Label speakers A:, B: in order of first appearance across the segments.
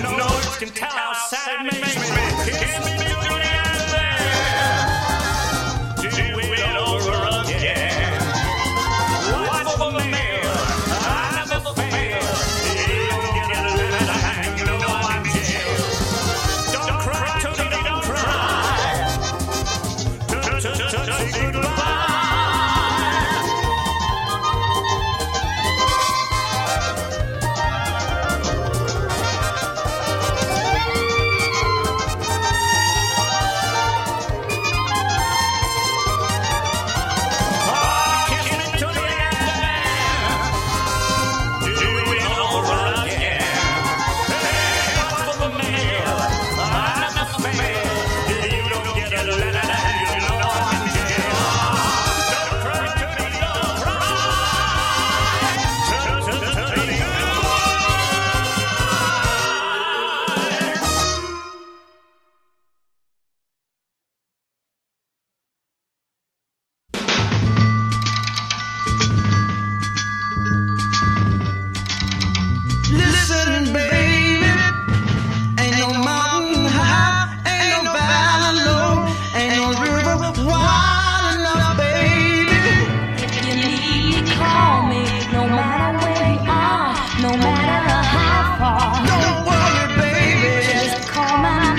A: can tell outside amazement. Hear me, million out there. Do it over again. What's for the mail? I never fail. You get a letter, I know I'm in jail. Don't cry, Tony, don't cry. Tut, tut, tut, Say goodbye.
B: Thank you.
C: Oh, Oh,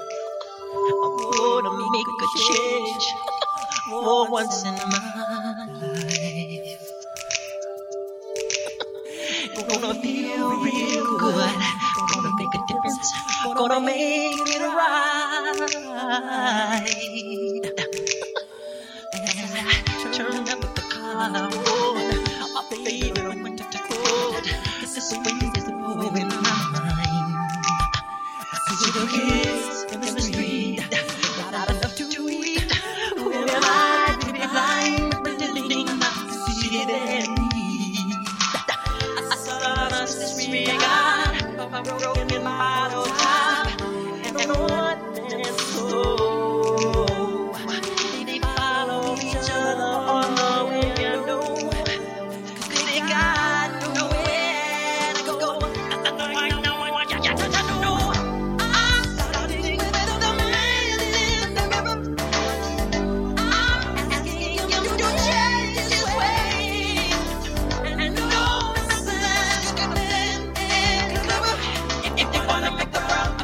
D: I'm gonna make a change for once in my life. Gonna feel real good. Gonna make a difference. Gonna make it right. And I turn up the collar. Oh, my favorite winter to cold. This wind is blowing my mind. See the kids in the street, not enough to eat. Who am I to be blind, pretending not to see their need? I saw us disregard of a broken bottle top and an ordinance soul. They follow each other on the window. They got nowhere to go. I know, I know, I know, I know. I'm starting with the man in the mirror. I'm asking him to change his ways. And I know myself is getting clever. If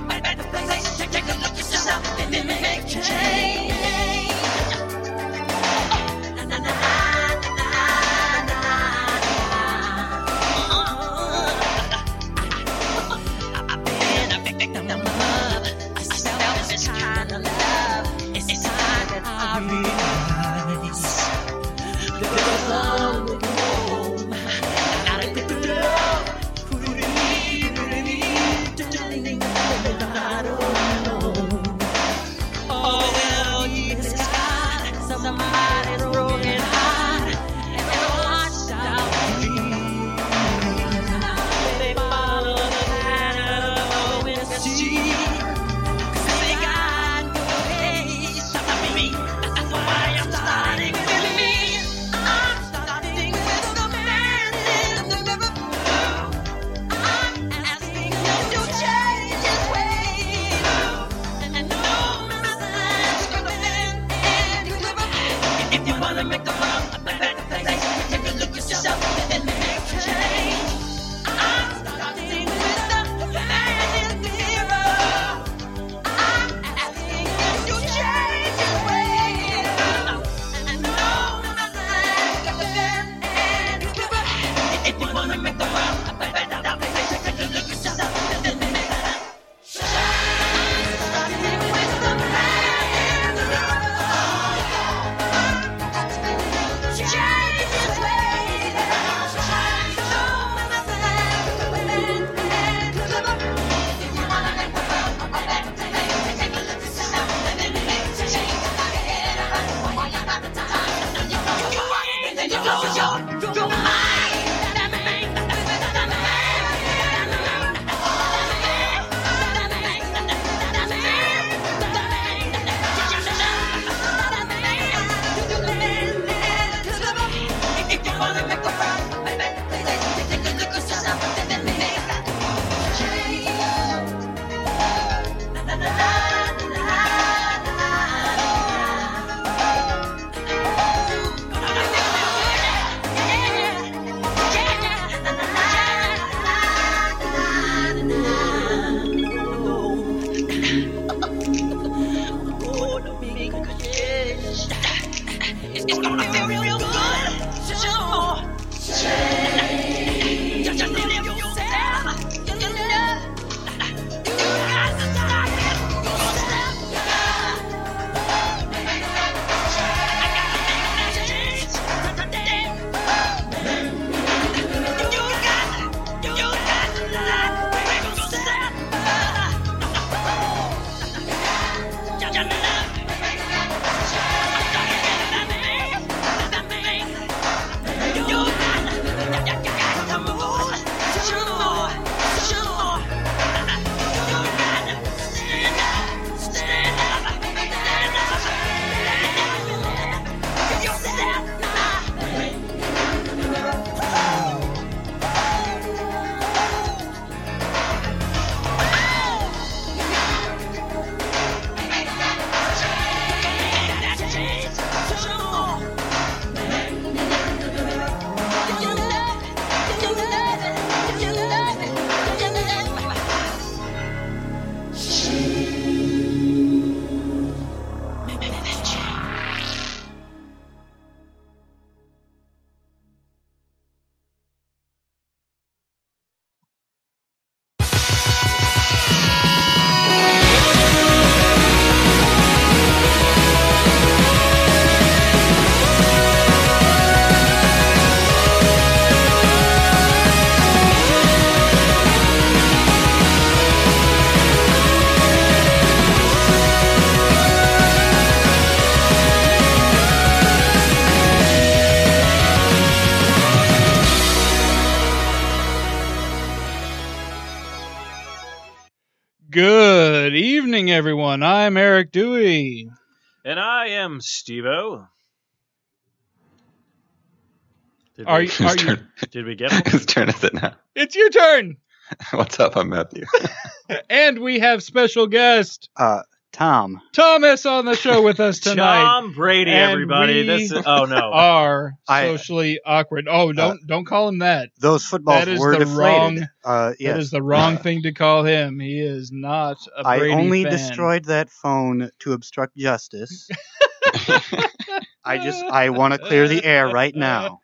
E: Good evening, everyone. I'm Eric Dewey.
A: And I am Stevo. Did
E: Are
A: we,
E: you-
F: Whose turn,
A: Did we get him?
F: whose turn is it now?
E: It's your turn.
F: What's up? I'm Matthew.
E: And we have special guest
G: Uh, Tom.
E: Thomas on the show with us tonight.
A: Tom Brady,
E: And
A: everybody.
E: we
A: This is, oh no.
E: Are
G: I- uh,
E: socially awkward. Oh, don't don't call him that.
G: Those footballs
E: That is
G: were
E: the
G: deflated.
E: wrong-
G: uh,
E: That
G: yes.
E: is the wrong thing to call him. He is not a
G: I
E: Brady
G: only
E: fan.
G: destroyed that phone to obstruct justice. I just I want to clear the air right now.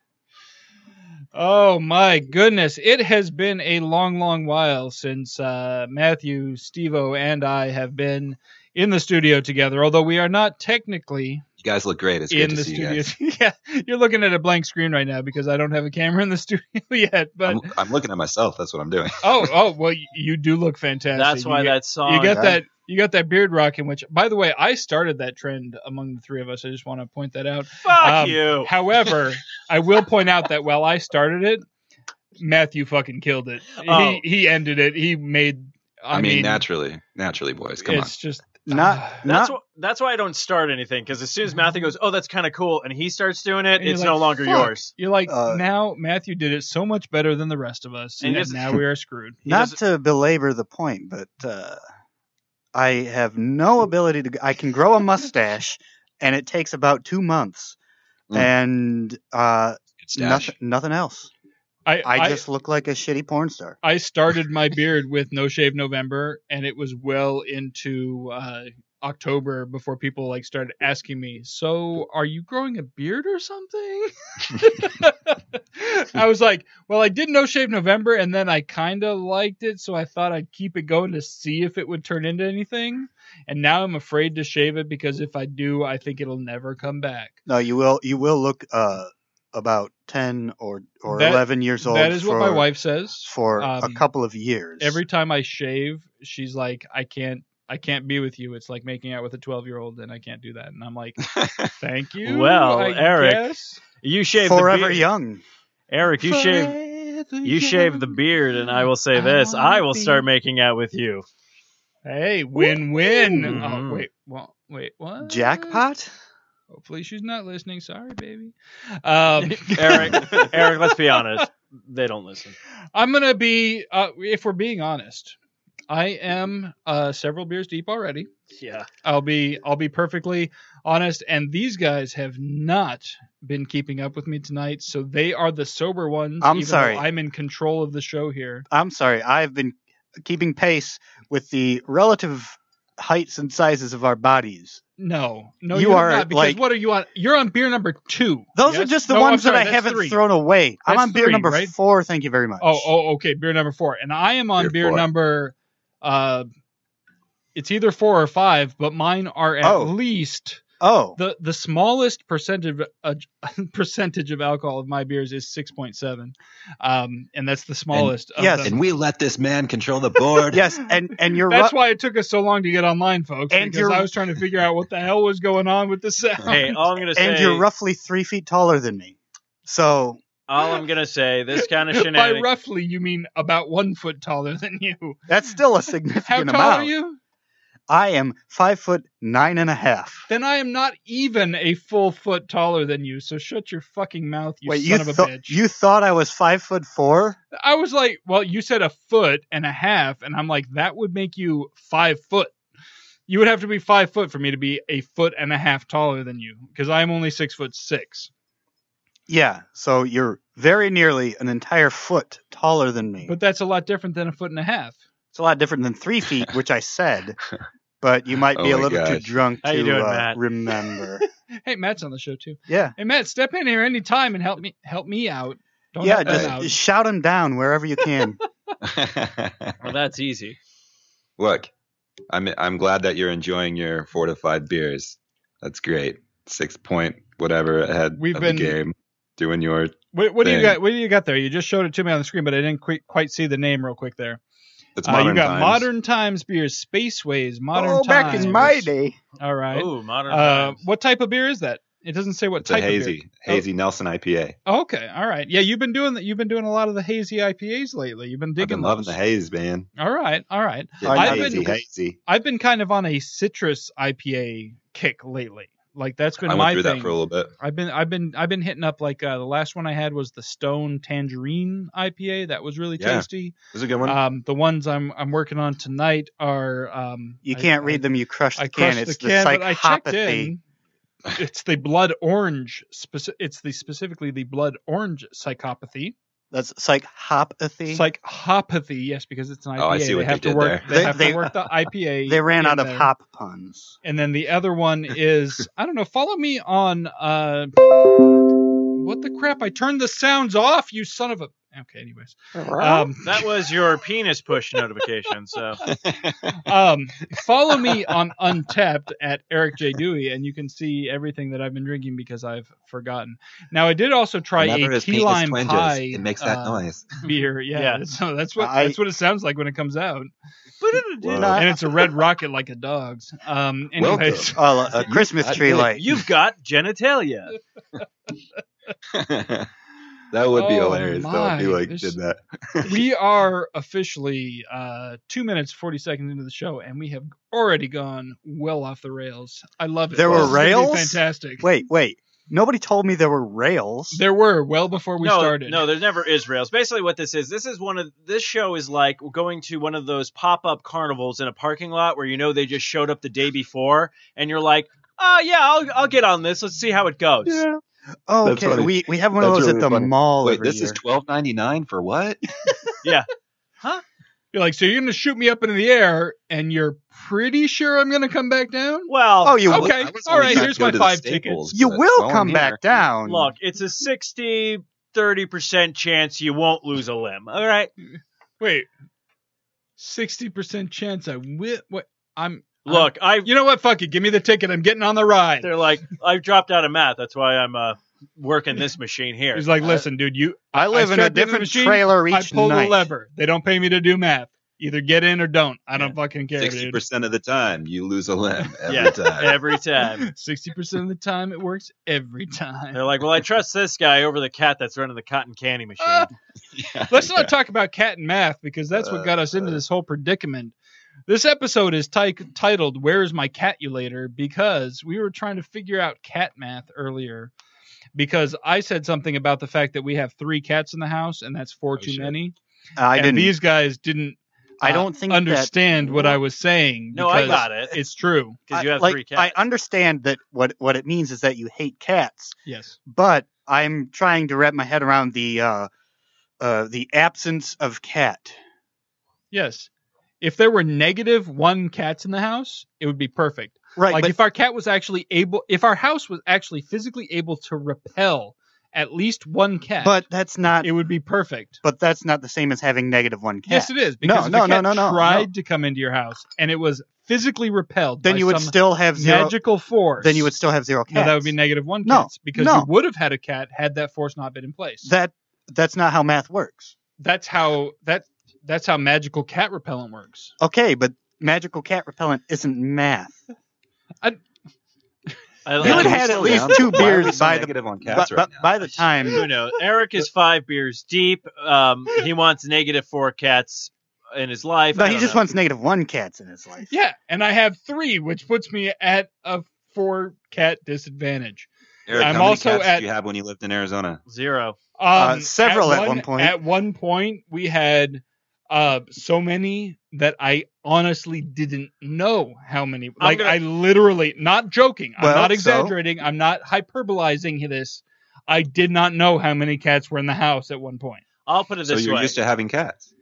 E: Oh my goodness! It has been a long, long while since uh, Matthew, Stevo, and I have been in the studio together. Although we are not technically
F: You guys look great. It's good
E: in
F: to
E: the
F: see
E: studio.
F: you guys.
E: yeah, you're looking at a blank screen right now because I don't have a camera in the studio yet. But
F: I'm, I'm looking at myself. That's what I'm doing.
E: oh, oh well, y- you do look fantastic.
A: That's why
E: you,
A: that song.
E: you got
G: yeah.
E: that. You got that beard rocking, which, by the way, I started that trend among the three of us. I just want to point that out.
A: Fuck
E: um,
A: you.
E: However, I will point out that while I started it, Matthew fucking killed it.
A: Oh.
E: He he ended it. He made. I,
F: I, mean, naturally, naturally, boys. Come on.
E: it's just
G: Not
A: That's,
G: not
A: wh- that's why I don't start anything because as soon as Matthew goes, oh, that's kind of cool, and he starts doing it,
E: And you're
A: it's
E: like,
A: no longer
E: "Fuck."
A: yours.
E: You're like
G: Uh,
E: now Matthew did it so much better than the rest of us,
A: And
E: and,
A: just-
E: now we are screwed.
A: He
G: not
A: doesn't-
G: to belabor the point, but uh, I have no ability to. I can grow a mustache, and it takes about two months,
F: Mm.
G: and uh,
F: It's Dash.
G: nothing nothing else.
E: I
G: I
E: I,
G: just look like a shitty porn star.
E: I started my beard with No Shave November, and it was well into uh, October before people like started asking me, "So, are you growing a beard or something?" I was like, "Well, I did No Shave November, and then I kind of liked it, so I thought I'd keep it going to see if it would turn into anything." And now I'm afraid to shave it because if I do, I think it'll never come back.
G: No, you will. You will look uh, about ten or or
E: That-
G: eleven years old.
E: that is what my
G: for-
E: wife says.
G: for
E: um,
G: a couple of years.
E: every time I shave, she's like, I can't I can't be with you. It's like making out with a twelve year old and I can't do that. And I'm like, Thank you.
A: Well,
E: I
A: Eric,
E: guess."
A: You shave the
G: forever
A: beard.
G: young.
A: Eric, you shave.
E: Forever
A: You shave the
E: young.
A: beard, and I will say this:
E: I'll
A: I will
E: be-
A: start making out with you.
E: Hey, win win.
A: Mhm.
E: Oh wait, well wait, what?
G: Jackpot?
E: Hopefully she's not listening. Sorry, baby. Um
A: Eric, Eric, let's be honest. They don't listen.
E: I'm gonna be uh, if we're being honest, I am uh several beers deep already.
A: Yeah.
E: I'll be I'll be perfectly honest, and these guys have not been keeping up with me tonight, so they are the sober ones.
G: I'm
E: even though
G: sorry.
E: I'm in control of the show here.
G: I'm sorry, I've been keeping pace with the relative heights and sizes of our bodies.
E: No, no,
G: You
E: you, are
G: are,
E: not, because
G: like-
E: what are you on? You're on beer number two.
G: Those
E: yes?
G: are just the
E: No, I'm
G: ones
E: sorry,
G: that I
E: that's
G: haven't
E: three.
G: thrown away. I'm
E: That's
G: on beer
E: three,
G: number
E: right?
G: four. Thank you very much.
E: Oh, oh, okay, beer number four, and I am on
F: Beer
E: beer,
F: four.
E: number. uh It's either four or five, but mine are at
G: Oh.
E: least
G: Oh,
E: the the smallest percentage of, uh, percentage of alcohol of my beers is six point seven, um, and that's the smallest. of
G: yes,
E: the-
F: and we let this man control the board.
G: yes, and and you're
E: That's
G: ru-
E: why it took us so long to get online, folks.
G: And
E: because
G: you're-
E: I was trying to figure out what the hell was going on with the sound.
A: Hey, all I'm gonna say.
G: and you're roughly three feet taller than me. So
A: All I'm gonna say. This kind of
E: By
A: shenanigans.
E: roughly, you mean about one foot taller than you.
G: that's still a
E: How
G: significant
E: tall
G: amount.
E: are you?
G: I am five foot nine and a half.
E: Then I am not even a full foot taller than you. So shut your fucking mouth, you
G: Wait,
E: son
G: you
E: of a
G: thought
E: bitch.
G: you thought I was five foot four?
E: I was like, well, you said a foot and a half, and I'm like, that would make you five foot. You would have to be five foot for me to be a foot and a half taller than you, because I'm only six foot six.
G: Yeah, so you're very nearly an entire foot taller than me.
E: But that's a lot different than a foot and a half.
G: it's a lot different than three feet, which I said. But you might be
F: Oh
G: a
F: my
G: little too
F: gosh.
G: drunk
A: How
G: to
A: you doing,
G: uh,
A: Matt?
G: remember.
E: Hey, Matt's on the show too.
G: Yeah,
E: Hey Matt, step in here anytime and help me help me out. Don't
G: yeah.
E: help them
G: Just
E: out.
G: shout him down wherever you can.
A: Well, that's easy.
F: Look, I'm I'm glad that you're enjoying your fortified beers. That's great. Six point whatever ahead
E: We've
F: of
E: been-
F: the game. Doing your
E: What, what do you
F: thing.
E: got? What do you got there? You just showed it to me on the screen, but I didn't quite quite see the name real quick there.
F: it's
E: Uh,
F: modern
E: you got
F: times.
E: modern times beers, spaceways, modern
G: oh,
E: times.
G: back in my day,
E: All right.
A: Ooh, modern.
E: Uh,
A: times.
E: what type of beer is that? It doesn't say what
F: It's a
E: type of
F: hazy,
E: beer.
F: hazy Nelson IPA.
E: Oh, okay, all right. Yeah, you've been doing that. You've been doing a lot of the hazy IPAs lately. You've been
F: I've
E: digging
F: been loving the
E: those.
F: haze, man.
E: All right, all right.
F: Yeah,
E: I've
F: hazy,
E: been-
F: hazy.
E: I've been kind of on a citrus IPA kick lately. Like that's been
F: I
E: my
F: went through
E: thing.
F: that for a little bit.
E: I've been I've been I've been hitting up like uh, the last one I had was the Stone Tangerine IPA. That was really
F: Yeah.
E: tasty.
F: It was a good one.
E: Um, the ones I'm I'm working on tonight are um,
G: You
E: I-
G: can't
E: I-
G: read them. You crush the
E: I
G: can.
E: crushed
G: It's
E: the
G: the,
E: can, but I checked
G: psychopathy.
E: in. It's the blood orange. Speci- it's the specifically the blood orange psychopathy,
G: That's psychopathy.
E: psychopathy. Yes, because it's an IPA.
F: Oh, I see
E: they
F: what they
E: have to
F: did
E: work.
F: there.
E: They,
G: They-
E: have
G: they-
E: to work the IPA.
G: they ran
E: in
G: out of
E: there.
G: hop puns.
E: And then the other one is I don't know. Follow me on uh, what the crap? I turned the sounds off. You son of a. Okay, anyways. Um,
A: That was your penis push notification. So
E: um, follow me on Untapped at Eric J Dewey, and you can see everything that I've been drinking because I've forgotten. Now I did also try
F: Whenever
E: a
F: his
E: key
F: penis
E: lime
F: twinges,
E: pie.
F: It makes that
E: uh,
F: noise.
E: beer. Yeah,
A: Yeah.
E: so that's what
G: I-
E: that's what it sounds like when it comes out,
F: Whoa.
G: I-
E: and it's a red rocket like a dog's. Um,
F: Welcome.
E: anyways,
G: Oh, a Christmas
F: got
G: tree
F: big.
G: light.
A: you've got genitalia.
F: that would be
E: Oh,
F: hilarious. That would be
E: my.
F: like
E: There's-
F: did that.
E: we are officially uh, two minutes forty seconds into the show, and we have already gone well off the rails. I love it.
G: There were
E: This is gonna be
G: rails?
E: Fantastic.
G: Wait, wait. Nobody told me there were rails.
E: There were well before we
A: no,
E: started.
A: no, there never is rails. Basically, what this is, this is one of this show is like going to one of those pop up carnivals in a parking lot where you know they just showed up the day before, and you're like, oh yeah, I'll I'll get on this. Let's see how it goes.
G: Oh,
F: That's
G: okay.
F: funny.
G: We we have one of
F: That's
G: those at
F: really
G: the
F: funny.
G: mall
F: Wait,
G: every
F: this
G: year.
F: is twelve ninety nine for what?
E: You're like, so you're gonna shoot me up into the air, and you're pretty sure I'm gonna come back down?
A: Well,
G: oh, you
F: I
G: will.
F: was-
E: Okay,
F: I was
E: all
F: only
E: right,
F: gonna
E: here's
F: go
E: my
F: to the
E: five
F: Staples,
G: you
F: but
G: will
F: while
G: come
F: I'm
G: back down.
A: look, it's a 60 30% chance you won't lose a limb. All right.
E: Wait, sixty percent chance I will. What? I'm.
A: Look, I
E: You know what? Fuck it. Give me the ticket. I'm getting on the ride.
A: they're like I dropped out of math. That's why I'm uh, working this machine here.
E: He's like, listen, dude. You,
G: I live in a
E: strapped into the
G: different
E: machine,
G: trailer
E: I
G: each
E: pull
G: night.
E: the lever. They don't pay me to do math. Either get in or don't. I don't
A: Yeah.
E: fucking care,
F: Sixty
E: dude.
F: percent of the time, you lose a limb every
A: Yeah.
F: time.
A: every time.
E: Sixty percent of the time, it works every time.
A: They're like, well, I trust this guy over the cat that's running the cotton candy machine.
E: Uh,
F: Yeah.
E: Let's not talk about cat and math because that's what got us into
F: Uh,
E: this whole predicament. This episode is ti- titled "Where's My Catulator?" because we were trying to figure out cat math earlier. Because I said something about the fact that we have three cats in the house, and that's four
F: Oh,
E: too
F: shit.
E: many.
G: I
E: and
G: didn't.
E: these guys didn't
G: I
E: uh,
G: don't think that.
E: understand what I was saying.
A: no, I
E: because
A: got it.
E: It's true.
A: Because you
G: I-
A: have
G: like,
A: three cats.
G: I understand that what what it means is that you hate cats,
E: Yes.
G: but I'm trying to wrap my head around the uh, uh, the absence of cat.
E: Yes. If there were negative one cats in the house, it would be perfect.
G: Right,
E: like
G: but
E: if our cat was actually able, if our house was actually physically able to repel at least one cat,
G: but that's not
E: it would be perfect.
G: but that's not the same as having negative one cat.
E: Yes, it is because if
G: no,
E: a
G: no,
E: cat
G: no, no,
E: tried to come into your house and it was physically repelled,
G: then
E: by
G: you would
E: some
G: still have zero.
E: magical force.
G: Then you would still have zero cats.
E: no, that would be negative one
G: No,
E: cats because
G: no.
E: you would have had a cat had that force not been in place.
G: that that's not how math works.
E: that's how that that's how magical cat repellent works.
G: Okay, but magical cat repellent isn't math.
A: I,
G: You would
A: I-
F: we're
G: had at
F: still
G: least
F: down.
G: two
F: Why are we
G: beers
F: so
G: by the-
F: negative on
G: But
F: cats right now?
G: by the time
A: who knows? Eric is five beers deep. Um, he wants negative four cats in his life.
G: No,
A: I
G: he
A: don't
G: just
A: know.
G: wants negative one cats in his life.
E: Yeah, and I have three, which puts me at a four cat disadvantage.
F: Eric,
E: I'm
F: how many
E: also
F: cats
E: at-
F: did you have when you lived in Arizona?
A: zero.
E: Um,
G: Uh, several at one point.
E: At one point, we had uh, so many that I honestly didn't know how many. Like
A: gonna-
E: I literally, not joking,
G: Well,
E: I'm not
G: so-
E: exaggerating, I'm not hyperbolizing this. I did not know how many cats were in the house at one point.
A: I'll put it
F: So
A: this
F: you're
A: way.
F: used to having cats.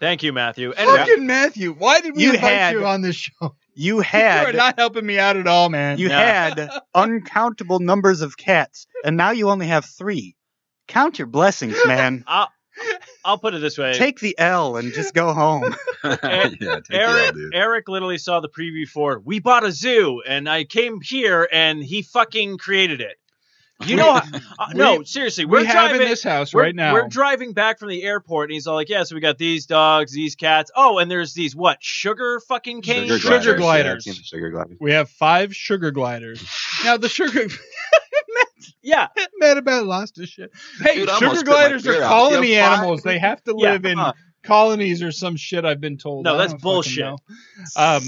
A: Thank you, Matthew. Anyway,
E: Fucking Matthew, why did we
G: You
E: invite
G: had-
E: you on this show?
G: You
E: you are
G: had
E: not helping me out at all, man.
G: you
A: No.
G: had uncountable numbers of cats, and now you only have three. Count your blessings, man.
A: I'll, I'll put it this way.
G: Take the L and just go home.
F: yeah, take it all,
A: Eric,
F: dude.
A: Eric literally saw the preview for We Bought a Zoo, and I came here and he fucking created it. You know, uh, no, seriously, we're
E: we have
A: driving
E: in this house
A: we're-
E: right now.
A: We're driving back from the airport, and he's all like, "Yeah, so we got these dogs, these cats. Oh, and there's these what sugar fucking canes?
E: Sugar gliders.
F: Yeah, I've
E: gliders.
F: seen the sugar gliders.
E: we have five sugar gliders. Now the sugar
A: Yeah,
E: mad about lost his shit. Hey,
F: Dude, I almost
E: sugar
F: spit my
E: gliders
F: beer
E: are
F: out.
E: colony
F: You have five?
E: animals. They have to
A: Yeah,
E: live in
F: huh.
E: colonies or some shit. I've been told.
A: No,
E: I
A: that's
E: don't fucking
A: bullshit.
E: know. Um.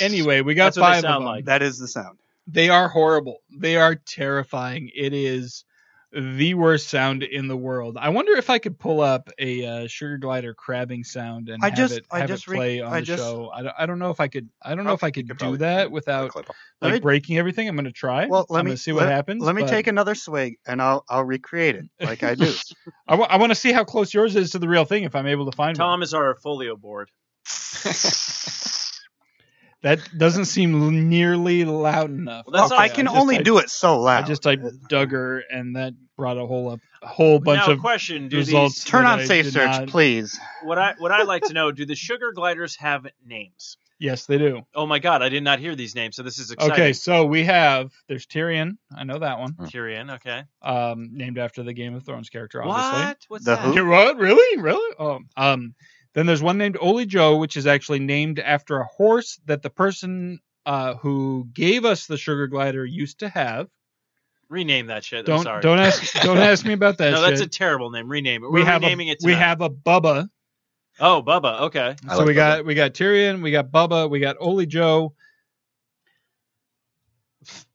E: Anyway, we got
A: That's what they
E: five of
A: sound
E: them.
A: like.
G: That is the sound.
E: They are horrible. They are terrifying. It is the worst sound in the world. I wonder if I could pull up a uh, sugar glider crabbing sound and
G: I
E: have
G: just-
E: it,
G: I
E: have
G: just
E: it
G: re-
E: play on
G: I
E: the
G: just-
E: show. I don't, I don't know if I could. I don't know
F: Oh,
E: if I
F: you
E: could
F: could
E: do
F: probably-
E: that without
F: Clip off.
G: Let
E: like
G: me-
E: breaking everything. I'm gonna try.
G: Well, let
E: I'm
G: me
E: gonna see what
G: let,
E: happens.
G: Let me
E: but
G: take another swig, and I'll I'll recreate it like I do.
E: I want to see how close yours is to the real thing if I'm able to find one.
A: Tom is our folio board.
E: That doesn't seem nearly loud enough.
A: Well, that's
G: Oh,
A: not-
G: I can
E: I just-
G: only
E: I-
G: do it Uh, so
E: I
G: loud.
E: just typed Duggar, and that brought a whole up, a whole bunch
A: now,
E: of
A: question: Do
E: results.
A: these?
G: Turn
E: that
G: on
E: I
G: safe
E: did
G: search,
E: not-
G: please.
A: What I what I like to know: Do the sugar gliders have names?
E: Yes, they do.
A: Oh my god, I did not hear these names, so this is exciting.
E: Okay, so we have there's Tyrion. I know that one.
A: Tyrion. Okay.
E: Um, named after the Game of Thrones character, obviously.
A: What? What's
G: The
A: that?
G: who?
E: Yeah, what? Really? Really? Oh, um, then there's one named Oli Joe, which is actually named after a horse that the person uh, who gave us the sugar glider used to have.
A: Rename that shit. I'm
E: Don't
A: sorry.
E: don't ask don't ask me about that.
A: no, that's a
E: shit.
A: terrible name. Rename it. We're
E: we have a,
A: renaming it.
E: we
A: tonight.
E: have a Bubba.
A: Oh, Bubba. Okay.
F: I
E: so
F: like
E: we
F: Bubba.
E: got we got Tyrion, we got Bubba, we got Oli Joe,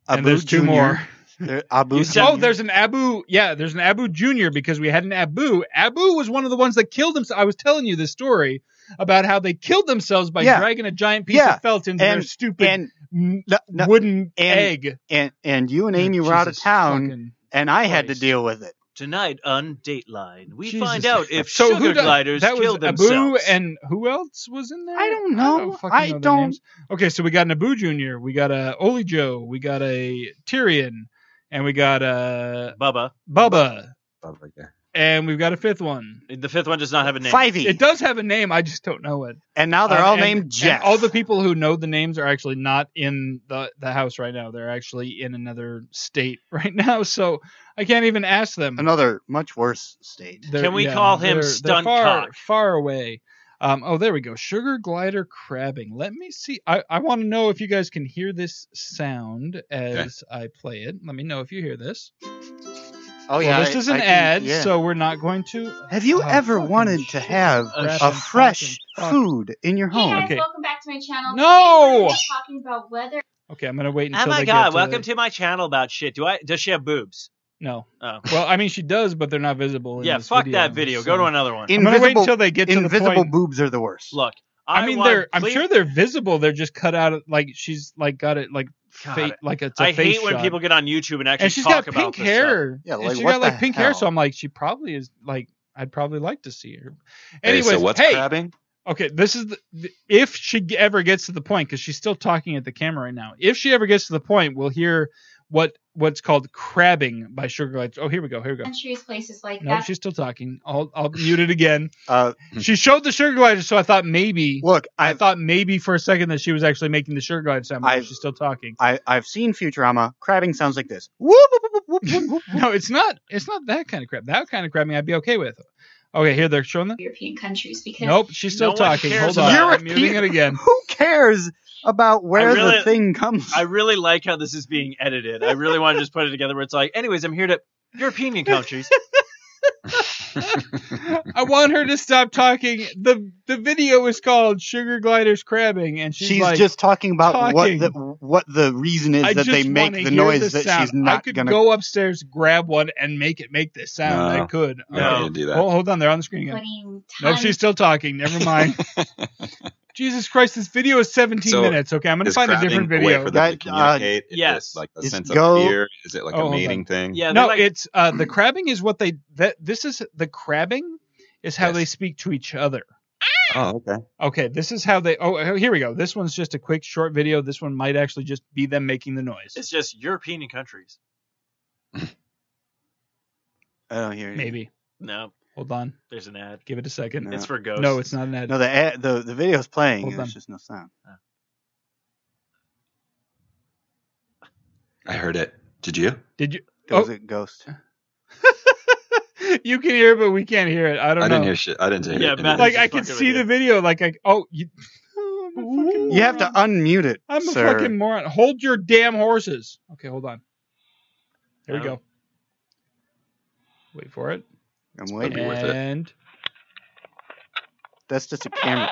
E: and
G: Abu
E: there's two
G: Jr..
E: more.
G: There- Abu.
A: You said-
E: Oh,
G: Jr..
E: there's an Abu. Yeah, there's an Abu Junior because we had an Abu. Abu was one of the ones that killed himself. I was telling you this story about how they killed themselves by
G: Yeah.
E: dragging a giant piece
G: Yeah.
E: of felt into their
G: And-
E: stupid
G: and
E: n-
G: no, no,
E: wooden
G: and-
E: egg.
G: and and you and Amy were out of
E: Jesus
G: town,
E: fucking-
G: and I had to
A: Christ.
G: deal with it.
A: Tonight on Dateline, we
E: Jesus.
A: find out if
E: So who
A: sugar
E: di-
A: gliders
E: that
A: kill
E: was Abu
A: themselves.
E: and who else was in there?
G: I don't know.
E: fucking
G: I
E: their
G: don't-
E: names. Okay, so we got an Abu Junior, we got a Oli Joe, we got a Tyrion, and we got a
A: Bubba.
E: Bubba,
F: Bubba, yeah.
E: and we've got a fifth one.
A: The fifth one does not have a name.
G: Fivey,
E: It does have a name. I just don't know it.
G: E. and now Oh, they're
E: Um,
G: all
E: and-
G: named
E: and
G: Jeff.
E: all the people who know the names are actually not in the, the house right now. They're actually in another state right now, so I can't even ask them.
G: another much worse state.
E: They're-
A: Can we call him
E: they're- they're
A: Stunt
E: far,
A: Cock?
E: Far away. Um, oh, there we go. Sugar glider crabbing. Let me see. I, I want to know if you guys can hear this sound as I play it. Let me know if you hear this.
G: Oh
E: Well,
G: yeah,
E: this
G: I-
E: is an
G: I can-
E: ad,
G: yeah.
E: so we're not going to.
G: Have you
E: Oh,
G: ever
E: fucking
G: wanted to
E: shit.
G: have
E: Crap
G: a
E: and
G: fresh
E: fucking fuck.
G: food in your
H: Hey
G: home?
H: guys,
E: Oh, Okay.
H: welcome back to my channel.
E: No!
H: Today we're gonna be talking about weather.
E: Okay, I'm gonna wait until.
A: Oh my
E: they
A: god,
E: get
A: welcome to my channel about shit. Do I does she have boobs?
E: No.
A: Oh.
E: Well, I mean, she does, but they're not visible. In
A: Yeah,
E: this
A: fuck that video. Go to
E: so-
A: another one.
E: I'm gonna wait
G: Invisible-
E: until they get to the
G: Invisible
E: point.
G: boobs are the worst.
A: Look. I,
E: I mean,
A: want
E: they're. I'm
A: clear-
E: sure they're visible. They're just cut out. Of, like she's like got it like
A: God,
E: fake. Like it's a
A: I
E: face
A: hate when
E: shot.
A: people get on YouTube and actually
E: and she's
A: talk
E: got
A: about
E: pink
A: this stuff.
E: hair.
G: Yeah,
E: And
G: like,
E: she
G: what
E: got like
G: the
E: pink hair, so
G: hell?
E: I'm like, she probably is like, I'd probably like to see her.
F: Hey,
E: Anyways,
F: so what's
E: hey,
F: crabbing?
E: okay, this is the, the- if she g- ever gets to the point because she's still talking at the camera right now. If she ever gets to the point, we'll hear what what's called crabbing by Sugar Lights. Oh, here we go, here we go.
H: Countries, places like
E: No,
H: that.
E: she's still talking. I'll I'll mute it again.
G: Uh,
E: She showed the sugar glider, so I thought maybe
G: look,
E: I
G: I've
E: thought maybe for a second that she was actually making the sugar glider sound, but
G: I've-
E: she's still talking.
G: I, I've seen Futurama. Crabbing sounds like this. Whoop, whoop, whoop, whoop, whoop, whoop.
E: No, it's not. It's not that kind of crap. That kind of crabbing I'd be okay with. Okay, here they're showing the
H: European countries because
E: Nope, she's still
A: No one
E: talking.
A: cares
E: Hold
A: about
E: on.
G: Europe.
E: I'm muting it again.
G: Who cares about where
A: really-
G: the thing comes?
A: I really like how this is being edited. I really want to just put it together where it's like, anyways, I'm here to European countries.
E: I want her to stop talking. The the video is called Sugar Gliders Crabbing and she's,
G: she's
E: like
G: just talking about
E: talking.
G: what the what the reason is
E: I
G: that
E: just
G: they make
E: wanna
G: the
E: hear
G: noise that
E: sound.
G: she's not
E: I could
G: gonna.
E: go upstairs, grab one, and make it make this sound.
F: No.
E: I could.
F: I'm not
A: No.
F: gonna do that.
E: Oh, hold on, they're on the screen again.
H: putting
E: Nope,
H: tons
E: she's still talking. Never mind. Um, Jesus Christ, this video is 17
F: So,
E: minutes. Okay, I'm gonna
F: Is
E: find a
F: crabbing
E: different
F: way
E: video.
F: for them to
G: That, uh,
F: communicate? Is
A: yes.
F: it like a
G: Just
F: sense
G: go-
F: of fear? Is it like
E: Oh,
F: a
E: hold
F: mating thing?
A: yeah,
E: no,
A: they're like,
E: it's uh, the crabbing is what they that this is the crabbing is how
F: Yes.
E: they speak to each other.
F: Oh, okay.
E: Okay, this is how they. Oh, here we go. This one's just a quick short video. This one might actually just be them making the noise.
A: it's just European countries.
G: I don't hear you.
E: Maybe.
A: No,
E: Hold on.
A: there's an ad.
E: Give it a second.
G: No.
A: It's for ghosts.
E: No, it's not an ad.
G: No, the ad, the the video's playing.
E: Hold
G: and
E: on.
G: There's just no sound.
F: I heard it. Did you?
E: Did you?
G: Goes it ghost.
E: Oh. you can hear it, but we can't hear it. I don't
F: I
E: know.
F: didn't hear shit. I didn't hear.
A: Yeah,
F: anything.
A: Matt-
E: like I
A: It's a
E: could
A: fucking
E: see the
A: idiot.
E: video. Like I oh you. Oh, I'm a fucking
G: You have to
E: moron.
G: unmute it,
E: I'm a
G: sir.
E: fucking moron. Hold your damn horses. Okay, hold on. Here we
A: Yeah.
E: go. Wait for it.
G: I'm
F: It'd be
G: waiting.
F: worth it.
E: and
G: That's just a camera.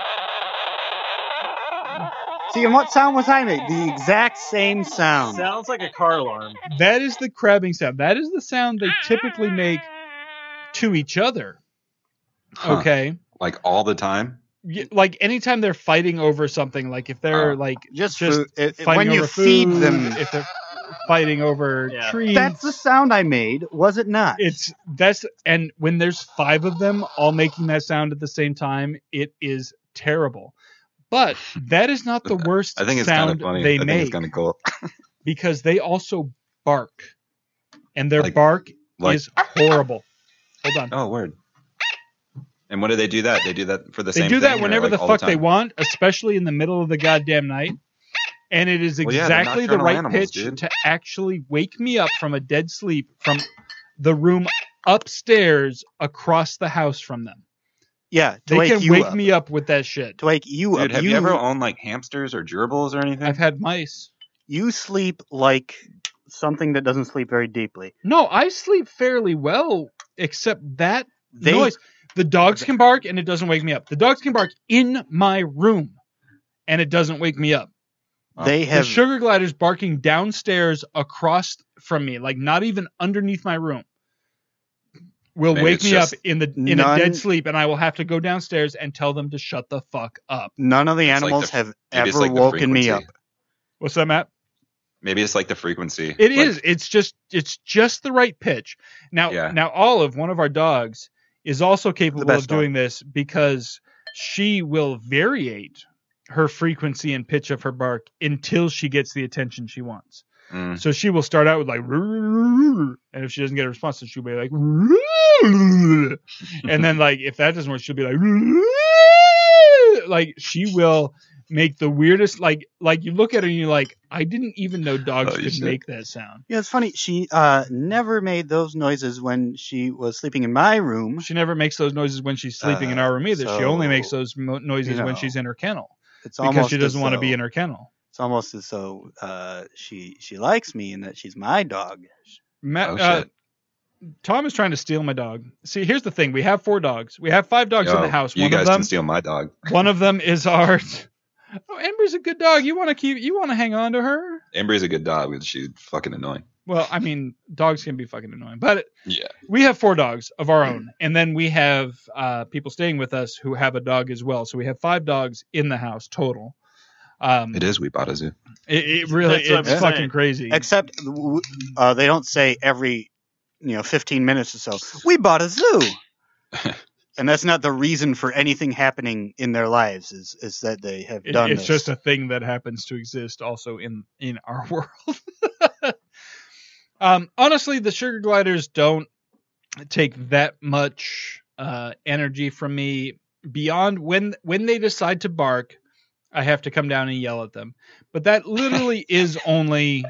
G: See, and what sound was I making? The exact same sound.
A: Sounds like a car alarm.
E: that is the crabbing sound. That is the sound they typically make to each other.
F: Huh.
E: Okay.
F: Like all the time.
E: Y- Like anytime they're fighting over something, like if they're
F: Oh.
E: like
G: Just,
E: Just
G: food. It- it-
E: fighting
G: when you
E: over
G: feed
E: food,
G: them.
E: if they're fighting over
A: Yeah.
E: trees.
G: That's the sound I made, was it not?
E: it's that's and when there's five of them all making that sound at the same time, it is terrible. But that is not the worst
F: I think it's kind
E: sound
F: of funny.
E: they
F: I think
E: make
F: it's kind of cool.
E: because they also bark, and their
F: Like-
E: bark
F: Like
E: is horrible. Hold on.
F: oh word. And when do they do that? They do that for the
E: they
F: same.
E: do that
F: thing or,
E: whenever
F: like,
E: the
F: all
E: fuck they
F: time?
E: want, especially in the middle of the goddamn night. And it is
F: Well, yeah, they're
E: exactly the
F: nocturnal
E: right
F: animals,
E: pitch
F: dude.
E: to actually wake me up from a dead sleep from the room upstairs across the house from them.
G: yeah, to
E: They
G: wake
E: can
G: you
E: wake
G: up.
E: me up with that shit.
G: To wake you
F: Dude,
G: up.
F: have you, ever owned like hamsters or gerbils or anything?
E: I've had mice.
G: you sleep like something that doesn't sleep very deeply.
E: No, I sleep fairly well, except that
G: They
E: noise. The dogs can bark and it doesn't wake me up. The dogs can bark in my room and it doesn't wake me up.
G: they
E: The
G: have
E: sugar glider's barking downstairs across from me, like not even underneath my room. Will
F: Maybe
E: wake
F: it's
E: me up
F: just
E: in the in a
G: none-
E: dead sleep, and I will have to go downstairs and tell them to shut the fuck up.
G: none of the
F: It's like
G: animals
F: the-
G: have
F: Maybe it's
G: ever
F: like the
G: woken me up.
F: frequency.
E: What's that, Matt?
F: Maybe it's like the frequency.
E: It is.
F: Like,
E: It's just it's just the right pitch. Now
F: Yeah.
E: now Olive, one of our dogs, is also capable
G: best
E: of doing this because she will variate her frequency and pitch of her bark until she gets the attention she wants.
F: mm,
E: So she will start out with like, "Rrrr," and if she doesn't get a response, then she'll be like, "Rrrr." and then like if that doesn't work, she'll be like, "Rrrr." like she will make the weirdest like like you look at her and you're like, I didn't even know dogs
F: Holy
E: could
F: shit.
E: make that sound.
G: Yeah, it's funny. She uh, never made those noises when she was sleeping in my room.
E: She never makes those noises when she's sleeping in
G: Uh,
E: our room either. she only
G: so,
E: makes those mo- noises
G: you
E: when
G: know,
E: she's in her kennel
G: It's
E: because
G: almost
E: she doesn't
G: as
E: want to
G: though-
E: be in her kennel.
G: It's almost as though uh, she she likes me and that she's my dog.
E: Matt,
F: oh,
E: uh,
F: shit.
E: Tom is trying to steal my dog. See, here's the thing: we have four dogs. We have five dogs in
F: Yo,
E: the house.
F: You
E: One
F: guys
E: of them
F: can steal my dog.
E: One of them is our. Oh, Ember's a good dog. You want to keep. You want to hang on to her.
F: Embry's a good dog, but she's fucking annoying.
E: Well, I mean, dogs can be fucking annoying, but
F: Yeah.
E: we have four dogs of our own, and then we have uh, people staying with us who have a dog as well. So we have five dogs in the house total. Um,
F: It is. We bought a zoo.
E: It, it really
A: That's what I'm
E: it's fucking
A: saying.
E: crazy.
G: Except w- uh, they don't say every you know 15 minutes or so. We bought a zoo. And that's not the reason for anything happening in their lives is is that they have
E: It-
G: done
E: it's
G: this.
E: just a thing that happens to exist also in in our world um honestly the sugar gliders don't take that much uh energy from me beyond when when they decide to bark i have to come down and yell at them but that literally is only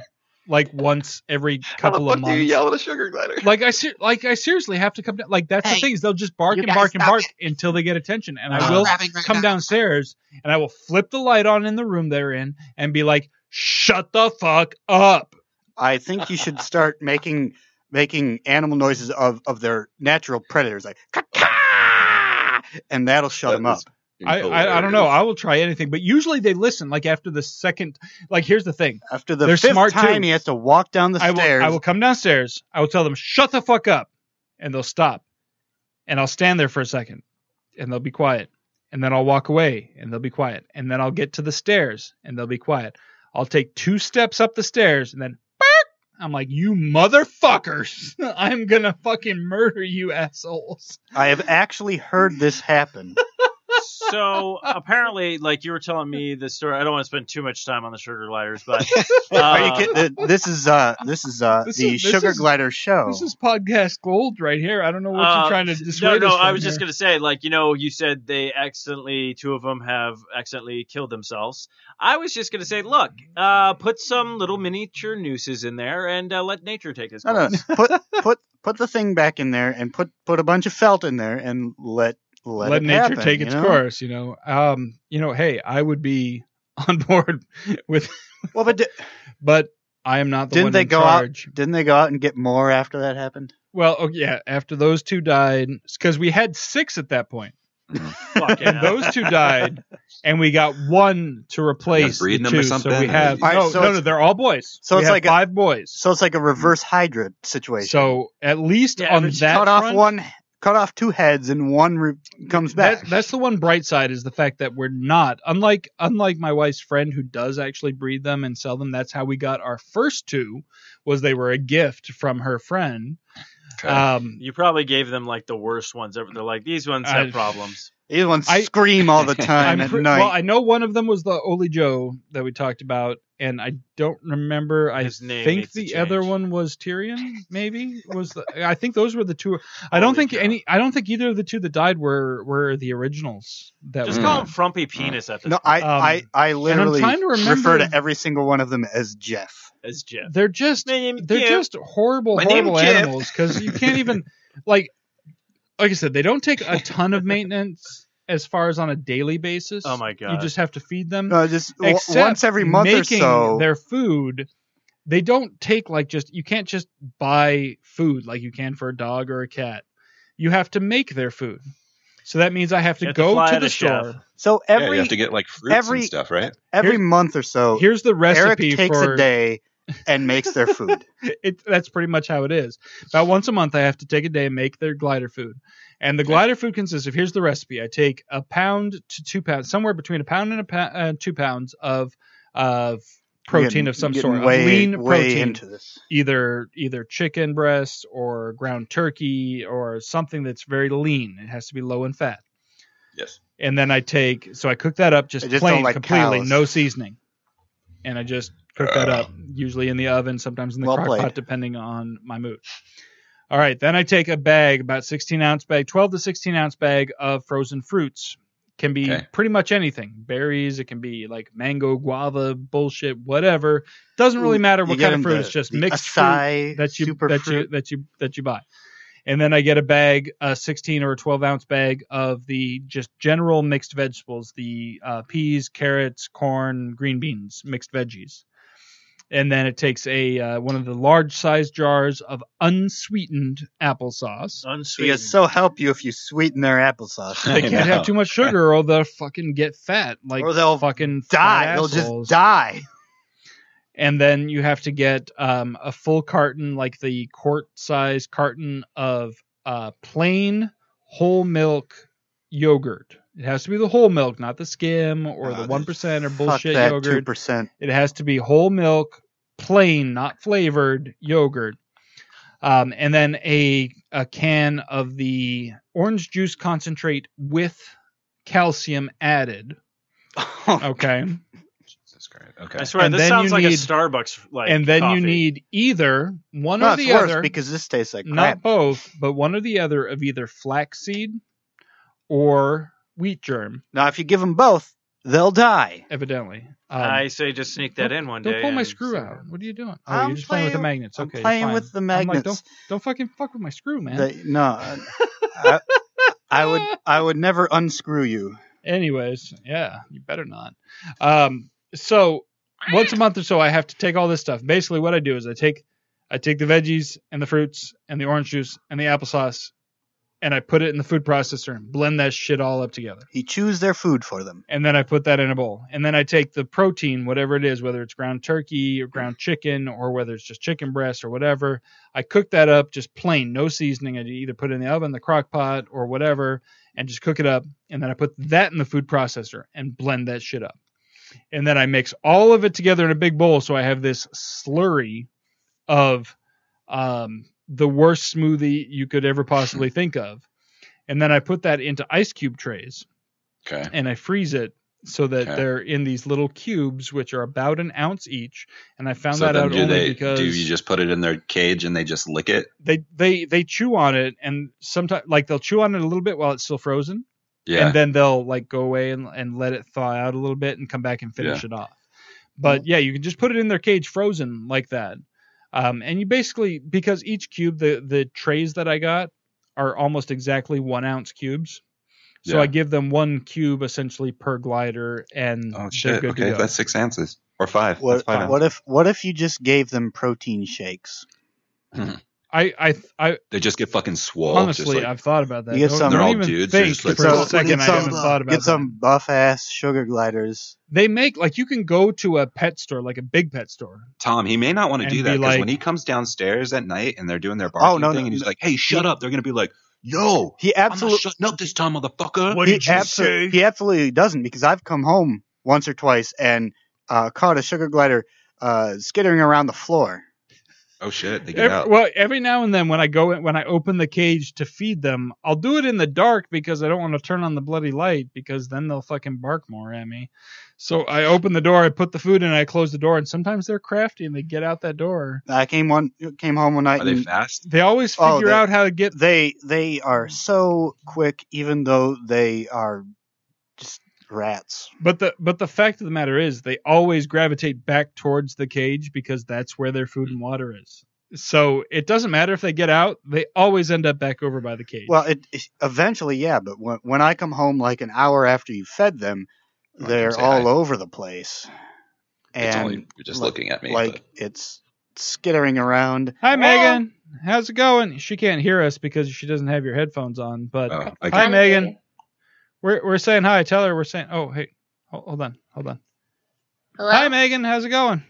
E: like once every couple of months
F: at a sugar glider?
E: like I ser- like I seriously have to come down. Like that's the
D: Hey,
E: thing is they'll just bark
D: you
E: and
D: guys
E: bark and
D: stop
E: bark until they get attention, and I
G: Uh,
E: will
D: grabbing right
E: come
D: now.
E: downstairs and I will flip the light on in the room they're in and be like, "Shut the fuck up!"
G: I think you should start making making animal noises of of their natural predators like "Caw-caw!" and that'll shut them up.
E: I, I I don't know. I will try anything, but usually they listen. Like after the second, like here's the thing:
G: After the
E: They're
G: fifth
E: smart, too.
G: time, he has to walk down the
E: I will
G: stairs.
E: I will come downstairs. I will tell them, "Shut the fuck up," and they'll stop, and I'll stand there for a second, and they'll be quiet, and then I'll walk away, and they'll be quiet, and then I'll get to the stairs, and they'll be quiet. I'll take two steps up the stairs, and then. "Bark!" I'm like, you motherfuckers! I'm gonna fucking murder you assholes.
G: I have actually heard this happen
A: so apparently, like you were telling me the story. I don't want to spend too much time on the sugar gliders, but uh,
G: Are you kidding? The- This is uh, this is uh,
E: This
G: the
E: is- this
G: Sugar
E: is-
G: Glider show.
E: This is podcast gold right here. I don't know what
A: Uh,
E: you're trying to dissuade
A: No,
E: us
A: no, I
E: from
A: was just
E: here.
A: gonna say, like, you know, you said they accidentally, two of them have accidentally killed themselves. I was just gonna say, look, uh, put some little miniature nooses in there and uh, let nature take its
G: no,
A: place.
G: no, put put put the thing back in there and put put a bunch of felt in there and let let,
E: let,
G: it
E: nature
G: happen,
E: take
G: you
E: its
G: know?
E: course. You know, um, you know, hey, I would be on board with,
G: Well, but di-
E: but I am not the
G: Didn't
E: one
G: they
E: in
G: go out-
E: charge.
G: didn't they go out and get more after that happened?
E: Well, oh, yeah, after those two died, because we had six at that point,
A: Fuck yeah.
E: and those two died, and we got one to replace
F: breeding
E: the
F: them or
E: two.
F: something?
E: So we have
G: All right,
E: no,
G: so
E: no,
G: it's-
E: no, they're all boys.
G: so
E: We
G: it's
E: have
G: like a-
E: five boys.
G: So it's like a reverse Hydra situation.
E: So at least
A: Yeah,
E: on
A: but you
E: that
G: cut off
E: front,
G: one, cut off two heads, and one re- comes back.
E: That, that's the one bright side is the fact that we're not unlike unlike my wife's friend who does actually breed them and sell them. That's how we got our first two was they were a gift from her friend.
F: Okay.
E: Um,
A: Uh, you probably gave them like the worst ones ever. They're like these ones
E: I-
A: have problems.
G: These ones
E: I-
G: scream all the time
E: I'm
G: at
E: pre-
G: night.
E: well, I know one of them was the Oli Joe that we talked about, and I don't remember. I
A: His name
E: think
A: needs to
E: the other
A: change.
E: one was Tyrion. Maybe was the, I think those were the two. I don't
A: Oli
E: think
A: Joe.
E: any. I don't think either of the two that died were were the originals. That
A: Just
E: we
A: call
E: got.
A: them frumpy penis at this
G: no, I,
E: um,
G: I, I literally
E: trying to remember-
G: refer to every single one of them as Jeff.
A: as Jeff.
E: They're just
A: My name
E: they're
A: Jeff.
E: just horrible,
F: My name
E: horrible
F: Jeff.
E: animals because you can't even like like I said, they don't take a ton of maintenance as far as on a daily basis.
A: Oh my
E: You
A: god.
E: just have to feed them.
G: No, just w-
E: Except
G: Uh, once every month or
E: making
G: so.
E: their food. They don't take like just you can't just buy food like you can for a dog or a cat. You have to make their food. So that means I have to
A: You have to
E: go
A: fly
E: to
A: at
E: the
A: a chef.
E: store.
G: So
F: Yeah,
G: every
F: you have to get like fruits
G: every-
F: and stuff, right?
G: every
E: Here's-
G: month or so,
E: Here's the
G: Eric
E: recipe
G: takes
E: for
G: a day and makes their food.
E: it that's pretty much how it is. About once a month, I have to take a day and make their glider food. And the glider food consists of here's the recipe: I take a pound to two pounds, somewhere between a pound and a pound, uh, two pounds of of protein
G: Getting-
E: of some
G: getting
E: sort, of
G: way,
E: lean
G: way
E: protein,
G: into this.
E: either either chicken breast or ground turkey or something that's very lean. It has to be low in fat.
F: Yes.
E: And then I take so I cook that up
G: I
E: just,
G: just don't
E: plain,
G: like
E: completely,
G: cows.
E: no seasoning. And I just cook that up, usually in the oven, sometimes in the
G: Well
E: crock
G: played.
E: pot, depending on my mood. All right, then I take a bag, about 16 ounce bag, 12 to 16 ounce bag of frozen fruits. Can be
F: Okay.
E: pretty much anything. Berries, it can be like mango, guava, bullshit, whatever. Doesn't really matter what
G: You get
E: kind of
G: them
E: fruit.
G: the-
E: it's just
G: the
E: mixed fruit
G: acai,
E: that you
G: super
E: that
G: fruit.
E: you that you that you buy. And then I get a bag, a 16 or 12 ounce bag of the just general mixed vegetables, the uh, peas, carrots, corn, green beans, mixed veggies. And then it takes a uh, one of the large size jars of unsweetened applesauce.
A: Unsweet.
G: Because so help you if you sweeten their applesauce.
E: They
F: I
E: can't
F: know.
E: have too much sugar, or they'll fucking get fat, like
G: Or they'll
E: fucking
G: die.
E: fat
G: They'll just
E: assholes.
G: die.
E: and then you have to get um, a full carton, like the quart size carton of uh, plain whole milk yogurt. It has to be the whole milk, not the skim or
G: Oh,
E: the one percent or bullshit
G: Fuck that
E: yogurt.
G: 2%.
E: It has to be whole milk, plain, not flavored yogurt. Um, and then a a can of the orange juice concentrate with calcium added. Okay.
F: That's great.
A: I
F: Okay.
A: swear,
E: And
A: this
E: then
A: sounds
E: you
A: like a
E: need-
A: Starbucks. Like
E: and then
A: coffee.
E: you need either one
G: no,
E: or
G: it's
E: the
G: worse
E: other.
G: because this tastes like crap.
E: not both, but one or the other of either flaxseed or wheat germ,
G: Now, if you give them both, they'll die.
E: evidently. Um,
A: I say just sneak that in one
E: don't
A: day.
E: pull my
A: and-
E: screw out. What are you doing? Oh,
G: I'm
E: you're just playing with the
G: playing-
E: magnets.
G: I'm
E: Okay, you're
G: playing
E: fine.
G: with the
E: I'm like,
G: magnets.
E: don't, don't fucking fuck with my screw, man.
G: They- no, I, I- I would I would never unscrew you.
E: Anyways, yeah, you better not. Um, so once a month or so, I have to take all this stuff. Basically, what I do is I take I take the veggies and the fruits and the orange juice and the applesauce, and I put it in the food processor and blend that shit all up together.
G: He chews their food for them.
E: and then I put that in a bowl. And then I take the protein, whatever it is, whether it's ground turkey or ground chicken or whether it's just chicken breast or whatever. I cook that up just plain, no seasoning. I either put it in the oven, the crock pot, or whatever, and just cook it up. And then I put that in the food processor and blend that shit up. And then I mix all of it together in a big bowl. So I have this slurry of um, the worst smoothie you could ever possibly think of. And then I put that into ice cube trays
F: Okay.
E: and I freeze it so that
F: Okay.
E: they're in these little cubes, which are about an ounce each. And I found
F: so
E: that
F: then
E: out
F: do
E: only
F: they
E: because
F: do you just put it in their cage and they just lick it?
E: they they they chew on it, and sometimes like they'll chew on it a little bit while it's still frozen,
F: Yeah.
E: and then they'll like go away and, and let it thaw out a little bit and come back and finish it off. But yeah, you can just put it in their cage frozen like that. Um, and you basically because each cube the the trays that I got are almost exactly one ounce cubes. So
F: Yeah.
E: I give them one cube essentially per glider, and
F: oh
E: they're
F: shit.
E: good to
F: Okay,
E: go.
F: that's six ounces or five.
G: What, uh,
F: that's five ounces.
G: what if what if you just gave them protein shakes?
E: I I I
F: They just get fucking swole. Oh, just
E: honestly
F: like,
E: I've thought about that.
G: You get
E: Don't-
G: some-
F: They're
E: don't
F: all
E: even
F: dudes, they're
E: Think
F: just like-
E: for a
G: So,
E: second,
G: get
E: I
G: some-
E: haven't thought about
G: Get
E: that.
G: some buff ass sugar gliders.
E: They make like you can go to a pet store, like a big pet store.
F: Tom, he may not want to
E: And
F: do that
E: be
F: because
E: like-
F: when he comes downstairs at night and they're doing their barking
G: Oh, no,
F: thing,
G: no,
F: and he's
G: no.
F: like, "Hey, shut up!" They're gonna be like, "Yo,
G: He
F: I'm
G: absolutely
F: not shutting up this time, motherfucker."
I: What
G: he,
I: did you
G: abso-
I: say?
G: he absolutely doesn't because I've come home once or twice and uh, caught a sugar glider uh, skittering around the floor.
F: Oh shit, they get out.
E: Every, well, every now and then when I go in, when I open the cage to feed them, I'll do it in the dark because I don't want to turn on the bloody light because then they'll fucking bark more at me. So I open the door, I put the food in, I close the door, and sometimes they're crafty and they get out that door.
G: I came one came home one night
F: Are they
G: and
F: fast?
E: They always figure
G: Oh, they-
E: out how to get.
G: they they are so quick even though they are just rats.
E: But the but the fact of the matter is, they always gravitate back towards the cage because that's where their food and water is. So it doesn't matter if they get out; they always end up back over by the cage.
G: Well, it, it- eventually yeah, but when when I come home like an hour after you fed them,
F: Like,
G: they're
F: say
G: all
F: hi.
G: over the place. And
F: it's only you're just
G: like-
F: looking at me.
G: like it's skittering around.
E: Hi,
G: Hello?
E: Megan. How's it going? She can't hear us because she doesn't have your headphones on. But
F: but, oh, I
E: hi,
F: can,
E: Megan. We're we're saying hi. Tell her we're saying. Oh, hey, Ho- hold on, hold on.
J: Hello?
E: Hi, Megan. How's it going?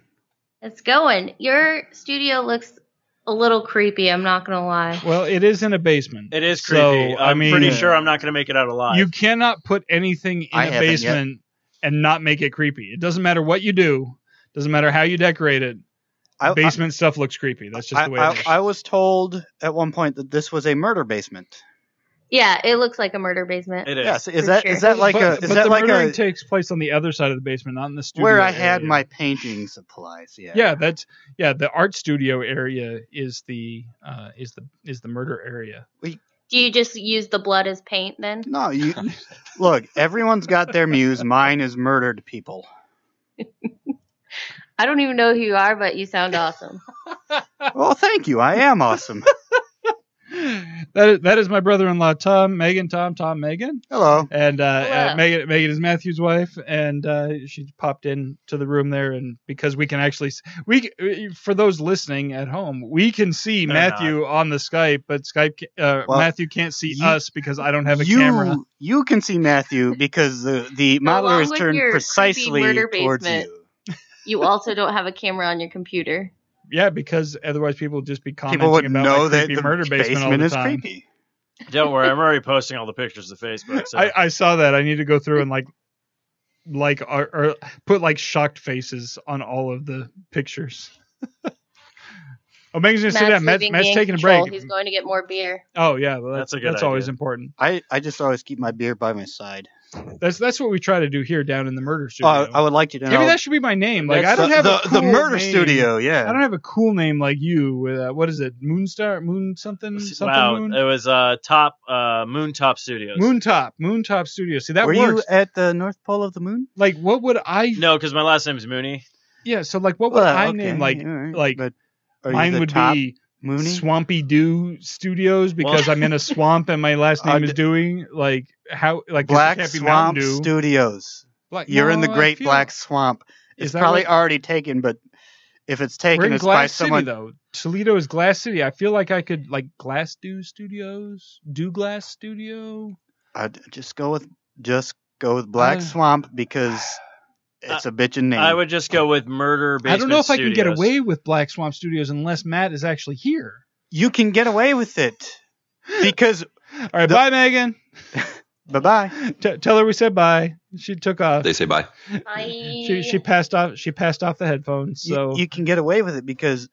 J: It's going. Your studio looks a little creepy, I'm not going to lie.
E: Well, it is in a basement.
A: It is
E: So,
A: creepy.
E: I
A: I'm
E: mean-
A: pretty sure I'm not going to make it out alive.
E: You cannot put anything in
G: I
E: a
G: haven't yet.
E: basement and not make it creepy. It doesn't matter what you do. Doesn't matter how you decorate it.
G: I, I-
E: basement stuff looks creepy. That's just
G: I,
E: the way.
G: I-
E: it is.
G: I was told at one point that this was a murder basement.
J: Yeah, it looks like a murder basement.
A: it is.
G: Yes, is
J: For
G: that
J: sure.
G: is that like
E: but,
G: a
E: but
G: is that
E: the
G: like
E: murdering
G: a
E: takes place on the other side of the basement, not in the studio.
G: where I had
E: area.
G: my painting supplies? Yeah.
E: yeah that's yeah the art studio area is the uh is the is the murder area
J: Do you just use the blood as paint then?
G: No, you look. Everyone's got their muse. Mine is murdered people.
J: I don't even know who you are, but you sound awesome.
G: Well, thank you. I am awesome.
E: that is, that is my brother-in-law tom megan tom tom megan
G: Hello.
E: and uh, uh
J: Hello.
E: megan megan is matthew's wife and uh she popped in to the room there and because we can actually s- we c- for those listening at home we can see
A: They're
E: matthew on the skype but skype ca- uh,
G: Well,
E: matthew can't see
G: you-
E: us because i don't have a
G: you
E: camera
G: you can see Matthew because the the modeler
J: along
G: is
J: with
G: turned
J: your
G: precisely
J: creepy murder
G: towards
J: basement.
G: you.
J: You also don't have a camera on your computer.
E: yeah because otherwise people would just be commenting
G: People would
E: about
G: know
E: my
G: that
E: creepy
G: the
E: murder basement, all the
G: is
E: time.
G: creepy.
A: Don't worry, I'm already posting all the pictures to Facebook. So.
E: I, I saw that. I need to go through and like, like, or, or put like shocked faces on all of the pictures. oh, Megan's gonna sit down. Matt's,
J: leaving
E: Matt's
J: me in
E: taking a
J: control.
E: break.
J: He's going to get more beer.
E: Oh yeah, well, that's
A: That's a good
E: that's always
A: idea.
E: important.
G: I, I just always keep my beer by my side.
E: That's that's what we try to do here down in the murder
G: Oh,
E: studio.
G: I, I would like you to know.
E: Maybe that should be my name. Like I
G: the,
E: don't have
G: the,
E: a
G: the
E: cool
G: murder
E: name.
G: studio. Yeah.
E: I don't have a cool name like you. With uh, what is it? Moonstar, Moon something, something
A: wow,
E: Moon.
A: it was uh, top uh, Moon Top Studios.
E: Moontop, Moontop Studio. See that
G: Were
E: works.
G: you at the North Pole of the Moon?
E: like, what would I?
A: No, because my last name's Mooney.
E: Yeah. So, like, what would I name? Like, like,
G: but are you
E: mine
G: the
E: would
G: top
E: be
G: Mooney?
E: Swampy Dew Studios because I'm in a swamp and my last name
G: Uh,
E: is Dewey. Like how like it
G: Black
E: can't be
G: Swamp
E: Mountain Dew.
G: Studios.
E: Black-
G: You're in the
E: no, I
G: Great
E: feel-
G: Black Swamp.
E: Is
G: It's
E: that
G: probably
E: what-
G: already taken, but if it's
E: We're
G: taken,
E: in
G: it's by
E: Glass
G: someone.
E: City though. Toledo is Glass City. I feel like I could like Glass Dew Studios, Dew Glass Studio.
G: I'd just go with just go with Black
E: Uh,
G: Swamp because it's a bitchin' name.
A: I would just go with Murder Basement
E: I don't know if I can get
A: Studios.
E: away with Black Swamp Studios unless Matt is actually here.
G: You can get away with it because
E: All right,
G: The-
E: bye Megan.
G: bye bye.
E: T- tell her we said bye. She took off.
F: they say bye.
E: She she passed off. She passed off the headphones. So
G: you, you can get away with it because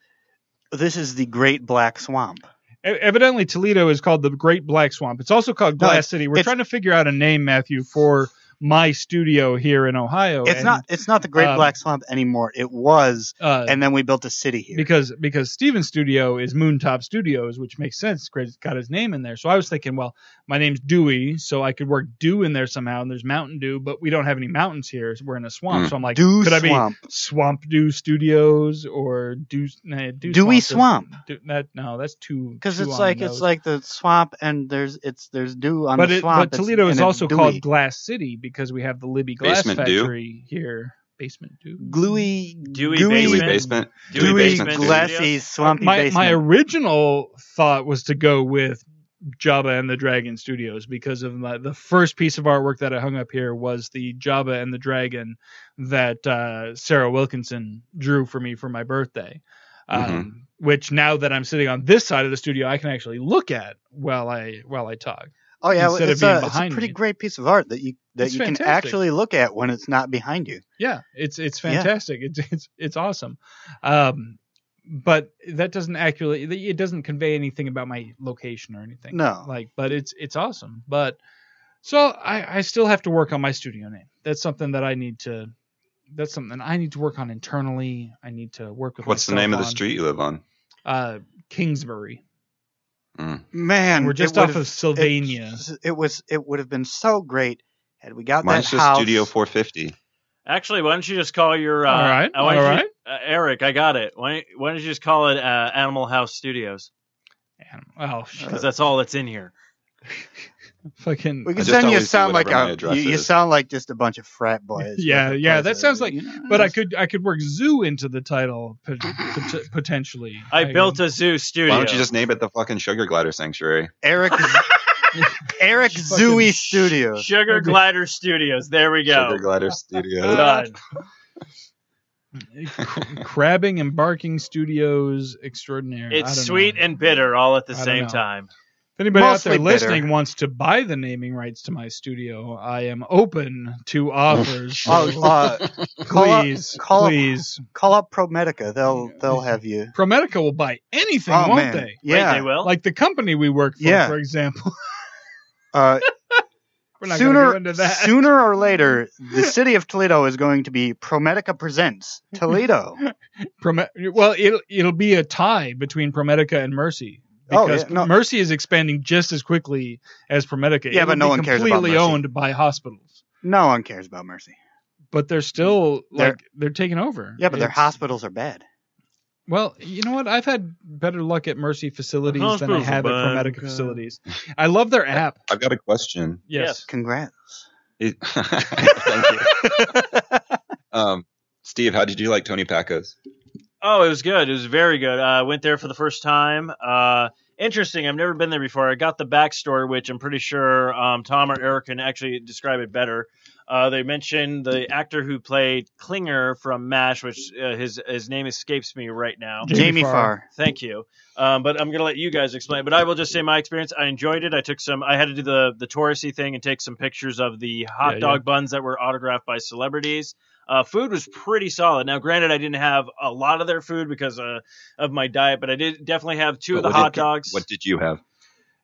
G: this is the Great Black Swamp.
E: E- Evidently, Toledo is called the Great Black Swamp. It's also called
G: No,
E: Glass
G: it's-
E: City. We're
G: it's-
E: trying to figure out a name, Matthew, for my studio here in Ohio.
G: It's
E: and,
G: not it's not the Great
E: um,
G: Black Swamp anymore. It was,
E: uh,
G: and then we built a city here.
E: because because Steven's studio is Moontop Studios, which makes sense. Great, it's got his name in there. So I was thinking, well, my name's Dewey, so I could work Dew in there somehow. And there's Mountain Dew, but we don't have any mountains here. So we're in a swamp.
F: Mm.
E: So I'm like,
G: Dew
E: could I be
G: Swamp.
E: Swamp Dew Studios or Dew? Nah, Dew
G: Dewey
E: doesn't-
G: Swamp.
E: Dew- that, no, that's too.
G: Because
E: too
G: it's
E: on
G: like
E: the
G: it's
E: nose.
G: like the swamp, and there's it's there's dew on
E: But,
G: the
E: it,
G: swamp.
E: but
G: it's-
E: Toledo is
G: and it's
E: also
G: dewy.
E: called Glass City because we have the Libby Glass
F: Basement Dew.
E: Factory here. Basement Dew.
G: gluey,
A: Dewey
F: Dewey
G: gooey,
A: Basement.
F: basement.
A: Dewey
G: dewy,
A: Basement
G: glassy,
A: Studios.
G: swampy
E: my,
G: basement.
E: my original thought was to go with Jabba and the Dragon Studios because of my, the first piece of artwork that I hung up here was the Jabba and the Dragon that uh, Sarah Wilkinson drew for me for my birthday.
F: Mm-hmm.
E: Um, Which now that I'm sitting on this side of the studio, I can actually look at while I while I talk.
G: oh yeah, well,
E: instead of
G: it's,
E: being
G: a, it's a
E: behind
G: pretty
E: me.
G: great piece of art that you that
E: It's
G: you
E: fantastic.
G: can actually look at when it's not behind you.
E: Yeah, it's it's
G: Yeah.
E: fantastic. It's it's it's awesome. Um, but that doesn't accurately it doesn't convey anything about my location or anything.
G: No.
E: Like but it's it's awesome. But so I I still have to work on my studio name. That's something that I need to that's something I need to work on internally. I need to work with
F: What's the
E: myself
F: name of the
E: on.
F: street you live on?
E: Uh Kingsbury.
G: Man,
E: We're
G: it
E: just
G: would
E: off
G: have-
E: of Sylvania.
G: It, it was it would have been so great had we got
F: Mine's
G: that
F: just
G: house.
F: Studio 450.
A: Actually, why don't you just call your uh,
E: All right,
A: uh, why don't
E: all
A: you-
E: right.
A: uh, Eric? I got it. Why don't, why don't you just call it uh, Animal House Studios?
E: And, oh, shit.
A: Because that's all that's in here.
E: fucking
G: Uh, We can
F: just
G: send you
F: always do
G: sound like
F: whatever my
G: a you,
F: address
G: you
F: is.
G: sound like just a bunch of frat boys.
E: Yeah,
G: looking
E: yeah, that
G: places,
E: sounds like-
G: you know?
E: but I could I could work zoo into the title pot- pot- potentially.
A: I, built a zoo studio.
F: Why don't you just name it the fucking Sugar Glider Sanctuary?
G: Eric Eric
E: Fucking
G: Zooey
F: uh,
G: Studio.
A: Sugar Glider Studios? There we go.
F: Sugar Glider Studio.
A: Done.
E: Crabbing and Barking Studios Extraordinaire. I don't
A: It's sweet
E: know.
A: and bitter all at the
E: I don't
A: same
E: know.
A: time.
E: If anybody out
G: mostly
E: there
G: bitter.
E: listening wants to buy the naming rights to my studio, I am open to offers.
G: Oh,
E: So
G: uh, call up-
E: please,
G: call up-
E: please.
G: call up ProMedica. They'll they'll have you.
E: Promedica will buy anything,
G: oh
E: won't
G: man,
E: they?
G: yeah.
A: Wait, they will.
E: Like the company we work for,
G: Yeah.
E: for example.
G: uh,
E: We're not going to go
G: sooner
E: into that.
G: sooner or later, the city of Toledo is going to be ProMedica presents Toledo.
E: Prome- well, it'll it'll be a tie between Promedica and Mercy
G: Oh,
E: because
G: yeah, no.
E: Mercy is expanding just as quickly as Promedica.
G: Yeah,
E: It
G: but
E: would
G: no
E: be
G: one cares about
E: Completely
G: Mercy.
E: owned by hospitals,
G: no one cares about Mercy.
E: but they're still
G: They're-
E: like they're taking over.
G: Yeah, but their
E: It's-
G: hospitals are bad.
E: Well, you know what? I've had better luck at Mercy facilities than I
A: hospitals are
E: have at
A: bad, uh,
E: Promedica
A: okay.
E: facilities. I love their app.
F: I've got a question.
E: Yes.
G: Congrats.
F: It- Thank you. Um, Steve, how did you like Tony Paco's?
A: Oh, it was good. It was very good. I went there for the first time. Uh, interesting. I've never been there before. I got the backstory, which I'm pretty sure um, Tom or Eric can actually describe it better. Uh, they mentioned the actor who played Klinger from MASH, which uh, his his name escapes me right now.
E: Jamie
G: Jamie
E: Farr.
G: Farr.
A: Thank you. Um, but I'm going to let you guys explain. But I will just say my experience. I enjoyed it. I took some. I had to do the the touristy thing and take some pictures of the hot
E: Yeah,
A: dog buns that were autographed by celebrities. Uh, food was pretty solid. Now, granted, I didn't have a lot of their food because uh, of my diet, but I did definitely have two of the
F: What
A: hot
F: did-
A: dogs.
F: What did you have?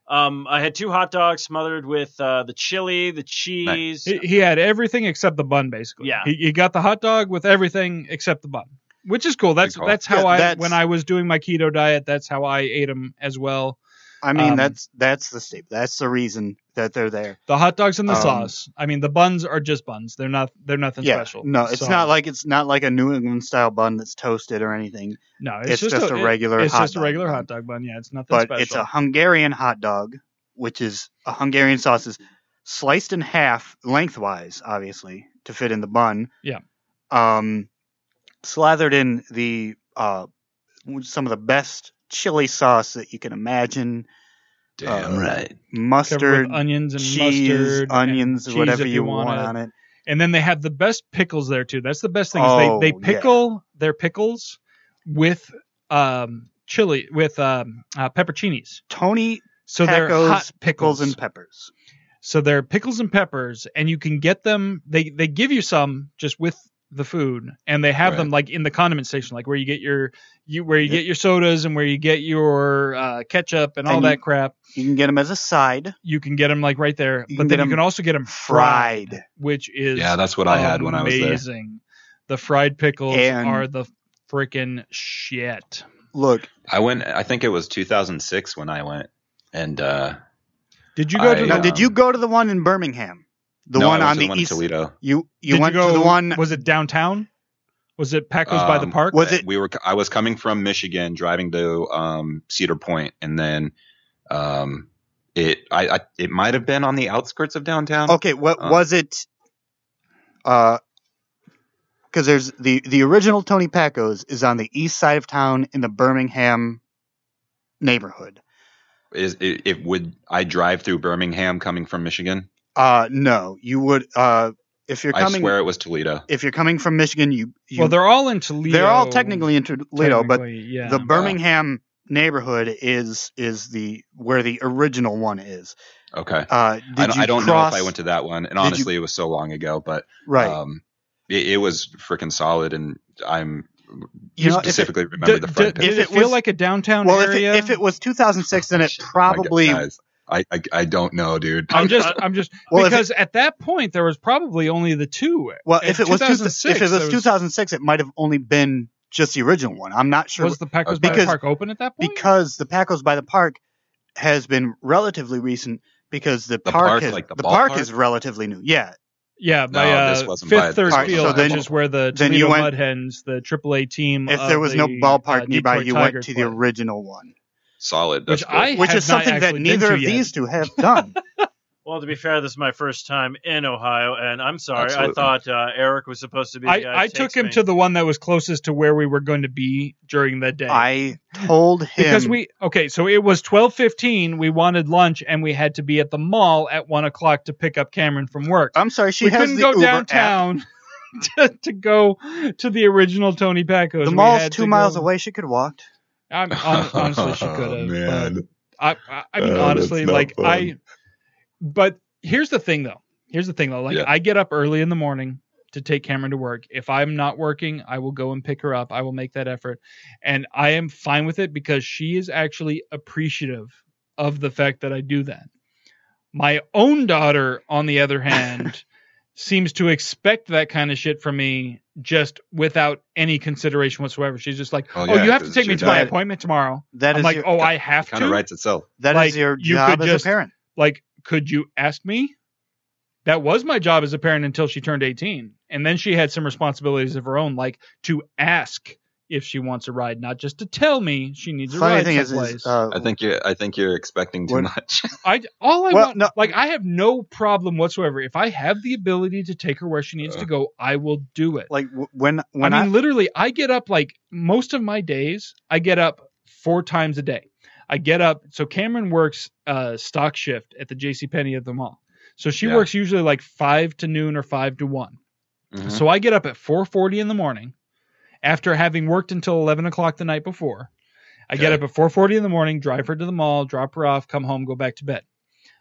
A: Um, I had two hot dogs smothered with uh, the chili, the cheese.
E: He, he had everything except the bun, basically.
A: Yeah.
E: He, he got the hot dog with everything except the bun, which is cool. That's
F: Good call.
E: that's how
G: Yeah,
E: I
G: that's-
E: when I was doing my keto diet, that's how I ate them as well.
G: I mean,
E: Um,
G: that's that's the staple. That's the reason that they're there.
E: The hot dogs and the
G: Um,
E: sauce. I mean, the buns are just buns. They're not. They're nothing
G: yeah,
E: special.
G: no, it's
E: So,
G: not like it's not like a New England style bun that's toasted or anything.
E: no.
G: It's, just, a,
E: it-
G: regular.
E: it's
G: hot
E: just a
G: dog
E: regular
G: bun.
E: hot dog bun. Yeah, it's nothing
G: but
E: special.
G: it's a Hungarian hot dog, which is a Hungarian sauce is sliced in half lengthwise, obviously, to fit in the bun.
E: Yeah.
G: Um, slathered in the uh, some of the best chili sauce that you can imagine, Damn
A: Uh,
G: right.
E: covered
G: mustard,
E: with onions and
G: cheese,
E: mustard,
G: onions,
E: and cheese
G: whatever
E: if
G: you, want,
E: it.
G: on it.
E: And then they have the best pickles there too. That's the best thing.
G: Oh,
E: is they they
G: yeah.
E: pickle their pickles with um chili with um uh, pepperoncinis.
G: Tony
E: So they're
G: Tacos,
E: hot
G: pickles.
E: pickles
G: and peppers.
E: So they're pickles and peppers, and you can get them. They they give you some just with the food, and they have them like in the condiment station, like where you get your you where you get your sodas and where you get your uh, ketchup and all
G: And you-
E: that crap.
G: You can get them as a side,
E: You can get them like right there,
G: You
E: but then
G: can get
E: you
G: 'em
E: can also get them fried,
G: fried.
E: which is
F: Yeah, that's what I had when I was there.
E: amazing. The fried pickles
G: And-
E: are the freaking shit.
G: Look,
F: I went. I think it was 2006 when I went, and uh,
E: Did you go
F: I,
E: to the,
G: now
F: um,
G: did you go to the one in Birmingham? The
F: no, I
G: one
F: went
G: on
F: to
G: the
F: one in
G: east.
F: Toledo.
G: You you
E: did
G: went
E: you go,
G: to the one.
E: Was it downtown? Was it Packers by the
F: Um,
E: park?
G: Was it
F: We were. I was coming from Michigan, driving to um, Cedar Point, and then um, it. I, I it might have been on the outskirts of downtown.
G: Okay, what
F: Uh.
G: was it? Uh, because there's the the original Tony Pacos is on the east side of town in the Birmingham neighborhood.
F: Is it, it would I drive through Birmingham coming from Michigan?
G: Uh, no, you would uh if you're
F: I
G: coming
F: swear it was Toledo.
G: if you're coming from Michigan, you, you
E: well, they're all in Toledo.
G: they're all technically in Toledo, but
E: technically, yeah.
G: the Birmingham neighborhood is is the where the original one is.
F: Okay.
G: Uh, did
F: I don't,
G: you
F: I don't
G: cross,
F: know if I went to that one, and
G: you-
F: honestly, it was so long ago. But
G: right.
F: um, it, it was freaking solid, and I'm
G: you know, if it-
F: specifically remember
E: D-
F: the
E: d-
F: fried
E: does
F: pickles.
E: it
G: If it
E: feel
G: was-
E: like a downtown
G: well, if it,
E: area? Oh,
G: if it was 2006, then it
F: My God,
G: probably
F: guys, I, I I don't know, dude.
E: I'm just, I'm just
G: well, if it-
E: because at that point there was probably only the two.
G: Well,
E: In
G: if it was two, if
E: 2006,
G: it was
E: there
G: 2006, it might have only been just the original one. I'm not sure
E: was the Packers by the
G: Because-
E: park open at that point?
G: because the Pacos by the park has been relatively recent because the,
F: The
G: park,
F: park,
G: has,
F: like the
G: the park
F: ballpark?
G: is relatively new. Yeah,
E: yeah, by
F: No,
E: uh,
F: this wasn't
E: Fifth
F: by the
E: Third
G: park.
E: Field,
G: So
E: which
G: then-
E: is where the
G: then
E: Toledo
G: you went-
E: Mud Hens, the AAA team.
G: if
E: of
G: there was no
E: the,
G: ballpark
E: Um, uh,
G: nearby,
E: Detroit
G: you went
E: Tigers
G: to the
E: played,
G: original one,
F: solid. That's
E: which
F: cool.
E: I
G: which
E: have
G: is
E: not
G: something that
E: actually been
G: neither
E: to
G: of
E: yet.
G: these two have done.
A: Well, to be fair, this is my first time in Ohio, and I'm sorry.
F: Absolutely.
A: I thought uh, Eric was supposed to be. The guy who
E: I, I took
A: takes
E: him
A: me.
E: to the one that was closest to where we were going to be during that day.
G: I told him
E: because we okay, so it was twelve fifteen. We wanted lunch, and we had to be at the mall at one o'clock to pick up Cameron from work.
G: I'm sorry, Oh, she
E: we
G: has
E: couldn't
G: the
E: go
G: Uber app.
E: downtown to, to go to the original Tony Pacos.
G: The
E: We
G: mall's
E: had
G: two
E: to
G: miles
E: go-
G: away. She could walk.
E: I'm, hon- honestly, she could
F: Oh,
E: have.
F: man.
E: I, I, I mean,
F: Oh, that's
E: honestly,
F: not
E: like
F: fun.
E: I. But here's the thing, though. Here's the thing, though. Like
F: Yeah.
E: I get up early in the morning to take Cameron to work. If I'm not working, I will go and pick her up. I will make that effort, and I am fine with it because she is actually appreciative of the fact that I do that. My own daughter, on the other hand, seems to expect that kind of shit from me just without any consideration whatsoever. She's just like,
F: Oh,
E: "Oh,
F: yeah,
E: you have to
F: 'cause
E: take me
F: it's
E: to
F: your
E: my
G: daughter.
E: appointment tomorrow."
G: That
E: I'm
G: is
E: like,
G: your,
E: "Oh, I have
F: kind
E: to."
F: of writes itself.
G: that is
E: like,
G: your
E: you
G: job
E: could
G: as
E: just-
G: a parent.
E: like could you ask me that was my job as a parent until she turned 18 and then she had some responsibilities of her own like to ask if she wants a ride not just to tell me she needs a
G: Funny
E: ride
G: thing is,
E: someplace
G: is uh,
F: I think you're. I think you're expecting too
G: When-
F: much.
E: i all i
G: well,
E: want
G: no.
E: like i have no problem whatsoever if i have the ability to take her where she needs to go i will do it
G: like w- when when
E: I mean, literally, I get up like most of my days. I get up four times a day. I get up. So Cameron works uh, stock shift at the J.C. Penney at the mall. So she
F: Yeah.
E: works usually like five to noon or five to one.
F: Mhm.
E: So I get up at four forty in the morning, after having worked until eleven o'clock the night before. I get
F: Okay.
E: up at four forty in the morning, drive her to the mall, drop her off, come home, go back to bed.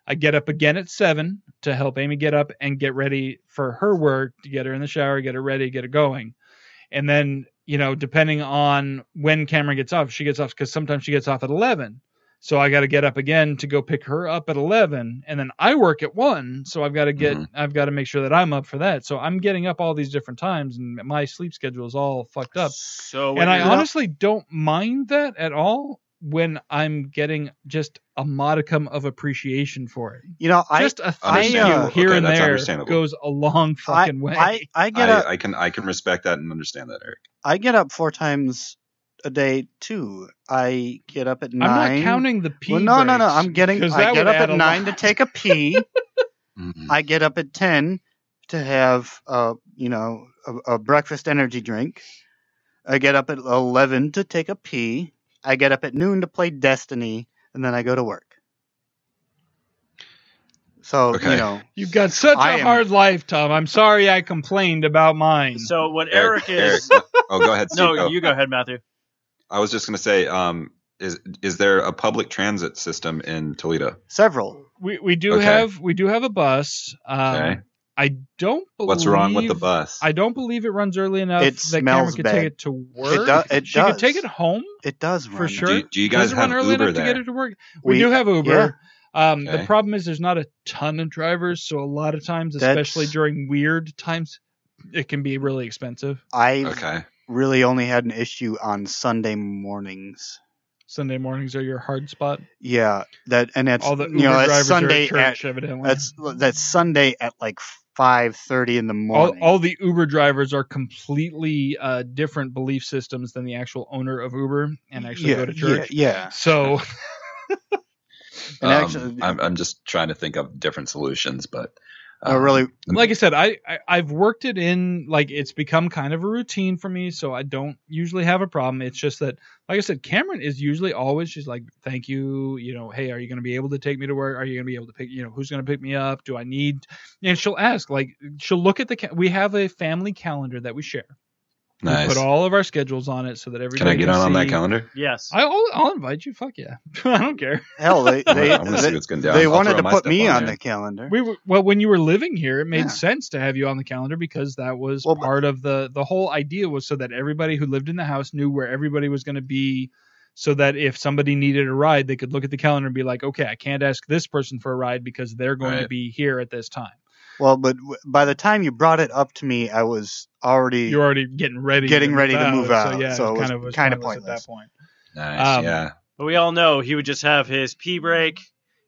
E: I get up again at seven to help Amy get up and get ready for her work, to get her in the shower, get her ready, get her going, and then you know depending on when Cameron gets off, she gets off because sometimes she gets off at eleven. So I got to get up again to go pick her up at 11 and then I work at 1, so I've got to get
F: Mhm.
G: Mm-hmm.
E: I've got to make sure that I'm up for that. So I'm getting up all these different times and my sleep schedule is all fucked up.
A: So when
E: And I
A: you're-
E: honestly don't mind that at all when I'm getting just a modicum of appreciation for it.
G: you know I
E: just a thank you
G: Understandable.
E: here
F: Okay,
E: and
F: that's
E: there
F: understandable.
E: goes a long
G: I,
E: fucking way.
G: I I get
F: I,
G: up
F: I can. I can respect that and understand that, Eric.
G: I get up four times a day too. I get up at
E: am
G: nine.
E: not counting the pee.
G: well, no, no, no.
E: breaks,
G: I'm getting.
E: 'cause
G: I
E: that
G: get
E: would
G: up
E: add
G: at
E: a
G: nine
E: lot.
G: to take a pee.
F: Mhm.
G: I get up at ten to have uh you know a, a breakfast energy drink. I get up at eleven to take a pee. I get up at noon to play Destiny, and then I go to work. So
F: Okay.
G: you know,
E: You've got such a
G: I am-
E: hard life, Tom. I'm sorry I complained about mine.
A: So what Eric,
F: Eric-
A: is?
F: Eric, no- oh, go ahead. Steve,
A: no,
F: go.
A: you go ahead, Matthew.
F: I was just gonna say, um, is is there a public transit system in Toledo?
G: several.
E: we we do
F: Okay.
E: have we do have a bus. Um,
F: Okay.
E: I don't believe
F: What's wrong with the bus?
E: I don't believe it runs early enough
G: It
E: that Cameron
G: smells
E: could
G: bad.
E: take it to work.
G: do- it
E: she could
G: does.
E: take it home.
G: It does
E: For
G: run.
E: sure.
F: do, you, do you guys
E: Does it
F: have
E: run early
F: Uber
E: enough
F: there?
E: to get it to work? We, do have Uber. Um, The
F: Okay.
E: problem is there's not a ton of drivers, so a lot of times, especially
G: That's-
E: during weird times, it can be really expensive.
G: I've
F: okay.
G: really only had an issue on Sunday mornings.
E: Sunday mornings are your hard spot.
G: Yeah, that and that's
E: All the Uber
G: you know that's
E: drivers are
G: Sunday
E: at
G: at
E: church, evidently.
G: that's that's Sunday at like five thirty in the
E: all,
G: morning.
E: all the Uber drivers are completely uh, different belief systems than the actual owner of Uber and actually
G: yeah,
E: go to church.
G: Yeah, yeah.
E: So
G: And
F: Um,
G: actually-
F: I'm, I'm just trying to think of different solutions, but um,
G: No, Oh, really,
E: like I said, I, I I've worked it in like it's become kind of a routine for me, so I don't usually have a problem. It's just that, like I said, Cameron is usually always she's like, "Thank you," you know, "Hey, are you going to be able to take me to work? Are you going to be able to pick? You know, who's going to pick me up? Do I need?" And she'll ask, like, she'll look at the. Ca- we have a family calendar that we share.
F: nice.
E: We put all of our schedules on it so that everybody
F: Can I get on on that
E: see-
F: calendar?
A: Yes.
E: I- I'll, I'll invite you. Fuck yeah, I don't care.
G: hell, they
F: I wanna-
G: they,
F: I want to see
G: they,
F: what's going down.
G: they
F: I'll
G: wanted
F: throw
G: to
F: my
G: put
F: stuff
G: me on
F: there.
G: the calendar.
E: We were, well, when you were living here, it made
G: Yeah.
E: sense to have you on the calendar because that was
G: Well, but-
E: part of the the whole idea was so that everybody who lived in the house knew where everybody was going to be, so that if somebody needed a ride, they could look at the calendar and be like, okay, I can't ask this person for a ride because they're going to
F: Right.
E: be here at this time.
G: well, but w- by the time you brought it up to me, I was already
E: You're already getting ready,
G: Getting ready to move
E: So
G: out,
E: yeah,
G: so
E: it
G: it was
E: kind of was
G: kinda
E: pointless at
G: pointless.
E: that point.
F: Nice.
E: Um,
F: yeah.
A: But we all know he would just have his pee break,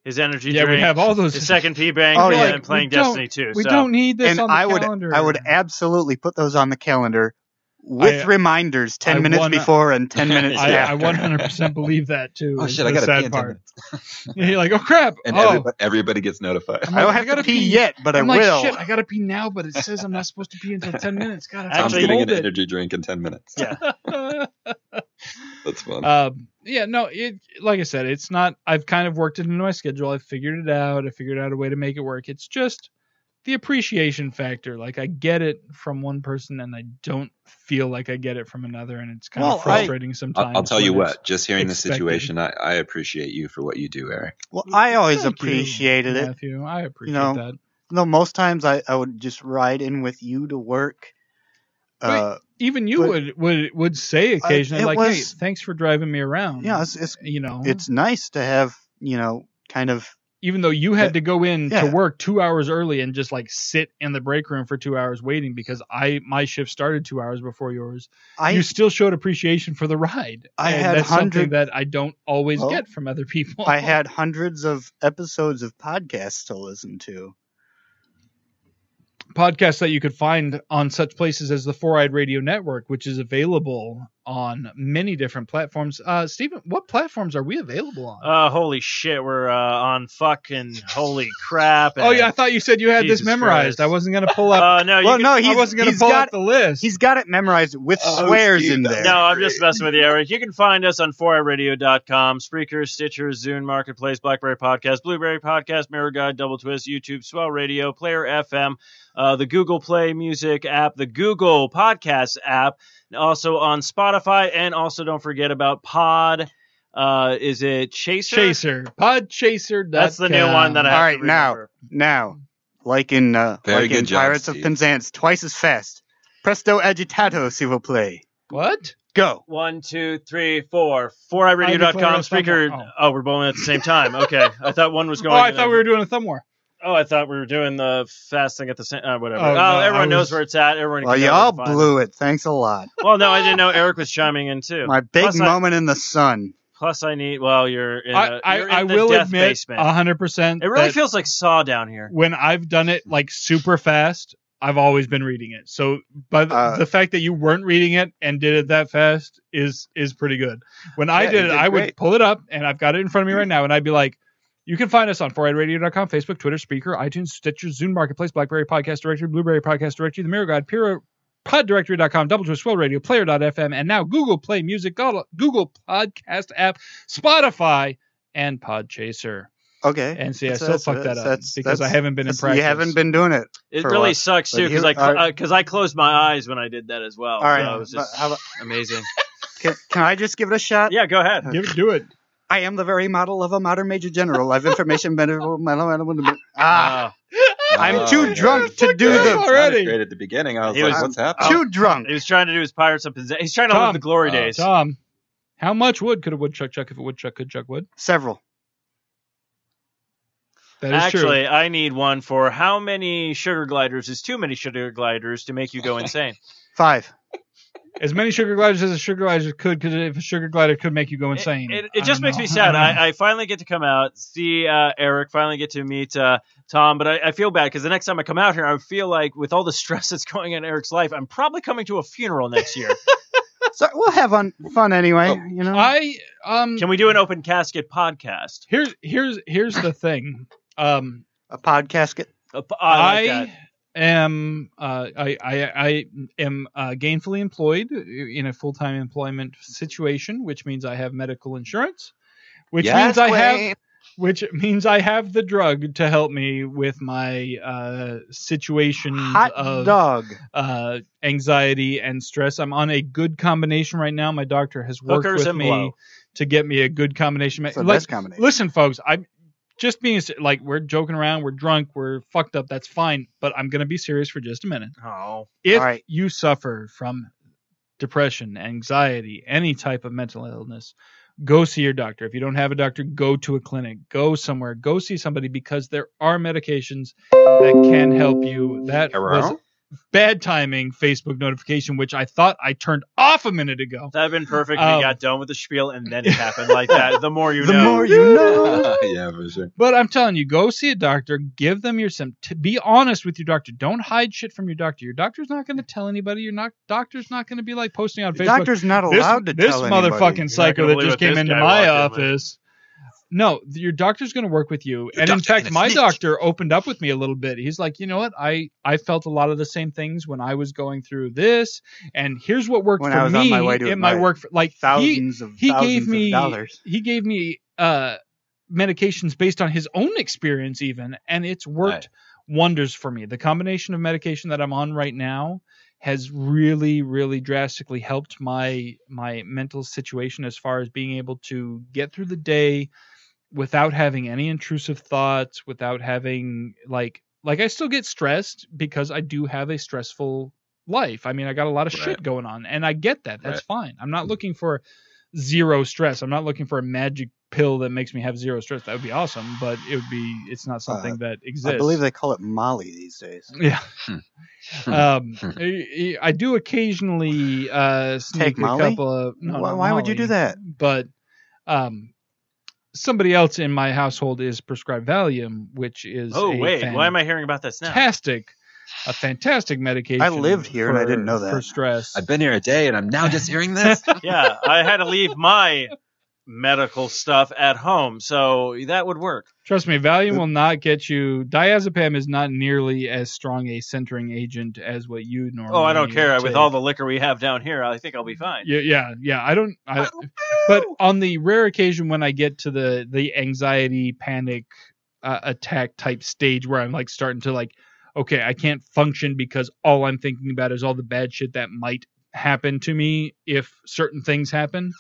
A: his energy
E: Yeah,
A: drink,
E: we have all those.
A: his second pee break,
G: Oh,
A: and
G: yeah.
A: then playing
E: We don't-
A: Destiny 2.
E: we
A: so.
E: don't need this
G: and
E: on the
G: I would
E: calendar.
G: I would absolutely put those on the calendar with
E: I-
G: reminders ten
E: I
G: minutes
E: wanna-
G: before and ten minutes
E: I, I
G: after.
E: 100% believe that too.
F: Oh
E: is
F: shit! I
E: the
F: got to
E: sad
F: pee in ten
E: part.
F: minutes.
E: You're like, oh crap!
F: And
E: oh,
F: everybody, everybody gets notified.
E: I'm
G: I don't
E: like,
G: have
E: gotta
G: to pee, yet, but I
E: I'm
G: will.
E: like, shit, I gotta pee now, but it says I'm not supposed to pee until 10 minutes. God, I
F: Tom's
A: Actually,
F: getting
E: hold
F: an
E: it.
F: energy drink in ten minutes.
A: Yeah.
F: that's fun.
E: um, yeah, no, it, like I said, it's not, I've kind of worked it into my schedule. I've figured it out. I figured out a way to make it work. It's just the appreciation factor. Like, I get it from one person and I don't feel like I get it from another. And it's kind
G: Well,
E: of
G: I-
E: frustrating sometimes.
F: I'll, I'll tell you
E: when it's-
F: what. Just hearing the
E: expected.
F: situation, I, I appreciate you for what you do, Eric.
G: well, I always
E: Thank you,
G: appreciated it.
E: Matthew. I appreciate
G: know,
E: that.
G: No, most times I, I would just ride in with you to work. Uh,
E: Even you
G: but-
E: would, would, would say occasionally,
G: it
E: like, hey,
G: was-
E: thanks for driving me around.
G: yeah, it's, it's
E: You know,
G: it's nice to have you know kind of
E: even though you had
G: That-
E: to go in to
G: yeah.
E: work two hours early and just like sit in the break room for two hours waiting because I my shift started two hours before yours.
G: I
E: you still showed appreciation for the ride.
G: I
E: and
G: had
E: that's something
G: hundred-
E: that I don't always
G: Well,
E: get from other people.
G: I had hundreds of episodes of podcasts to listen to.
E: podcasts that you could find on such places as the Four Eyed Radio Network, which is available on many different platforms. Uh, Stephen, what platforms are we available on?
A: Uh, holy shit, we're uh, on fucking holy crap.
E: oh
A: and-
E: yeah, I thought you said you had this
A: Jesus
E: memorized.
A: Christ.
E: I wasn't gonna pull up.
A: Uh, no, you
G: well,
A: can-
G: no,
E: I
G: he's,
E: wasn't gonna
G: he's
E: pull
G: got
E: up the list.
G: he's got it memorized with
F: Oh,
G: swears
F: Steve,
G: in
F: that-
G: there.
A: No, I'm just messing with you, Eric. You can find us on 4iRadio.com, Spreaker, Stitcher, Zune, Marketplace, Blackberry Podcast, Blueberry Podcast, Mirror Guide, Double Twist, YouTube, Swell Radio, Player FM, uh, the Google Play Music app, the Google Podcast app, and also on Spotify, and also don't forget about Pod. Uh, is it Chaser?
E: Chaser, Podchaser.
A: That's the new one that I
G: All
A: have
G: right,
A: to
G: now
A: remember.
G: now, like in uh,
F: Very
G: like
F: good
G: in
F: job,
G: Pirates
F: Steve.
G: of Penzance, twice as fast. Presto agitato, si vous plaît.
E: What?
G: Go.
A: One, two, three, four.
E: I declare
A: FourEyeRadio.com,
E: us
A: Spreaker.
E: someone-
A: Oh. we're bowling at the same time. Okay, I thought one was
E: Oh,
A: going.
E: I
A: and
E: thought we were doing a thumb war.
A: Oh, I thought we were doing the fast thing at the same. Uh, whatever.
E: Oh,
A: Oh,
E: no, I
A: everyone knows
E: was-
A: where it's at. Everyone.
G: Well,
A: can
G: y'all
A: know where to find
G: blew it. Thanks a lot.
A: it. Well, no, I didn't know Eric was chiming in too.
G: My big
A: Plus I-
G: moment in the sun.
A: Plus, I need. Well, you're in.
E: I,
A: a-
E: I,
A: you're in
E: I
A: the
E: will
A: death
E: admit, uh,
A: basement.
E: hundred percent.
A: it really feels like Saw down here.
E: when I've done it like super fast, I've always been reading it. So, but
G: Uh,
E: the fact that you weren't reading it and did it that fast is is pretty good. When I
F: Yeah,
E: did
F: you
E: it,
F: did
E: I would
F: great.
E: pull it up, and I've got it in front of me right now, and I'd be like. You can find us on 4iRadio.com, Facebook, Twitter, Speaker, iTunes, Stitcher, Zune Marketplace, BlackBerry Podcast Directory, Blueberry Podcast Directory, The Mirror God, Pure PodDirectory.com, Double Twist, Swell Radio, Player.fm, and now Google Play Music, Google- Google Podcast App, Spotify, and Podchaser.
G: Okay.
E: And see, I
G: That's-
E: still
G: that's-
E: fucked that up
G: that's-
E: because I
G: that's-
E: haven't been in
G: that's-
E: practice.
G: You haven't been doing it.
A: It
G: For
A: really
G: us.
A: sucks too,
G: But
A: because
G: you-
A: I
G: all right.
A: because I closed my eyes when I did that as well.
G: All right.
A: so it was just
G: but how about-
A: amazing.
G: can, can I just give it a shot?
A: Yeah, go ahead.
E: Give it- do it.
G: I am the very model of a modern major general. I've information. ah,
A: Uh,
G: I'm
F: Oh,
G: too
F: yeah.
G: drunk to do
E: Fuck
F: It
E: up
G: the.
E: off. already.
F: Great at the beginning. I was
A: He
F: like,
A: was-
F: what's
E: uh,
F: happening?
G: Too drunk.
A: He was trying to do his Pirates of Pizza. He's trying to live the glory
F: uh,
A: days.
E: Tom, how much wood could a woodchuck chuck if a woodchuck could chuck wood?
G: Several.
E: That is
A: Actually, I need one for how many sugar gliders is too many sugar gliders to make you go insane?
G: Five.
E: true. As many sugar gliders as a sugar glider could, because if a sugar glider could make you go insane.
A: It, it,
E: I
A: it just
E: don't
A: makes
E: know.
A: me sad.
E: don't know.
A: I, I finally get to come out, see uh, Eric, finally get to meet uh, Tom, but I, I feel bad because the next time I come out here, I feel like with all the stress that's going on in Eric's life, I'm probably coming to a funeral next year.
G: So we'll have un- fun anyway.
F: Oh,
G: you know.
E: I, um,
A: Can we do an open casket podcast?
E: here's here's here's the thing. Um,
G: a podcast.
A: A po- oh, I like that.
E: am uh, I, I I am uh, gainfully employed in a full time employment situation, which means I have medical insurance, which means I have which means I have the drug to help me with my uh, situation
G: Hot
E: of
G: dog.
E: uh, anxiety and stress. I'm on a good combination right now. My doctor has worked
A: Hookers
E: with
A: and
E: me
A: blow.
E: to get me a good combination.
G: It's the
E: Like,
G: best combination.
E: Listen, folks, I'm just being s- like we're joking around, we're drunk, we're fucked up. That's fine, but I'm gonna be serious for just a minute.
A: Oh,
E: If
G: All right.
E: you suffer from depression, anxiety, any type of mental illness, go see your doctor. If you don't have a doctor, go to a clinic, go somewhere, go see somebody because there are medications that can help you. That was
F: Around?
E: bad timing Facebook notification, which I thought I turned off a minute ago.
A: that'd been perfect. if
E: Um,
A: you got done with the spiel and then it happened like that. The more you
G: the
A: know.
G: more you know.
F: yeah, for sure.
E: But I'm telling you, go see a doctor. Give them your sim. To be honest with your doctor. Don't hide shit from your doctor. Your doctor's not going to tell anybody. Your not doctor's not going to be like posting on
G: The
E: Facebook.
G: doctor's not
E: this,
G: allowed to
E: this
G: tell anybody.
E: motherfucking psycho
A: gonna
E: that
A: believe
E: just
A: what
E: came
A: this
E: into
A: guy
E: my
A: walked in with.
E: office. No, th- your doctor's going to work with you. and in
F: doctor's
E: fact,
F: gonna
E: my
F: snitch.
E: doctor opened up with me a little bit. He's like, "You know what? I I felt a lot of the same things when I was going through this, and here's what worked
G: When
E: for
G: I was
E: me.
G: on my way to
E: it might
G: my
E: work for like he-
G: thousands of
E: he
G: thousands
E: gave me
G: of dollars.
E: he gave me uh medications based on his own experience even and it's worked wonders for me the combination of medication that i'm on right now has really really drastically helped my my mental situation as far as being able to get through the day without having any intrusive thoughts without having like like i still get stressed because i do have a stressful life i mean i got a lot of shit
F: Right.
E: going on and i get that that's fine i'm
G: Mm.
E: not looking for zero stress i'm not looking for a magic pill that makes me have zero stress that would be awesome but it would be it's not something
G: Uh,
E: that exists
G: I believe they call it Molly these days.
E: yeah.
F: Hmm.
E: um, I, I do occasionally uh, sneak
G: Take
E: a
G: Molly?
E: couple of. No,
G: why
E: no,
G: why would you
E: Molly,
G: do that?
E: But um, somebody else in my household is prescribed Valium, which is
A: Oh
E: a
A: wait, why am I hearing about this now?
E: fantastic, a fantastic medication.
G: I lived here and I
E: for-
G: didn't know that.
E: for stress.
F: I've been here a day and I'm now just hearing this.
A: yeah, I had to leave my medical stuff at home, so that would work.
E: Trust me, Valium will not get you. Diazepam is not nearly as strong a centering agent as what you normally.
A: Oh, I don't care.
E: take.
A: With all the liquor we have down here, I think I'll be fine.
E: Yeah, yeah, yeah. I don't. I, but on the rare occasion when I get to the the anxiety, panic, uh, attack type stage where I'm like starting to like, okay, I can't function because all I'm thinking about is all the bad shit that might happen to me if certain things happen.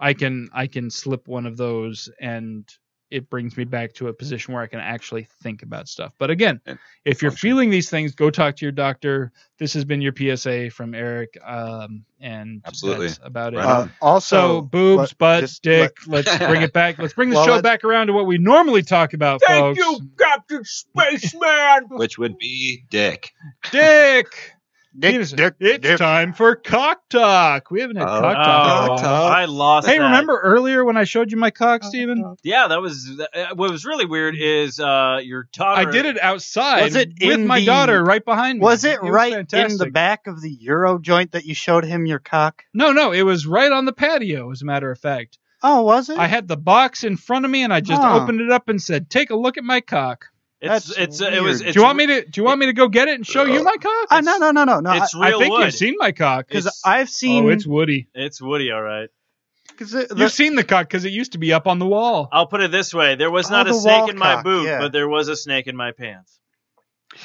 E: I can I can slip one of those and it brings me back to a position where I can actually think about stuff. But again,
F: And
E: if you're
F: function.
E: feeling these things, go talk to your doctor. This has been your PSA from Eric, um, and
F: Absolutely.
E: that's about it.
F: Right on.
G: Uh, also,
E: So boobs,
G: let-
E: butt,
G: just
E: dick. let's bring it back. Let's bring the
G: Well,
E: show
G: let's-
E: back around to what we normally talk about, folks.
A: Captain Spaceman.
F: Which would be dick.
E: Dick.
G: Dick,
E: Peterson,
G: dick,
E: it's
G: dick.
E: time for cock talk. We haven't had
F: Oh.
E: cock talk. in a
A: Oh,
F: Cock
E: while.
F: talk.
A: I lost.
E: Hey,
A: that.
E: remember earlier when I showed you my cock, Steven?
A: Yeah, that was uh, what was really weird is uh, your daughter.
E: I did it outside
G: Was it
E: with
G: in
E: my
G: the-
E: daughter right behind me.
G: Was it, right in the
E: fantastic.
G: back of the Euro joint that you showed him your cock?
E: No, no, it was right on the patio, as a matter of fact.
G: Oh, was it?
E: I had the box in front of me and I just
G: Huh.
E: opened it up and said, Take a look at my cock.
A: It's
G: That's
A: it's uh, it was.
G: weird.
A: It's,
E: do you want me to do you want me to go get it and show you my cock?
G: Ah, no, no, no, no, no. I-
A: It's real
E: I think
A: wood.
E: you've seen my cock.
G: Because
A: It's-
G: I've seen.
E: Oh, it's Woody.
A: It's Woody, all right.
G: 'cause the- the-
E: You've seen the cock because it used to be up on the wall.
A: I'll put it this way: there was
G: Oh,
A: not a
G: the
A: snake
G: wall
A: in my
G: cock,
A: boot,
G: yeah.
A: but there was a snake in my pants.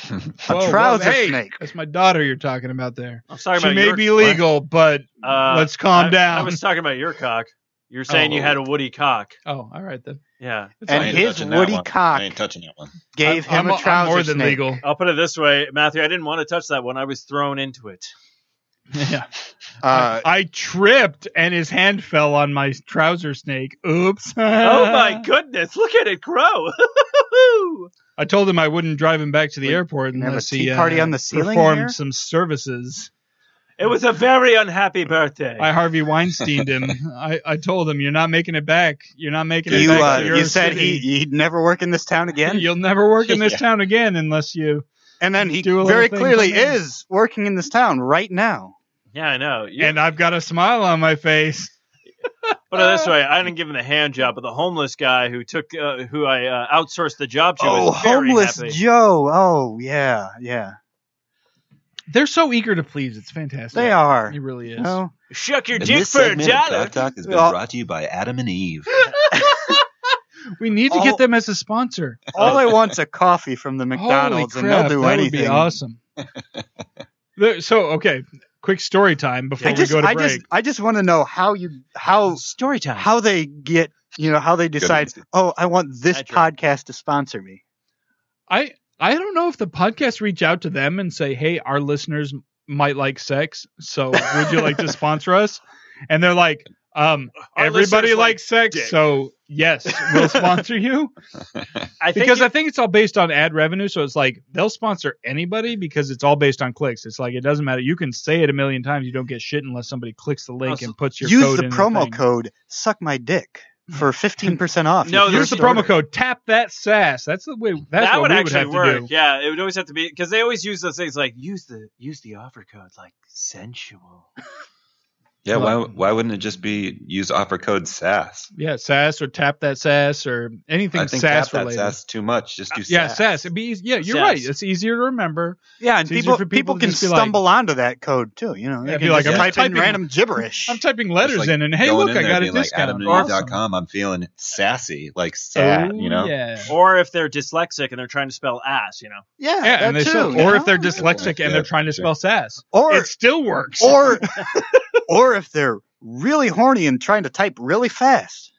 E: Whoa, whoa,
G: trouser
E: Oh, hey,
G: snake.
E: That's my daughter you're talking about there.
A: I'm sorry
E: she
A: about
E: may
A: your,
E: be legal, but
A: Uh,
E: let's calm
A: I-
E: down.
A: I was talking about your cock. You're saying you had a woody cock.
E: Oh, all right then.
A: Yeah.
E: It's
F: I
G: and
F: ain't
G: his
F: touching that
G: woody
F: one.
G: cock
F: I ain't touching that one.
G: gave
E: I'm-
G: him
E: I'm-
G: a
E: I'm
G: trouser
E: more than
G: snake.
E: legal.
A: I'll put it this way, Matthew. I didn't want to touch that one. I was thrown into it.
E: Yeah.
G: Uh,
E: I tripped and his hand fell on my trouser snake. Oops.
A: oh my goodness! Look at it grow.
E: I told him I wouldn't drive him back to the
G: Wait,
E: airport
G: you have a
E: unless
G: tea
E: he uh,
G: party on the ceiling
E: performed
G: here?
E: some services.
A: it was a very unhappy birthday.
E: I Harvey Weinsteined him. I, I told him, "You're not making it back. You're not making it
G: you
E: back."
G: uh,
E: to
F: your
G: you said
E: city.
G: he, he'd never work in this town again,
E: You'll never work in this
F: Yeah.
E: town again unless you.
G: and then he
E: Do a little
G: very
E: thing
G: clearly
E: for me.
G: is working in this town right now.
A: yeah, I know. You-
E: And I've got a smile on my face.
A: Put it this way, I didn't give him the hand job, but the homeless guy who took, uh, who I uh, outsourced the job to,
G: oh,
A: was very
G: homeless
A: happy.
G: Joe! Oh yeah, yeah,
E: They're so eager to please. It's fantastic.
G: they are.
E: It really is.
G: No,
A: Shuck your
F: And
A: dick
F: this
A: for a
F: segment of
A: dollar.
F: Doc Doc has been
G: Well-
F: brought to you by Adam and Eve.
E: We need to
G: All-
E: get them as a sponsor.
G: all I want's a coffee from the McDonald's,
E: Holy
G: and
E: crap,
G: they'll do
E: that
G: anything.
E: Would be awesome. The- so okay, quick story time before
G: I
E: we
G: just,
E: go to
G: I
E: break.
G: just, I just want to know how you, how,
A: Story time.
G: how they get, you know, how they decide.
F: Good.
G: Oh, I want this
A: That's right.
G: podcast to sponsor me.
E: I I don't know if the podcast reach out to them and say, "Hey, our listeners might like sex, so would you like to sponsor us?" And they're like, um,
A: Our
E: "Everybody
A: listeners like
E: likes sex,
A: dick."
E: so yes, we'll sponsor you."
A: I think
E: Because
A: you-
E: I think it's all based on ad revenue, so it's like they'll sponsor anybody because it's all based on clicks. It's like it doesn't matter. You can say it a million times, you don't get shit unless somebody clicks the link
A: Also,
E: and puts your
G: Use
E: code
G: the
E: in
G: promo
E: thing.
G: code "suck my dick" for fifteen percent off.
A: No,
G: your
A: there's
E: Use
G: first
E: the
A: Just order.
E: promo code. Tap that sass. That's the way. That's
A: that
E: what
A: would
E: we
A: actually
E: would have
A: work.
E: to do.
A: Yeah, it would always have to be because they always use those things like use the use the offer code like sensual.
F: Yeah, why why wouldn't it just be use offer code SAS?
E: Yeah, sass or tap that sass or anything
F: I think
E: sass
F: tap that
E: related.
F: SAS too much. Just do
E: Yeah,
F: SAS.
E: sass. It'd be easy. Yeah, you're
A: Sass.
E: right. It's easier to remember.
G: Yeah, and
E: It's easier
G: people,
E: for
G: people
E: people to
G: can
E: just be like-
G: stumble onto that code too. You know,
E: Yeah,
G: they
E: be
G: can
E: like,
G: just
F: I'm
G: type
E: typing-
G: in random gibberish.
E: I'm typing letters
F: like
E: in, and hey,
F: Going
E: look,
F: in
E: I
F: there
E: got
F: and
E: a
F: be like,
E: discount. Oh,
F: AdamandEve.com, I'm feeling sassy, like sad, you know?
E: Yeah.
A: Or if they're dyslexic and they're trying to spell ass, you know.
G: yeah,
E: Yeah,
G: that
E: and they
G: too,
E: still,
G: you
E: or if
G: know?
E: they're dyslexic and they're
F: Yeah,
E: trying to spell sass,
G: or
E: it still works.
G: or or if they're really horny and trying to type really fast.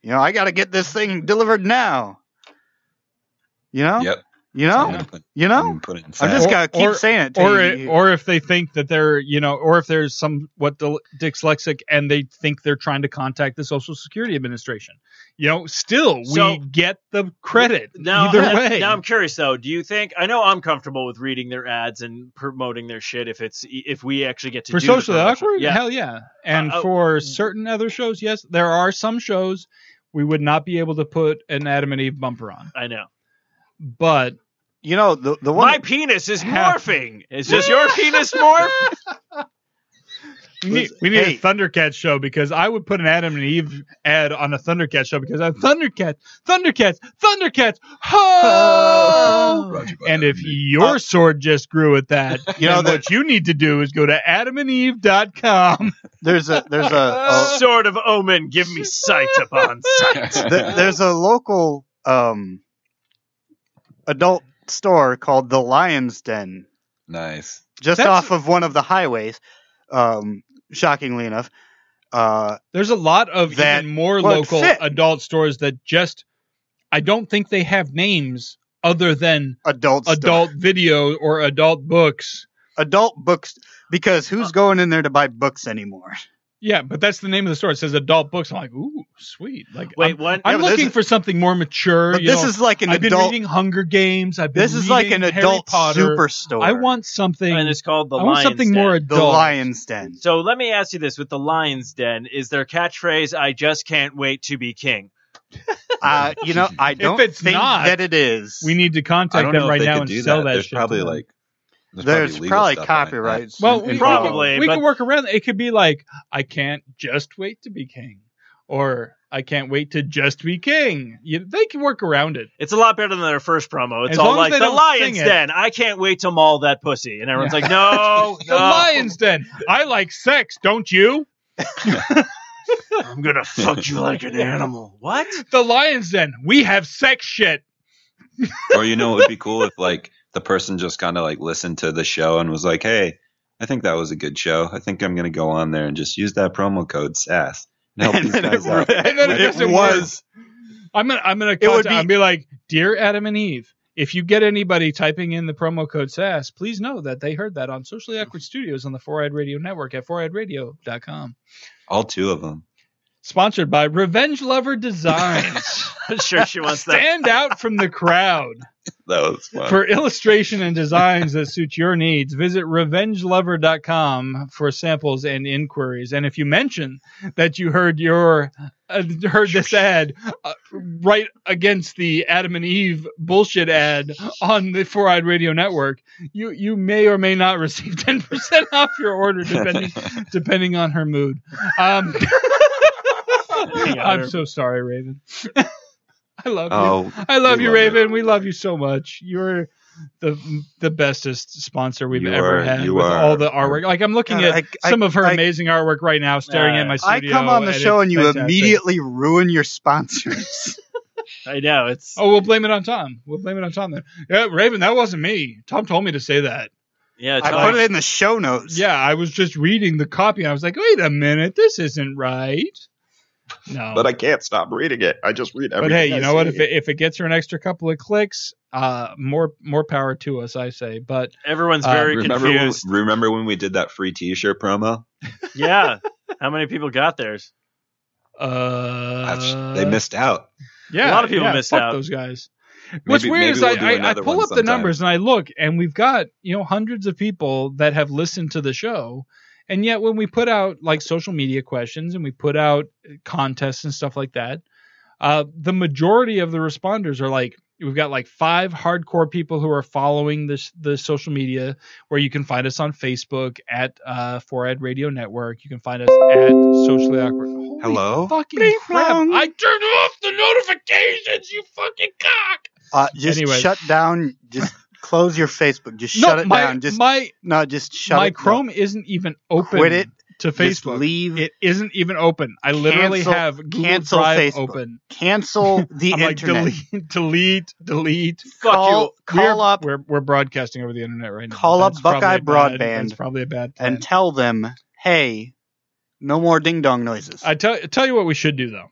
G: You know, I got to get this thing delivered now. You know,
F: Yep.
G: you
F: I'm
G: know,
E: Oh,
F: gonna put-
G: you
F: I'm
G: know.
F: gonna put it in
G: I'm
F: SAS.
G: just gonna keep
E: or-
G: saying it. till
E: or
G: you-
E: or if they think that they're you know or if there's somewhat dyl- dyslexic and they think they're trying to contact the social security administration you know still
A: So-
E: we get the credit
A: Now,
E: either
A: I-
E: way
A: now I'm curious though. Do you think I know I'm comfortable with reading their ads and promoting their shit if it's e, if we actually get to
E: for
A: do the
E: socially
A: promotion?
E: awkward
A: Yeah,
E: hell yeah and
A: Uh, oh.
E: for certain other shows yes there are some shows we would not be able to put an adam and eve bumper on
A: I know.
E: but
G: you know the the one
A: My penis is
E: Half-
A: morphing. Is just your penis morph?
E: we need,
G: Listen,
E: we need
G: hey.
E: a Thundercat show because I would put an Adam and Eve ad on a Thundercat show because I'm Thundercat, Thundercats, Thundercats, ho!
A: Oh.
F: Roger,
E: And
F: Adam
E: if
F: and Eve.
A: Uh,
E: your sword just grew at that, you
G: You know,
E: know what you need to do is go to adamandeve.com.
G: there's a there's a, a
A: Sword of omen, give me sight upon sight.
G: th- there's a local um adult store called the Lion's Den
F: nice.
G: just
E: That's-
G: off of one of the highways. Um, shockingly enough, uh,
E: There's a lot of
G: That
E: even more
G: would
E: local
G: fit.
E: adult stores that just I don't think they have names other than
G: adult store-
E: adult video or adult books.
G: adult books because who's
E: Uh,
G: going in there to buy books anymore?
E: Yeah, but that's the name of the store. It says adult books. I'm like, ooh, sweet. Like
A: Wait, what?
E: I'm
G: Yeah, but this
E: looking
G: is-
E: for something more mature.
G: But
E: you
G: this
E: know.
G: is like an
E: I've been
G: adult.
E: reading Hunger Games. I've been
G: This is like an
E: reading Harry
G: adult
E: Potter.
G: superstore.
E: I want something.
A: and it's called the
E: I want
A: lion's
E: something
A: den.
E: more
G: the
E: adult.
G: Lion's Den.
A: So let me ask you this: with the lion's den, is their catchphrase "I just can't wait to be king"?
G: Uh, you know, I don't
E: it's
G: think
E: not,
G: that it is.
E: We need to
F: I
E: contact
F: don't
E: them
F: know
E: right
F: if they
E: now
F: could
E: and
F: do
E: sell
F: that.
E: that.
F: There's
E: shit
F: probably
E: to them.
F: like
G: There's
F: legal
G: probably,
F: stuff behind that.
G: copyrights.
E: Well,
G: in-
E: we,
G: involved.
A: Probably,
E: we
A: but-
E: can work around. It It could be like, I can't just wait to be king, or I can't wait to just be king. You, they can work around it.
A: It's a lot better than their first promo. It's
E: As
A: all
E: long as
A: like
E: they
A: the
E: don't sing
A: lion's
E: it."
A: den. I can't wait to maul that pussy, and everyone's
E: Yeah.
A: like, "No,
E: The
A: no.
E: lion's den. I like sex, don't you?
A: I'm gonna fuck you like an animal." What?
E: The lion's den. We have sex shit.
F: or you know, it would be cool if like the person just kind of like listened to the show and was like, "Hey, I think that was a good show. I think I'm gonna go on there and just use that promo code SAS and help these guys out."
E: And then it
F: Like,
E: gets
F: it
E: worse.
F: was
E: I'm gonna I'm gonna
G: It would
E: contact,
G: be-
E: I'll be like, dear Adam and Eve, if you get anybody typing in the promo code SAS, please know that they heard that on Socially Awkward Studios on the Four Eyed Radio Network at foureyedradio.com.
F: All two of them.
E: Sponsored by Revenge Lover Designs.
A: I'm sure she wants that.
E: Stand out from the crowd.
F: That was fun.
E: For illustration and designs that suit your needs, visit revengelover.com for samples and inquiries. And if you mention that you heard your uh, heard this ad uh, right against the Adam and Eve bullshit ad on the Four Eyed Radio Network, you you may or may not receive ten percent off your order depending depending on her mood. Um, I'm so sorry, Raven. I love you.
F: oh,
E: I love
F: We
E: you,
F: love you.
E: Raven. We love you so much. You're the the bestest sponsor we've
F: You
E: ever
F: are-
E: had
F: you
E: with
F: are.
E: all the artwork. Like I'm looking
G: God,
E: at
G: I- I-
E: some of her
G: I-
E: amazing artwork right now, staring at my
G: I
E: studio.
G: come on the
E: and
G: show
E: it's
G: and you
E: fantastic.
G: immediately ruin your sponsors.
A: I know it's.
E: Oh, we'll blame it on Tom. We'll blame it on Tom then. Yeah, Raven, that wasn't me. Tom told me to say that.
A: Yeah,
G: I
A: Tom-
G: put it in the show notes.
E: Yeah, I was just reading the copy and I was like, wait a minute, this isn't right. No.
F: but I can't stop reading it. I just read everything.
E: But hey, you
F: I
E: know what?
F: see.
E: If it, if it gets her an extra couple of clicks, uh, more more power to us, I say. But
A: everyone's
E: Uh,
A: very
F: remember when,
A: confused.
F: remember when we did that free T-shirt promo?
A: yeah, how many people got theirs?
E: uh,
F: That's- they missed out.
E: Yeah,
A: A lot of people
E: yeah,
A: missed
E: fuck
A: out.
E: Those guys.
F: Maybe-
E: What's weird
F: maybe
E: is
F: we'll do
E: I, I, I
F: another
E: pull
F: one
E: up the
F: sometime.
E: numbers and I look, and we've got you know hundreds of people that have listened to the show, and yet when we put out like social media questions and we put out uh, contests and stuff like that, uh, the majority of the responders are like. We've got like five hardcore people who are following this the social media, where you can find us on Facebook at uh, Forad Radio Network. You can find us at Socially Awkward. Holy
F: Hello?
E: fucking crap. I turned off the notifications, you fucking cock.
G: Uh, just
E: Anyway.
G: shut down. Just close your Facebook. Just shut it
E: my,
G: down. Just
E: my
G: no. Just shut
E: my
G: it down.
E: Chrome isn't even open
G: Quit it.
E: to
G: Just
E: Facebook.
G: leave.
E: It isn't even open. I literally
G: Cancel-
E: have Google
G: cancel
E: Drive
G: Facebook.
E: open.
G: Cancel the
E: I'm like
G: internet.
E: delete, delete, delete.
A: Fuck
G: call
A: you.
G: call
E: we're,
G: up
E: We're we're broadcasting over the internet right now.
G: Call up
E: That's probably
G: Buckeye
E: a bad- That's
G: Broadband
E: probably a bad plan.
G: and tell them, hey, no more ding dong noises.
E: I tell tell you what we should do though.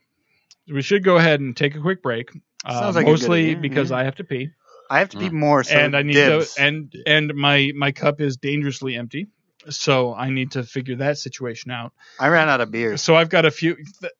E: We should go ahead and take a quick break. Uh,
G: Sounds like a good
E: mostly
G: idea,
E: because
G: yeah.
E: I have to pee.
G: I have to
A: Mm.
G: be more. So
E: and I need
G: dibs.
E: to and and my my cup is dangerously empty, so I need to figure that situation out.
G: I ran out of beers.
E: So I've got a few. Th-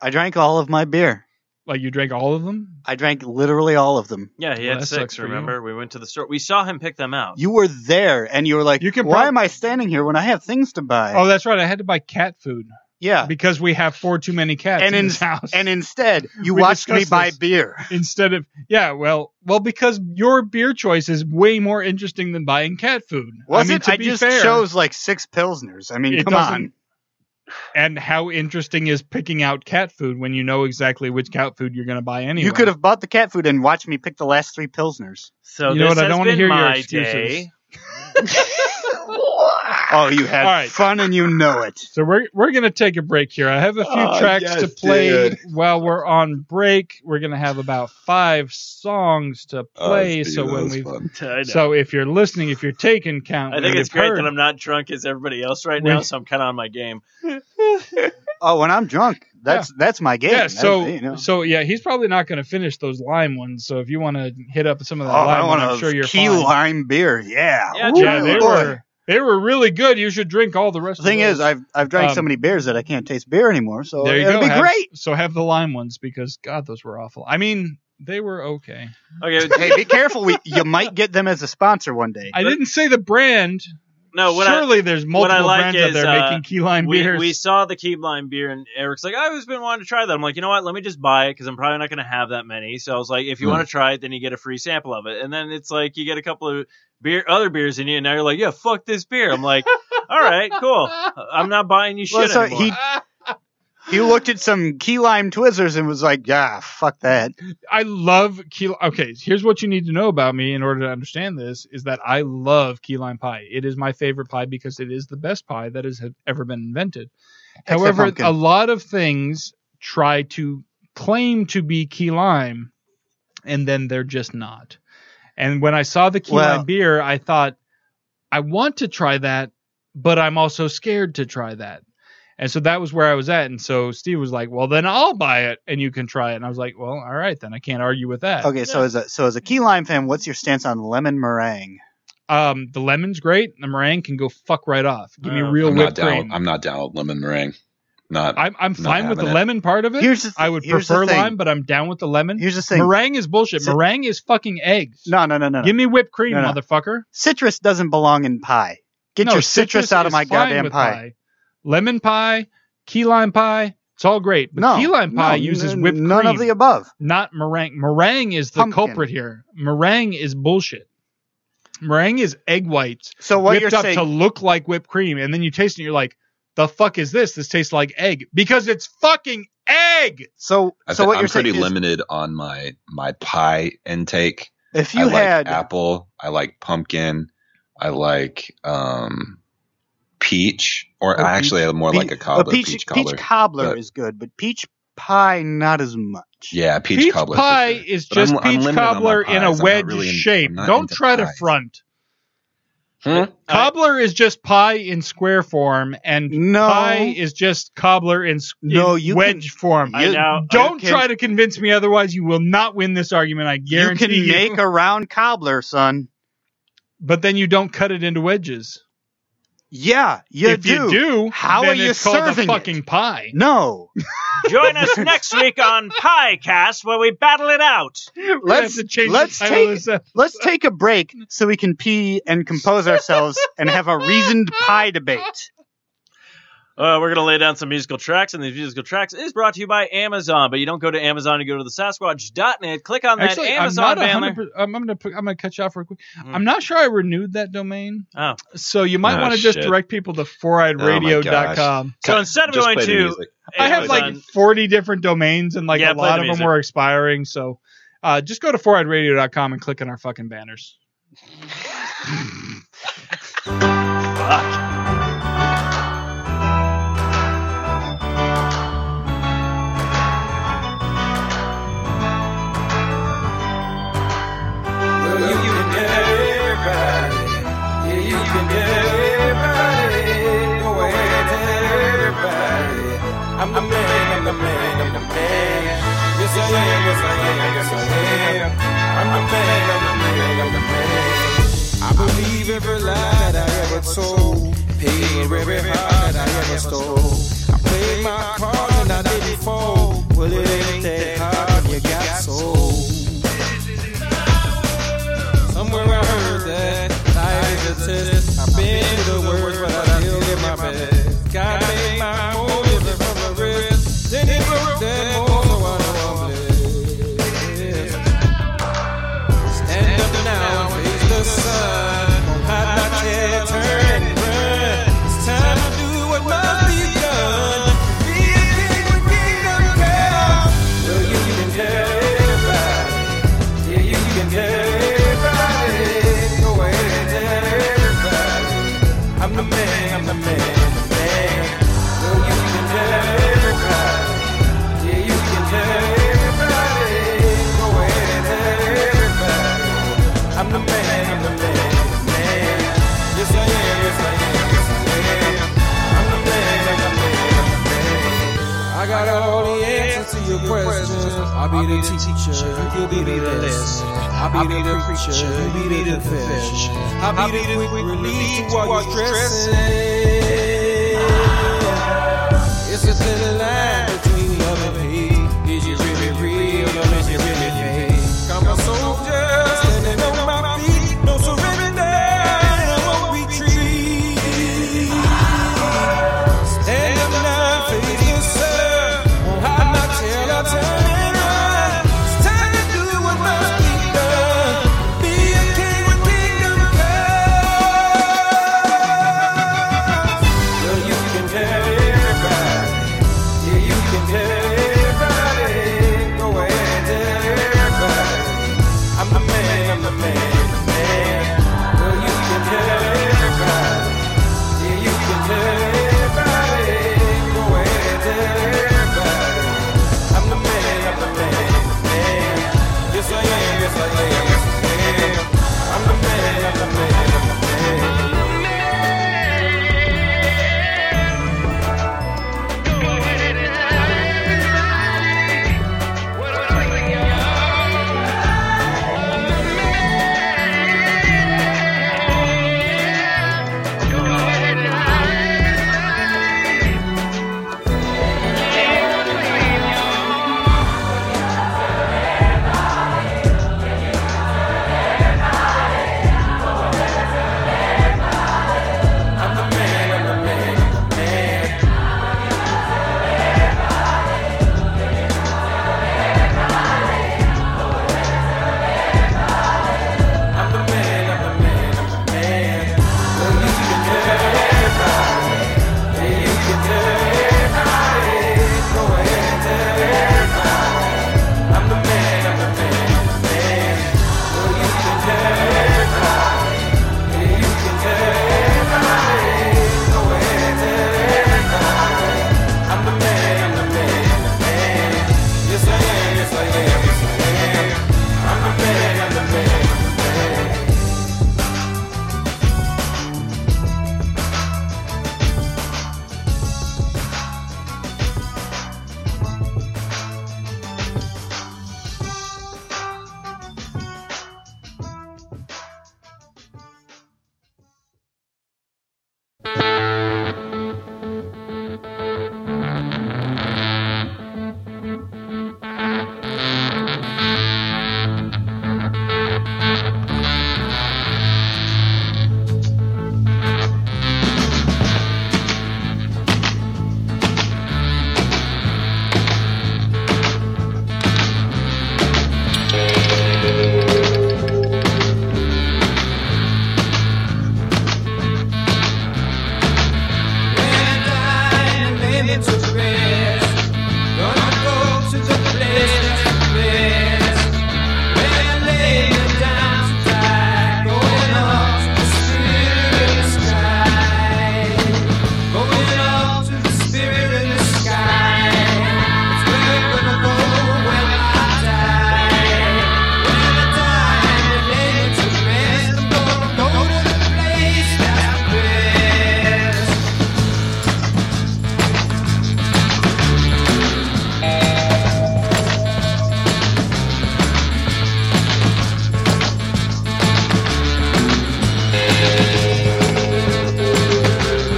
G: I drank all of my beer.
E: like you drank all of them.
G: I drank literally all of them.
A: Yeah, he
E: Well,
A: had
E: that sucks
A: six.
E: for you.
A: Remember, we went to the store. We saw him pick them out.
G: You were there, and you were like,
E: You can
G: "Why
E: prob-
G: am I standing here when I have things to buy?"
E: Oh, that's right. I had to buy cat food
G: yeah.
E: because we have four too many cats
G: And
E: in,
G: in-
E: this house.
G: And instead, you
E: We
G: watched me
E: discussed
G: buy
E: this.
G: beer.
E: instead of yeah, well, well, because your beer choice is way more interesting than buying cat food.
G: Was
E: I mean,
G: it?
E: To
G: I
E: be
G: just
E: fair,
G: chose like six pilsners. I mean,
E: It
G: come on.
E: doesn't- And how interesting is picking out cat food when you know exactly which cat food you're going to buy anyway?
G: You could have bought the cat food and watched me pick the last three pilsners.
A: So
E: You know
A: this
E: what? I
A: has
E: don't wanna
A: been
E: hear your
A: my
E: excuses.
A: day.
G: Oh, you had
E: All right.
G: fun and you know it.
E: So we're we're gonna take a break here. I have a few
G: Ah,
F: Oh,
E: tracks
F: yes,
E: to play
F: dude.
E: while we're on break. We're gonna have about five songs to
F: Oh,
E: play.
F: dude,
E: so
F: that
E: when
F: was
E: we
F: fun.
A: I know.
E: so if you're listening, if you're taking count,
A: I
E: we
A: think
E: would
A: it's
E: have
A: great
E: heard.
A: that I'm not drunk as everybody else right
E: We-
A: now, so I'm kind of on my game.
G: Oh, when I'm drunk, that's that's my game.
E: Yeah,
G: That's-
E: so
G: you know.
E: so yeah, he's probably not gonna finish those lime ones. So if you want to hit up some of
G: oh,
E: that
G: I
E: lime, one,
G: want
E: I'm
G: a
E: sure you're
G: key
E: fine.
G: lime beer. Yeah.
A: Yeah,
G: Ooh,
E: Yeah, they
G: boy.
E: were they were really good. You should drink all the rest.
G: The thing
E: of
G: is,
E: those.
G: I've I've drank so
E: Um,
G: many beers that I can't taste beer anymore. So
E: there you go.
G: it'll be
E: Have-
G: great.
E: So have the lime ones because God, those were awful. I mean, they were okay.
A: Okay,
G: hey, be careful. We, you might get them as a sponsor one day.
E: I didn't say the brand.
A: no, what I,
E: Surely there's multiple
A: I like
E: brands out
A: is,
E: there
A: uh,
E: making key lime
A: we,
E: beers.
A: we saw the key lime beer, and Eric's like, I've always been wanting to try that. I'm like, you know what? Let me just buy it because I'm probably not going to have that many. So I was like, if you
F: Hmm.
A: want to try it, then you get a free sample of it. And then it's like, you get a couple of beer, other beers in you, and now you're like, yeah, fuck this beer. I'm like, all right, cool. I'm not buying you shit
G: Well, so
A: anymore.
G: he
E: Ah,
G: he looked at some key lime Twizzlers and was like, "Yeah, fuck that."
E: I love key. li- Okay, here's what you need to know about me in order to understand this: is that I love key lime pie. It is my favorite pie because it is the best pie that has have ever been invented.
G: Except
E: However,
G: pumpkin.
E: a lot of things try to claim to be key lime, and then they're just not. And when I saw the key
G: Well-
E: lime beer, I thought, I want to try that, but I'm also scared to try that. And so that was where I was at. And so Steve was like, well, then I'll buy it and you can try it. And I was like, well, all right, then I can't argue with that.
G: Okay, so as a so as a key lime fan, what's your stance on lemon meringue?
E: Um, the lemon's great. The meringue can go fuck right off. Give me
A: Oh.
E: real
F: I'm not
E: whipped
F: down.
E: cream.
F: I'm not down with lemon meringue. Not.
E: I'm, I'm fine with the
F: having it.
E: lemon part of it.
G: Here's the th-
E: I would
G: here's the
E: prefer
G: thing.
E: lime, but I'm down with the lemon.
G: Here's the thing.
E: Meringue is bullshit.
G: So-
E: Meringue is fucking eggs.
G: no, no, no, no. no.
E: Give me whipped cream,
G: No, no.
E: motherfucker.
G: citrus doesn't belong in pie. Get
E: No,
G: your citrus, out of
E: is
G: my
E: fine
G: goddamn
E: with
G: pie.
E: Lemon pie, key lime pie, it's all great. But
G: No,
E: key lime
G: no,
E: pie uses
G: n-
E: whipped
G: none
E: cream,
G: of the above.
E: not meringue. Meringue is the
G: Pumpkin.
E: culprit here. Meringue is bullshit. Meringue is egg whites
G: So what
E: whipped
G: you're
E: up
G: saying?
E: to look like whipped cream, and then you taste it, and you're like, "The fuck is this? This tastes like egg because it's fucking egg."
G: so
F: I
G: so
F: thi-
G: what
F: I'm
G: you're saying
F: pretty
G: is
F: limited on my my pie intake.
G: if you
F: I
G: had
F: like apple, I like pumpkin, I like um peach, or
G: Oh,
F: I actually have more
G: pe-
F: like a cobbler,
G: a peach,
F: peach, cobbler.
G: peach cobbler
F: but-
G: is good, but peach pie not as much.
F: yeah, peach,
E: peach
F: cobbler. for
E: pie
F: sure.
E: is
F: But I'm-
E: just
F: I'm
E: peach
F: limited on my
E: cobbler in a
F: pies. I'm not
E: wedge
F: really in-
E: shape.
F: I'm not
E: Don't
F: into
E: try to
F: pies.
E: front.
F: Hmm?
E: Cobbler is just pie in square form, and
G: No,
E: pie is just cobbler in, s- in
G: No, you
E: wedge form.
A: I
G: you
A: now
E: Don't
G: can-
E: try to convince me otherwise. You will not win this argument. I
G: you
E: guarantee
G: can
E: you.
G: make a round cobbler, son.
E: but then you don't cut it into wedges.
G: Yeah, you
E: if
G: do.
E: you do,
G: How
E: then
G: are you
E: it's called
G: serving
E: a
G: it?
E: fucking pie.
G: No,
A: Join us next week on Piecast where we battle it out.
E: We're gonna
G: Let's-
E: have to change
G: let's
E: the title of
G: take-
E: this, uh,
G: let's take a break so we can pee and compose ourselves and have a reasoned pie debate.
A: Uh, we're going to lay down some musical tracks, and these musical tracks is brought to you by Amazon. But you don't go to Amazon, you go to the Sasquatch.net, click on that
E: Actually,
A: Amazon
E: I'm not a
A: banner.
E: hundred. per- I'm gonna put- I'm gonna cut you off real quick.
A: Hmm.
E: I'm not sure I renewed that domain.
A: Oh.
E: so you might
F: Oh,
E: want to just
F: shit.
E: direct people to
F: Oh my
E: foureyedradio.com.
A: So instead of
F: Just
A: going
F: play the
A: to
F: music.
E: I have like
A: Amazon-
E: 40 different domains, and like
A: Yeah,
E: a
A: play
E: lot
A: the
E: of them
A: music.
E: were expiring. So uh, just go to foureyedradio.com and click on our fucking banners.
C: Well, you can get everybody. Yeah, you can get everybody. Go ahead and tell everybody. I'm the man, I'm the man, I'm the man. Yes, I am, yes, I am, yes, I am. I'm the man, I'm the man, I'm the man. I believe every lie that I ever told. Paid for every heart that I ever stole. I played my cards and I didn't fold. Well, it ain't that hard, you got sold. Somewhere I heard that life is a test. I've been to the worst, but I still get my best. God made my whole different from the rest. Then he broke that mold, so I know I'm blessed. Stand up now and face the sun. Don't hide my tail, turn and run. It's time to do what must be done. Be a king when kingdom comes. So you can tell everybody. Yeah, you can tell everybody. Go ahead and tell everybody. I'm the man, I'm the man, I'm the man. So you can tell everybody. Yeah, you can tell everybody. Go ahead and tell everybody. I'm the man, I'm the man, I'm the man. Yes, I am, yes, I am, yes, I am. I'm the man, I'm the man, I'm the man. I got all the answers to your questions. I'll be the teacher, you'll be the lesson. I'll be the preacher, you be the confession. I'll be the quick relief to while you're stressing. It's a thin line between love and hate. Is you really real or is you really fake? I'm a soldier standing on my feet, no surrender. I won't be treated. Stand up now, face the sun. Won't hide my tail, I'll turn and run. It's time to do what must be done. Be a king when kingdom comes. Well, you can tell everybody. Yeah, you it to rest. Gonna go to the place that's best. Where I lay me down to die. Going up to the spirit in the sky. Going up to the spirit in the sky. It's where I'm gonna go when I die. When I die, I lay me to rest. I'm gonna go to the place that's best.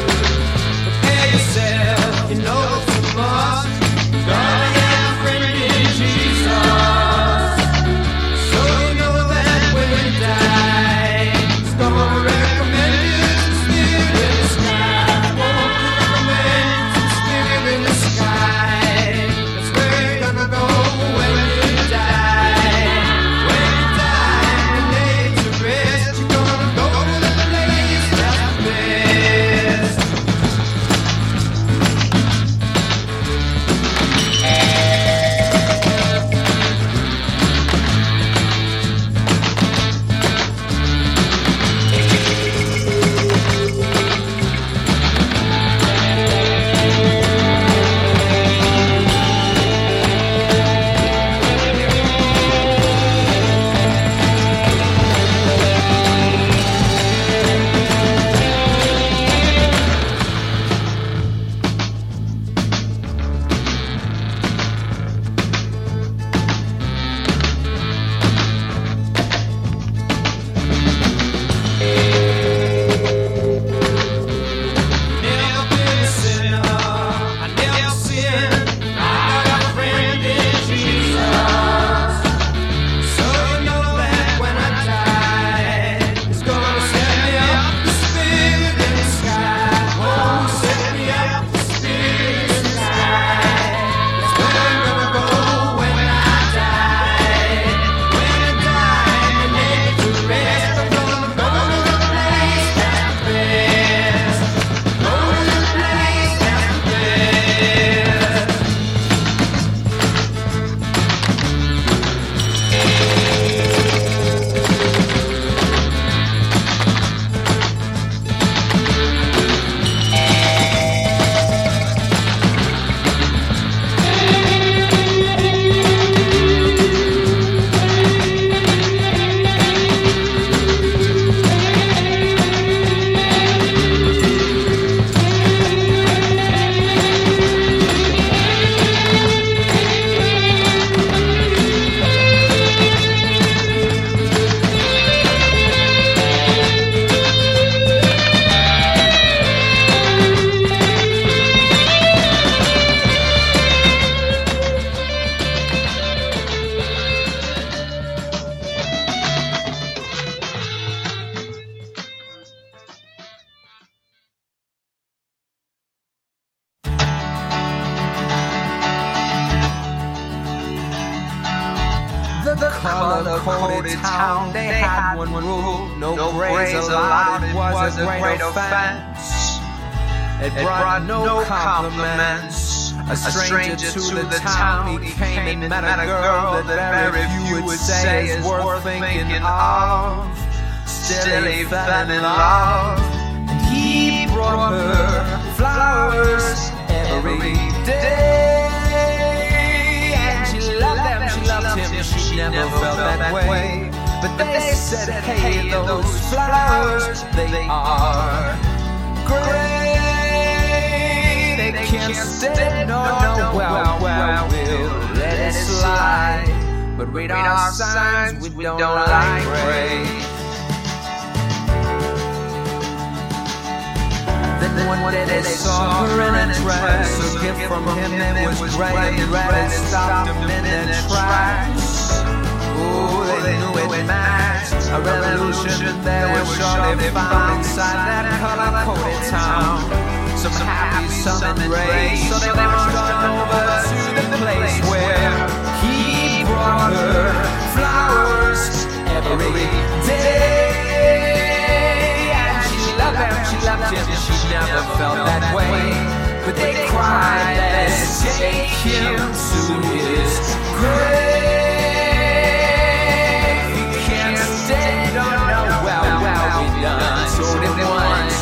C: Prepare yourself, you know you must. Gonna have a friend in Jesus. So you know that when you die, it's gonna recommend you to spirit in the sky. Won't recommend you to spirit in the sky. That's where you're gonna go when you die. When you die and lay to rest, you're gonna go to the place that's best. Never been a sinner. I never sinned. I got a friend in Jesus. So you know that when I die, it's gonna set me up the spirit in the sky. Oh, set me up the spirit in the sky. It's where I'm gonna go when I die. When I die and lay to rest, I'm gonna go to the place that's best. Go to the place that's best.
K: The, the color-coded town, they had one rule. No, praise allowed, it was a great offense. It brought no compliments. A stranger to the town, he came and met a girl that very few would say is worth thinking of. Still he fell in love. And he brought her flowers every day. And she loved him, she loved him, she never felt that way. But they said, hey, those flowers, they are gray. They can't stand, no, no, well, well, we'll let it slide. But radar signs, we don't like gray. Then one day they saw her in a dress A gift from him that was gray and red And stopped him in their tracks Ooh, they knew it matched A revolution they were sure they found Inside that color-coded town Some happy, some enraged So they marched on over to the place where He brought her flowers every day And she loved him, she loved him, she never felt that way. but they cried, let's take him to his grave. He can't stand on no, well, well, we done told him once,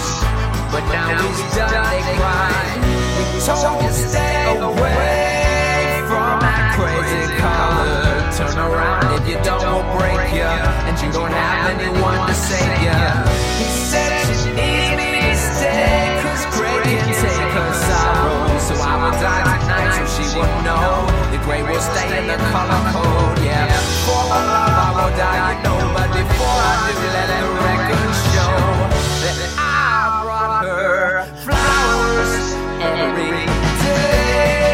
K: but now he's done, they cried. We told him stay away from that crazy color. Turn around if you don't, we'll break you, and you don't have anyone to save you. He said you need me to stay, cause Grey can take her sorrow. So I will die tonight, so she will know the Grey will stay in the color code. Yeah, for my love I will die, you know, but before I do, let the record show that I brought her flowers every day.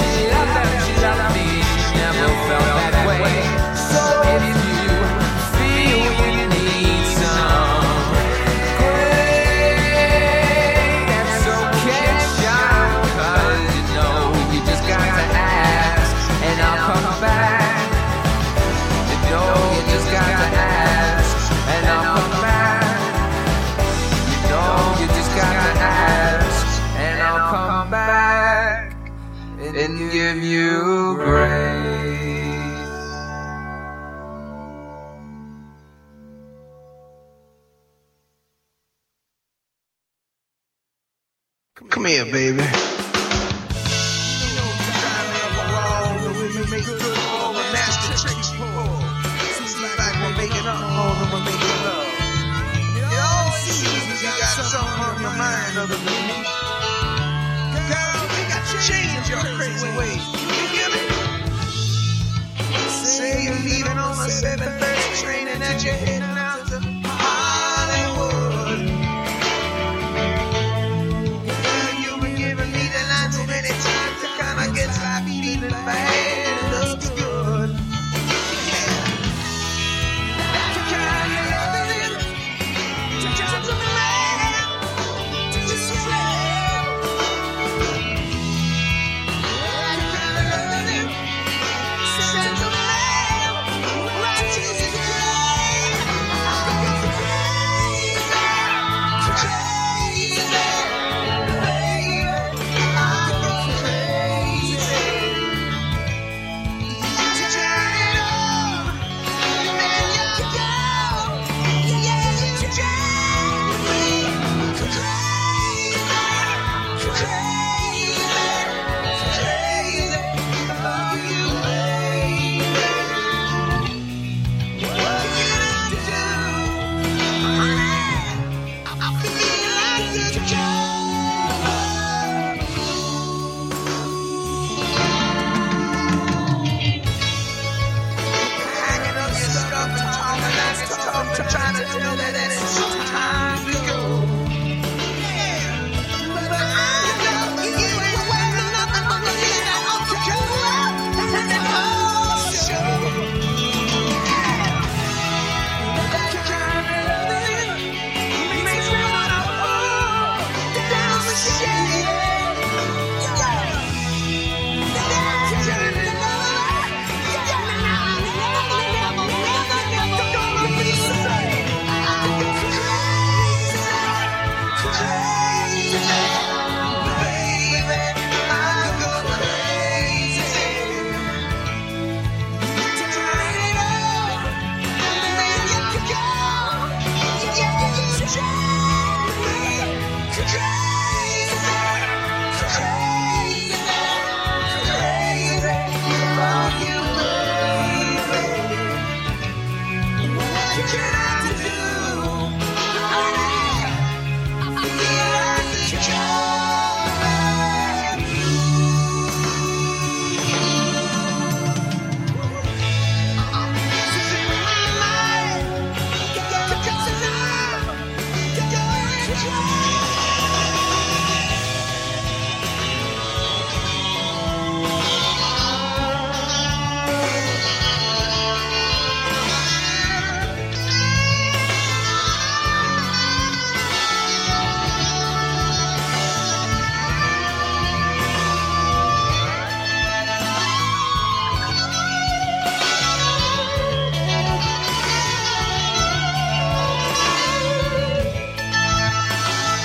K: She loved them, she loved me, never felt that way. So if you feel you need some grace, that's okay, child, 'cause you know you just got to ask, and I'll come back. You know you just got to ask, and I'll come back. You know you just gotta ask, and I'll come back and give you grace.
L: Come here, baby.
K: Change your crazy ways. You get it? Say you're leaving on the 7:30 train and that you're heading out to Hollywood. Girl, you've been giving me the line too many times. It kinda gets my feeling bad. It looks good. That's the kind of love it is. Just- just- just a man. Just a man. That's the kind of love it is. Just- just a man. Just a man. Crazy. Crazy. Trying to tell that it's time to go. But I love you, you ain't waiting nothing but the end of the show. And the whole show. That kind of loving makes me wanna fall down the shade. That kind of love, never, never, never, never gonna be the same. Crazy, baby, I go crazy. Turn it up. Thank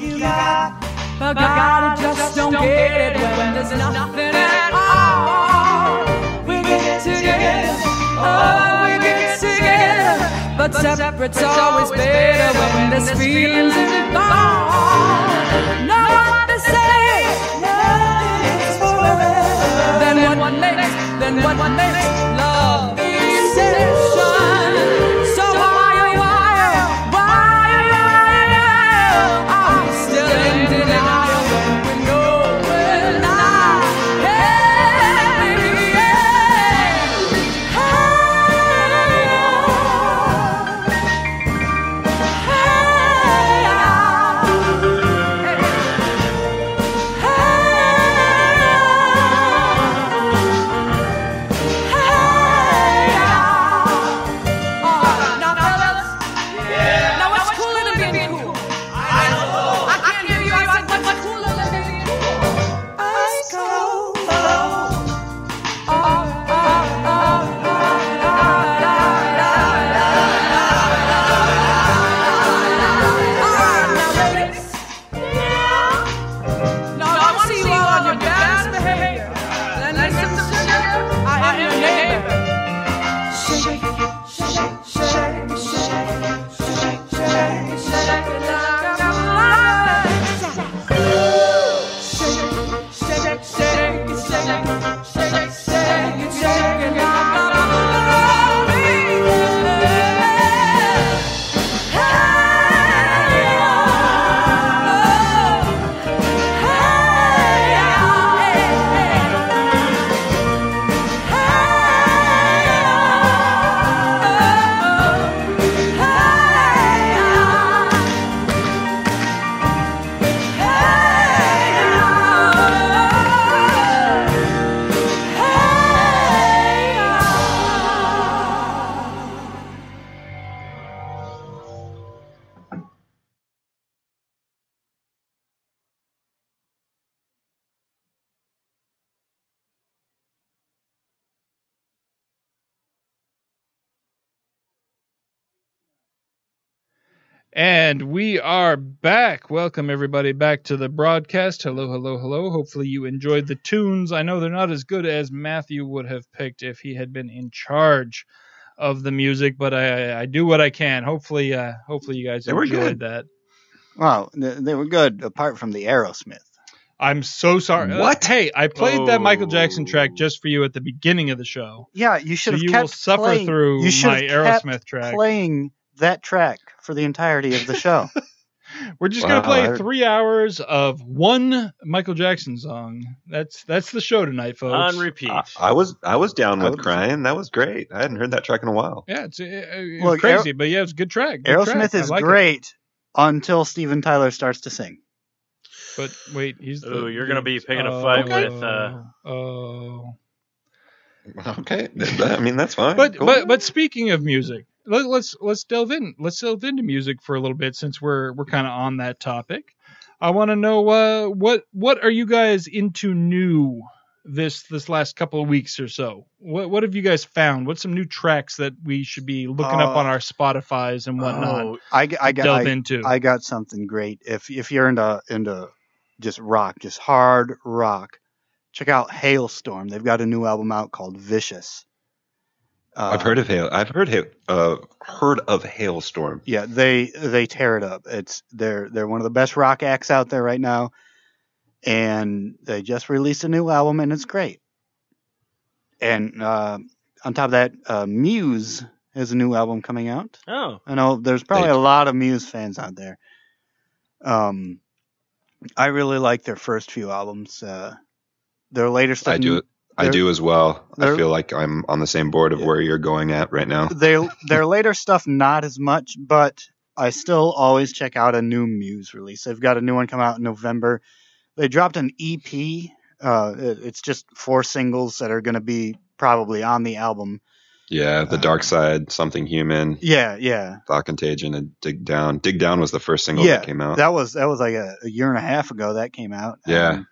K: But God, I just don't get it when there's nothing at all. We get together, oh, we get together. But separate's always better when there's feelings involved. Now what they say, nothing is forever. Then what makes, then what makes love the exception? So why, oh, why, why, why, are we still in denial when we know we're not? Hey, baby, Now what's cooler than being cool? I don't know. I can't hear you. I said what's what's cooler than being cool? Ice cold. Oh, oh, oh, oh. No, I want to see you on your baddest behavior. And listen to the sugar. I am your neighbor. Shake, shake, shake, shake, shake, shake, shake it like I'm alive. Shake, shake, shake, shake, shake, shake, shake it, shake it like I'm alive.
E: And we are back. Welcome everybody back to the broadcast. Hello, hello, hello. Hopefully you enjoyed the tunes. I know they're not as good as Matthew would have picked if he had been in charge of the music, but I, I do what I can. Hopefully, uh, hopefully you guys
G: They were
E: enjoyed
G: good.
E: that.
G: Wow, th- they were good apart from the Aerosmith.
E: I'm so sorry. Uh,
G: What?
E: hey, I played that Michael Jackson track just for you at the beginning of the show.
G: Yeah, you should
E: So
G: have
E: you
G: kept
E: will suffer
G: playing-
E: through
G: you should
E: my
G: have kept
E: Aerosmith track.
G: Playing that track for the entirety of the show.
E: We're just
G: Wow,
E: gonna play
G: I-
E: three hours of one Michael Jackson song. That's that's the show tonight, folks.
F: I, I was I was down with crying. That was great. I hadn't heard that track in a while.
E: Yeah, it's, uh, it's
G: Look,
E: crazy,
G: Aer-
E: but yeah, it's a good track. Good
G: Aerosmith
E: track. I
G: is
E: like it.
G: great until Steven Tyler starts to sing.
E: But wait, he's.
A: Ooh, you're gonna be picking
E: Oh,
A: a fight
E: okay.
A: with. Uh,
E: Oh.
F: Okay, I mean that's fine.
E: But
F: Cool.
E: but but speaking of music, let, let's let's delve in. Let's delve into music for a little bit since we're we're kind of on that topic. I want to know uh, what what are you guys into new this this last couple of weeks or so? What what have you guys found? What's some new tracks that we should be looking up
G: Uh,
E: on our Spotify's and whatnot?
G: I, g- I got
E: delve
G: I-
E: into.
G: I got something great. If if you're into into just rock, just hard rock, check out Hailstorm. They've got a new album out called Vicious.
F: I've heard of hail. I've heard hail, uh, heard of hailstorm.
G: Yeah, they they tear it up. It's they're they're one of the best rock acts out there right now, and they just released a new album and it's great. And uh, on top of that, uh, Muse has a new album coming out.
A: oh,
G: I know there's probably a lot of Muse fans out there. Um, I really like their first few albums. Uh, their later stuff.
F: I do. I
G: their-
F: do as well. I
G: they're-
F: feel like I'm on the same board of where you're going at right now.
G: Their their later stuff not as much, but I still always check out a new Muse release. They've got a new one come out in November. They dropped an EP. Uh, it- it's just four singles that are going to be probably on the album.
F: Yeah, the dark side, something human,
G: Yeah, yeah.
F: thought contagion, and dig down. Dig down was the first single
G: yeah,
F: that came out.
G: that was that was like a, a year and a half ago that came out. Um,
F: yeah.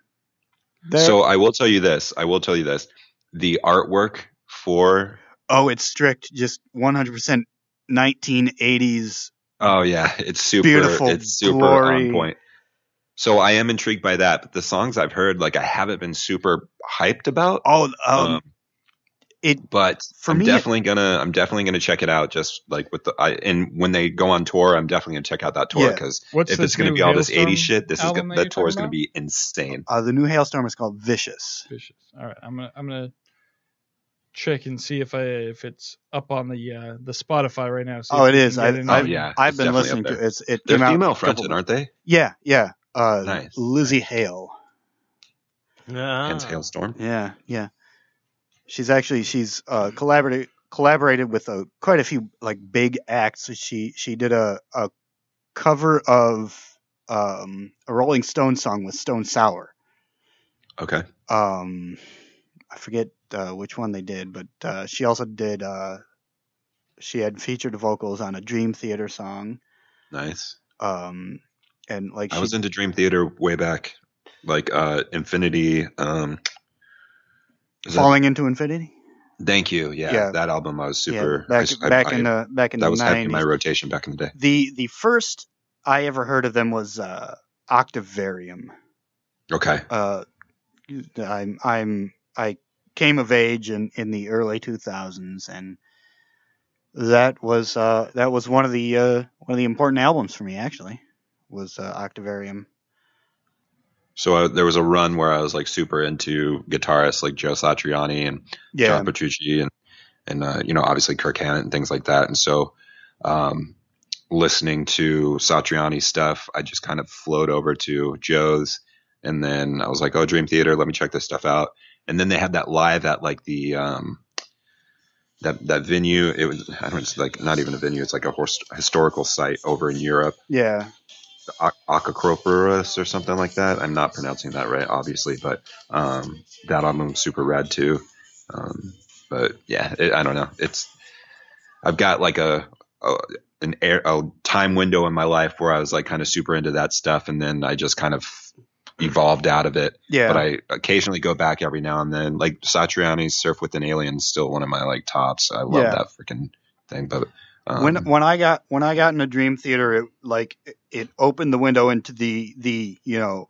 G: There-
F: So I will tell you this. I will tell you this. The artwork for
G: oh, it's strict, just 100% 1980s.
F: oh yeah, it's super.
G: Beautiful
F: it's super
G: glory.
F: on point. So I am intrigued by that. But the songs I've heard, like I haven't been super hyped about.
G: Oh, um,
F: Uh,
G: it.
F: But
G: for
F: I'm
G: me, it-
F: definitely gonna, I'm definitely gonna check it out. Just like with the, I, and when they go on tour, I'm definitely gonna check out that tour
G: Yeah.
F: because
E: What's
F: if
E: this
F: it's gonna
E: new
F: be all this
E: Hailstorm
F: 80s shit, this is
E: album
F: gonna,
E: that
F: that
E: you're
F: tour is
E: talking
F: gonna be insane.
G: Uh, the new hailstorm is called Vicious.
E: Vicious. All right, I'm gonna I'm gonna check and see if I if it's up on the uh, the Spotify right now. see
G: Oh,
E: if
G: it
E: we
G: is.
E: can get
G: I,
E: in
G: I've,
E: there.
F: yeah,
G: I've
F: it's
G: been
F: definitely up
G: listening to
F: there.
G: it. It's, it
F: They're
G: came out
F: female
G: a couple-
F: fronted, aren't they?
G: Yeah, yeah. Uh,
F: Nice.
G: Lizzie Hale.
F: Hence Hailstorm.
G: Yeah, yeah. She's actually she's uh, collaborated collaborated with uh quite a few like big acts. She she did a a cover of um, a Rolling Stone song with Stone Sour.
F: Okay.
G: Um, I forget uh, which one they did, but uh, she also did. Uh, she had featured vocals on a Dream Theater song.
F: Nice.
G: Um, and like
F: I
G: she-
F: was into Dream Theater way back, like uh Infinity. um is that-
G: falling into infinity.
F: Thank you. Yeah,
G: Yeah.
F: that album I was
G: Yeah,
F: super.
G: back
F: I- I-
G: back
F: I-
G: in the back in
F: that
G: the
F: was heavy in my
G: nineties.
F: rotation back in the day.
G: The the first I ever heard of them was uh, Octavarium.
F: Okay.
G: Uh, I'm I'm I came of age in, in the early 2000s, and that was uh, that was one of the uh, one of the important albums for me actually was uh, Octavarium.
F: So uh, there was a run where I was like super into guitarists like Joe Satriani and
G: Yeah,
F: John Petrucci and and uh, you know obviously Kirk Hammett and things like that. And so, um, listening to Satriani stuff, I just kind of flowed over to Joe's, and then I was like, oh, Dream Theater, let me check this stuff out. And then they had that live at like the um, that that venue. It was I don't, it's like not even a venue. It's like a horse, historical site over in Europe.
G: yeah,
F: A- Acacroporus or something like that. I'm not pronouncing that right, obviously, but um, that album's super rad too. Um, but yeah, it, I don't know. It's I've got like a, a an air a time window in my life where I was like kind of super into that stuff, and then I just kind of evolved out of it.
G: yeah.
F: But I occasionally go back every now and then. Like Satriani's "Surf with an Alien" is still one of my like tops. I love
G: Yeah.
F: that freaking thing. But um,
G: when when I got when I got into Dream Theater, it like it- it opened the window into the the you know,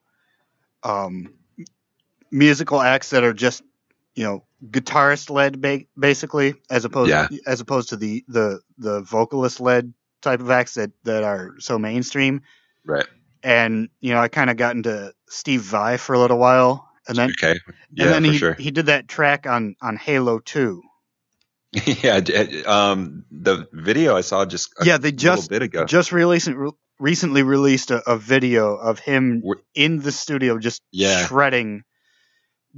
G: um, musical acts that are just you know guitarist led ba- basically, as opposed
F: Yeah.
G: as opposed to the the the vocalist led type of acts that that are so mainstream.
F: right,
G: And you know, I kind of got into Steve Vai for a little while, and then
F: okay,
G: and
F: yeah,
G: then
F: for
G: he
F: sure.
G: he did that track on on Halo Two.
F: yeah, d- um, the video I saw just a
G: yeah, they just
F: little bit ago.
G: just releasing re- recently released a, a video of him
F: Wh-
G: in the studio just
F: Yeah.
G: shredding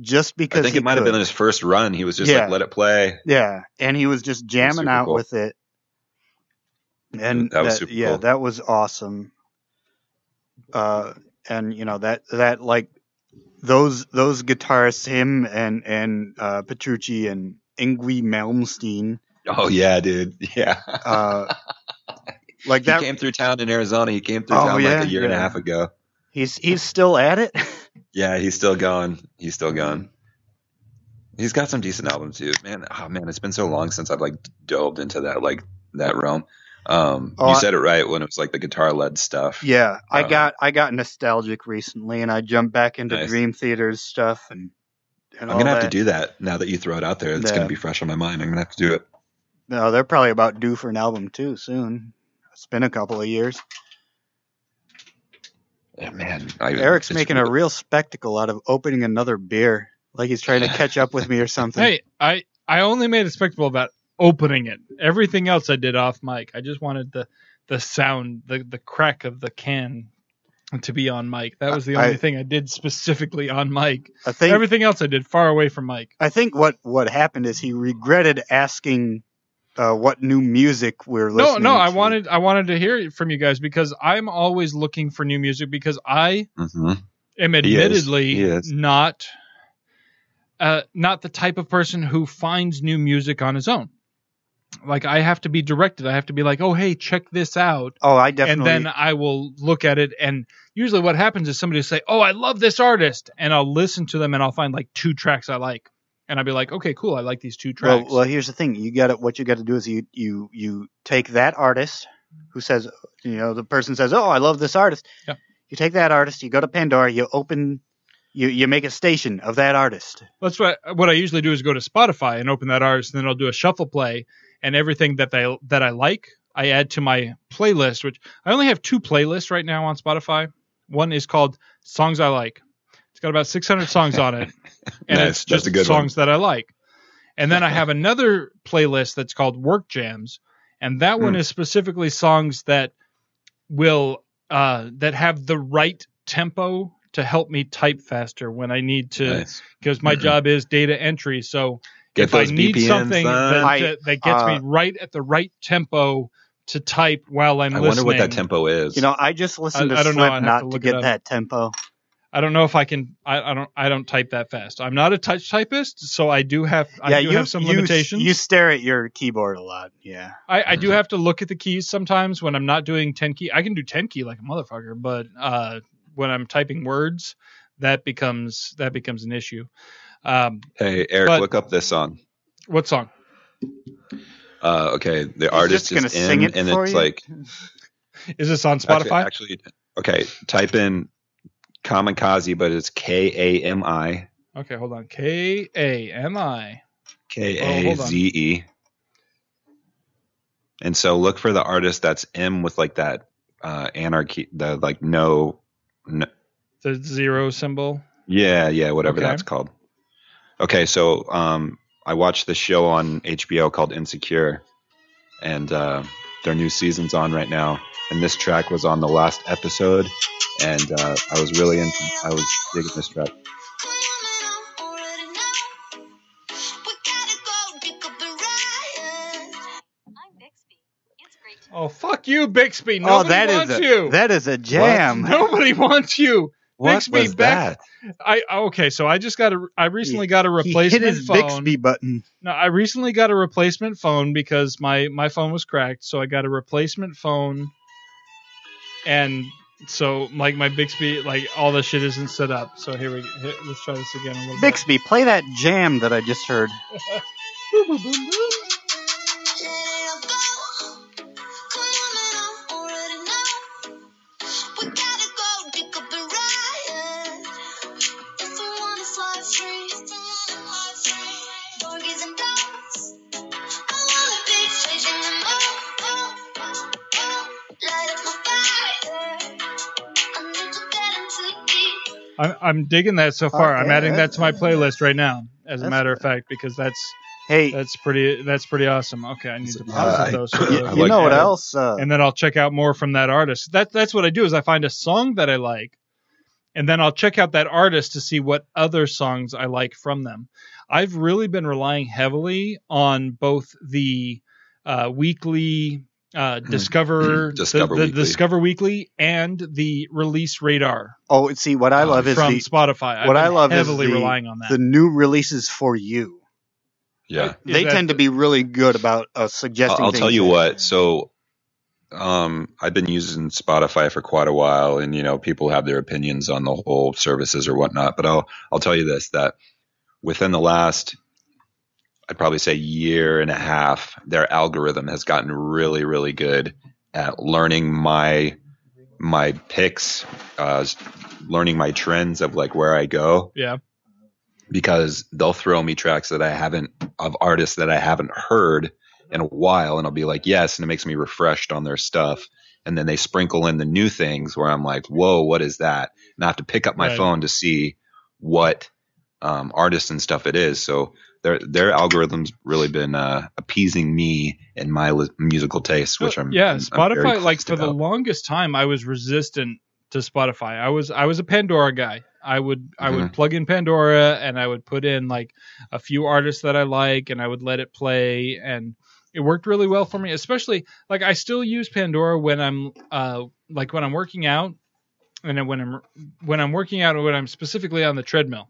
G: just because
F: I think
G: he
F: it might have been
G: could.
F: his first run. He was just
G: Yeah.
F: like, "Let it play."
G: yeah and he was just jamming
F: super
G: out
F: cool.
G: with it and
F: That
G: that
F: was super
G: yeah
F: cool.
G: that was awesome uh and you know that that like those those guitarists him and and uh petrucci and ingwie malmsteen
F: Oh yeah, dude. Yeah,
G: uh like
F: he
G: that
F: came through town in Arizona. He came through
G: Oh,
F: town
G: yeah,
F: like a year and a
G: yeah.
F: half ago.
G: he's he's still at it
F: Yeah, he's still going. He's still going. He's got some decent albums too, man. Oh man, it's been so long since I've like delved into that like that realm. Um,
G: Oh,
F: you
G: I-
F: said it right when it was like the guitar led stuff.
G: Yeah, I
F: Uh,
G: got I got nostalgic recently, and I jumped back into
F: Nice.
G: Dream Theater's stuff, and, and
F: I'm
G: all
F: gonna have
G: that.
F: to do that now that you throw it out there. It's
G: Yeah.
F: gonna be fresh on my mind. I'm gonna have to do it.
G: No, they're probably about due for an album too soon. It's been a couple of years.
F: Yeah, man, I,
G: Eric's
F: it's
G: making a real spectacle out of opening another beer, like he's trying to catch up with me or something.
E: Hey, I I only made a spectacle about opening it. Everything else I did off mic. I just wanted the the sound, the the crack of the can to be on mic. That was the
G: I-
E: only thing I did specifically on mic.
G: I think
E: Everything else I did far away from mic.
G: I think what what happened is he regretted asking uh, what new music we're
E: No,
G: listening.
E: no, I
G: to.
E: wanted I wanted to hear it from you guys because I'm always looking for new music because I
F: hmm
E: am
F: He is.
E: admittedly
F: He is.
E: not uh, not the type of person who finds new music on his own. Like I have to be directed. I have to be like, oh hey, check this out,
G: Oh, I definitely.
E: and then I will look at it. And usually, what happens is somebody will say, oh, I love this artist, and I'll listen to them, and I'll find like two tracks I like, and I'll be like, okay, cool, I like these two
G: Well,
E: tracks.
G: well, here's the thing. You got to what you got to do is you you you take that artist who says, you know, the person says, "Oh, I love this artist."
E: Yeah.
G: You take that artist, you go to Pandora, you open, you you make a station of that artist.
E: That's what what I usually do is go to Spotify and open that artist, and then I'll do a shuffle play, and everything that they that I like, I add to my playlist. Which I only have two playlists right now on Spotify. One is called Songs I Like. It's got about 600 songs on it, and
F: Nice.
E: it's
F: That's
E: just
F: a good
E: songs that I like. And then I have another playlist that's called Work Jams, and that one
F: Hmm.
E: is specifically songs that will uh, that have the right tempo to help me type faster when I need to
F: Nice.
E: because my job is data entry. So
F: Get
E: if I
F: those
E: need
F: BPMs
E: something
F: uh,
E: that,
G: on.
E: that, that gets
G: I,
E: me
G: uh,
E: right at the right tempo to type while I'm
F: I
E: listening,
F: wonder what that tempo is.
G: You know, I just listened
E: I-
G: to
E: I don't know, I'd have
G: Slipknot
E: to
G: to,
E: look it up.
G: get that tempo.
E: I don't know if I can. I, I don't. I don't type that fast. I'm not a touch typist, so I do have. I do have some
G: you,
E: limitations.
G: You stare at your keyboard a lot. Yeah.
E: I, I do
F: Mm-hmm.
E: have to look at the keys sometimes when I'm not doing 10 key. I can do 10 key like a motherfucker, but uh, when I'm typing words, that becomes that becomes an issue. Um,
F: hey, Eric,
E: But-
F: look up this song.
E: what song?
F: Uh, okay, the artist
G: just gonna
F: is in,
G: sing it
F: and
G: for
F: it's
G: you?
F: like
E: Is this on Spotify?
F: actually, actually, okay, type in Kamikaze, but it's K A M I
E: okay, hold on. K A M I. Oh,
F: K A
E: hold on.
F: Z E, and so look for the artist that's M with like that uh, anarchy, the like no, no,
E: The zero symbol.
F: yeah, yeah, whatever
E: Okay.
F: that's called. Okay, so um, I watched this show on HBO called Insecure, and uh, their new season's on right now. And this track was on the last episode, and uh, I was really into, I was digging this track.
E: Oh fuck you, Bixby.
G: oh,
E: Nobody
G: that
E: wants
G: is a
E: you.
G: that is a jam.
E: Nobody wants you.
F: What
E: Bixby
F: was
E: back-
F: that?
E: I okay. So I just got a. I recently got a replacement
G: he hit his
E: phone.
G: Bixby button.
E: No, I recently got a replacement phone because my my phone was cracked, so I got a replacement phone, and so like my Bixby, like all the shit isn't set up. So here we here, let's try this again a little
G: Bixby, play that jam that I just heard.
E: bit. I'm I'm digging that so far. I'm
G: Okay,
E: adding that
G: that's-
E: to my playlist right now, as a
G: that's-
E: matter of fact, because that's
G: Hey,
E: that's pretty that's pretty awesome. Okay, I need to pause
F: Uh,
E: it though. So
F: I-
E: that
F: I
E: I
G: you
F: like
E: can
G: know what
E: add it.
G: else? Uh,
E: and then I'll check out more from that artist. That that's what I do is I find a song that I like, and then I'll check out that artist to see what other songs I like from them. I've really been relying heavily on both the uh, weekly uh,
G: Hmm.
E: Discover the,
F: Discover
E: the
F: Weekly.
E: Discover Weekly and the Release Radar
G: oh, see, what I
F: Oh,
G: love is
E: from
G: the
E: Spotify. I've
G: what I
E: been
G: love is
E: heavily
G: the-
E: relying on that.
G: the new releases for you.
F: Yeah,
E: Is
G: they
E: that
G: tend to
E: the-
G: be really good about uh, suggesting.
F: I'll, I'll
G: things
F: tell you
G: that-
F: what. So, um, I've been using Spotify for quite a while, and you know, people have their opinions on the whole services or whatnot. But I'll I'll tell you this: that within the last, I'd probably say year and a half, their algorithm has gotten really, really good at learning my my picks, uh, learning my trends of like where I go.
E: Yeah.
F: Because they'll throw me tracks that I haven't of artists that I haven't heard in a while and I'll be like, yes, and it makes me refreshed on their stuff. And then they sprinkle in the new things where I'm like, whoa, what is that? And I have to pick up my
E: Right.
F: phone to see what um, artists and stuff it is. So their their algorithm's really been uh, appeasing me and my li- musical tastes, which
E: No,
F: I'm
E: Uh, yeah
F: I'm- I'm very
E: spotify like
F: pleased
E: for the
F: about.
E: longest time i was resistant to spotify i was i was a pandora guy i would i
F: Mm-hmm.
E: would plug in pandora and i would put in like a few artists that i like and i would let it play and it worked really well for me especially like i still use pandora when i'm uh like when i'm working out and then when i'm when i'm working out or when i'm specifically on the treadmill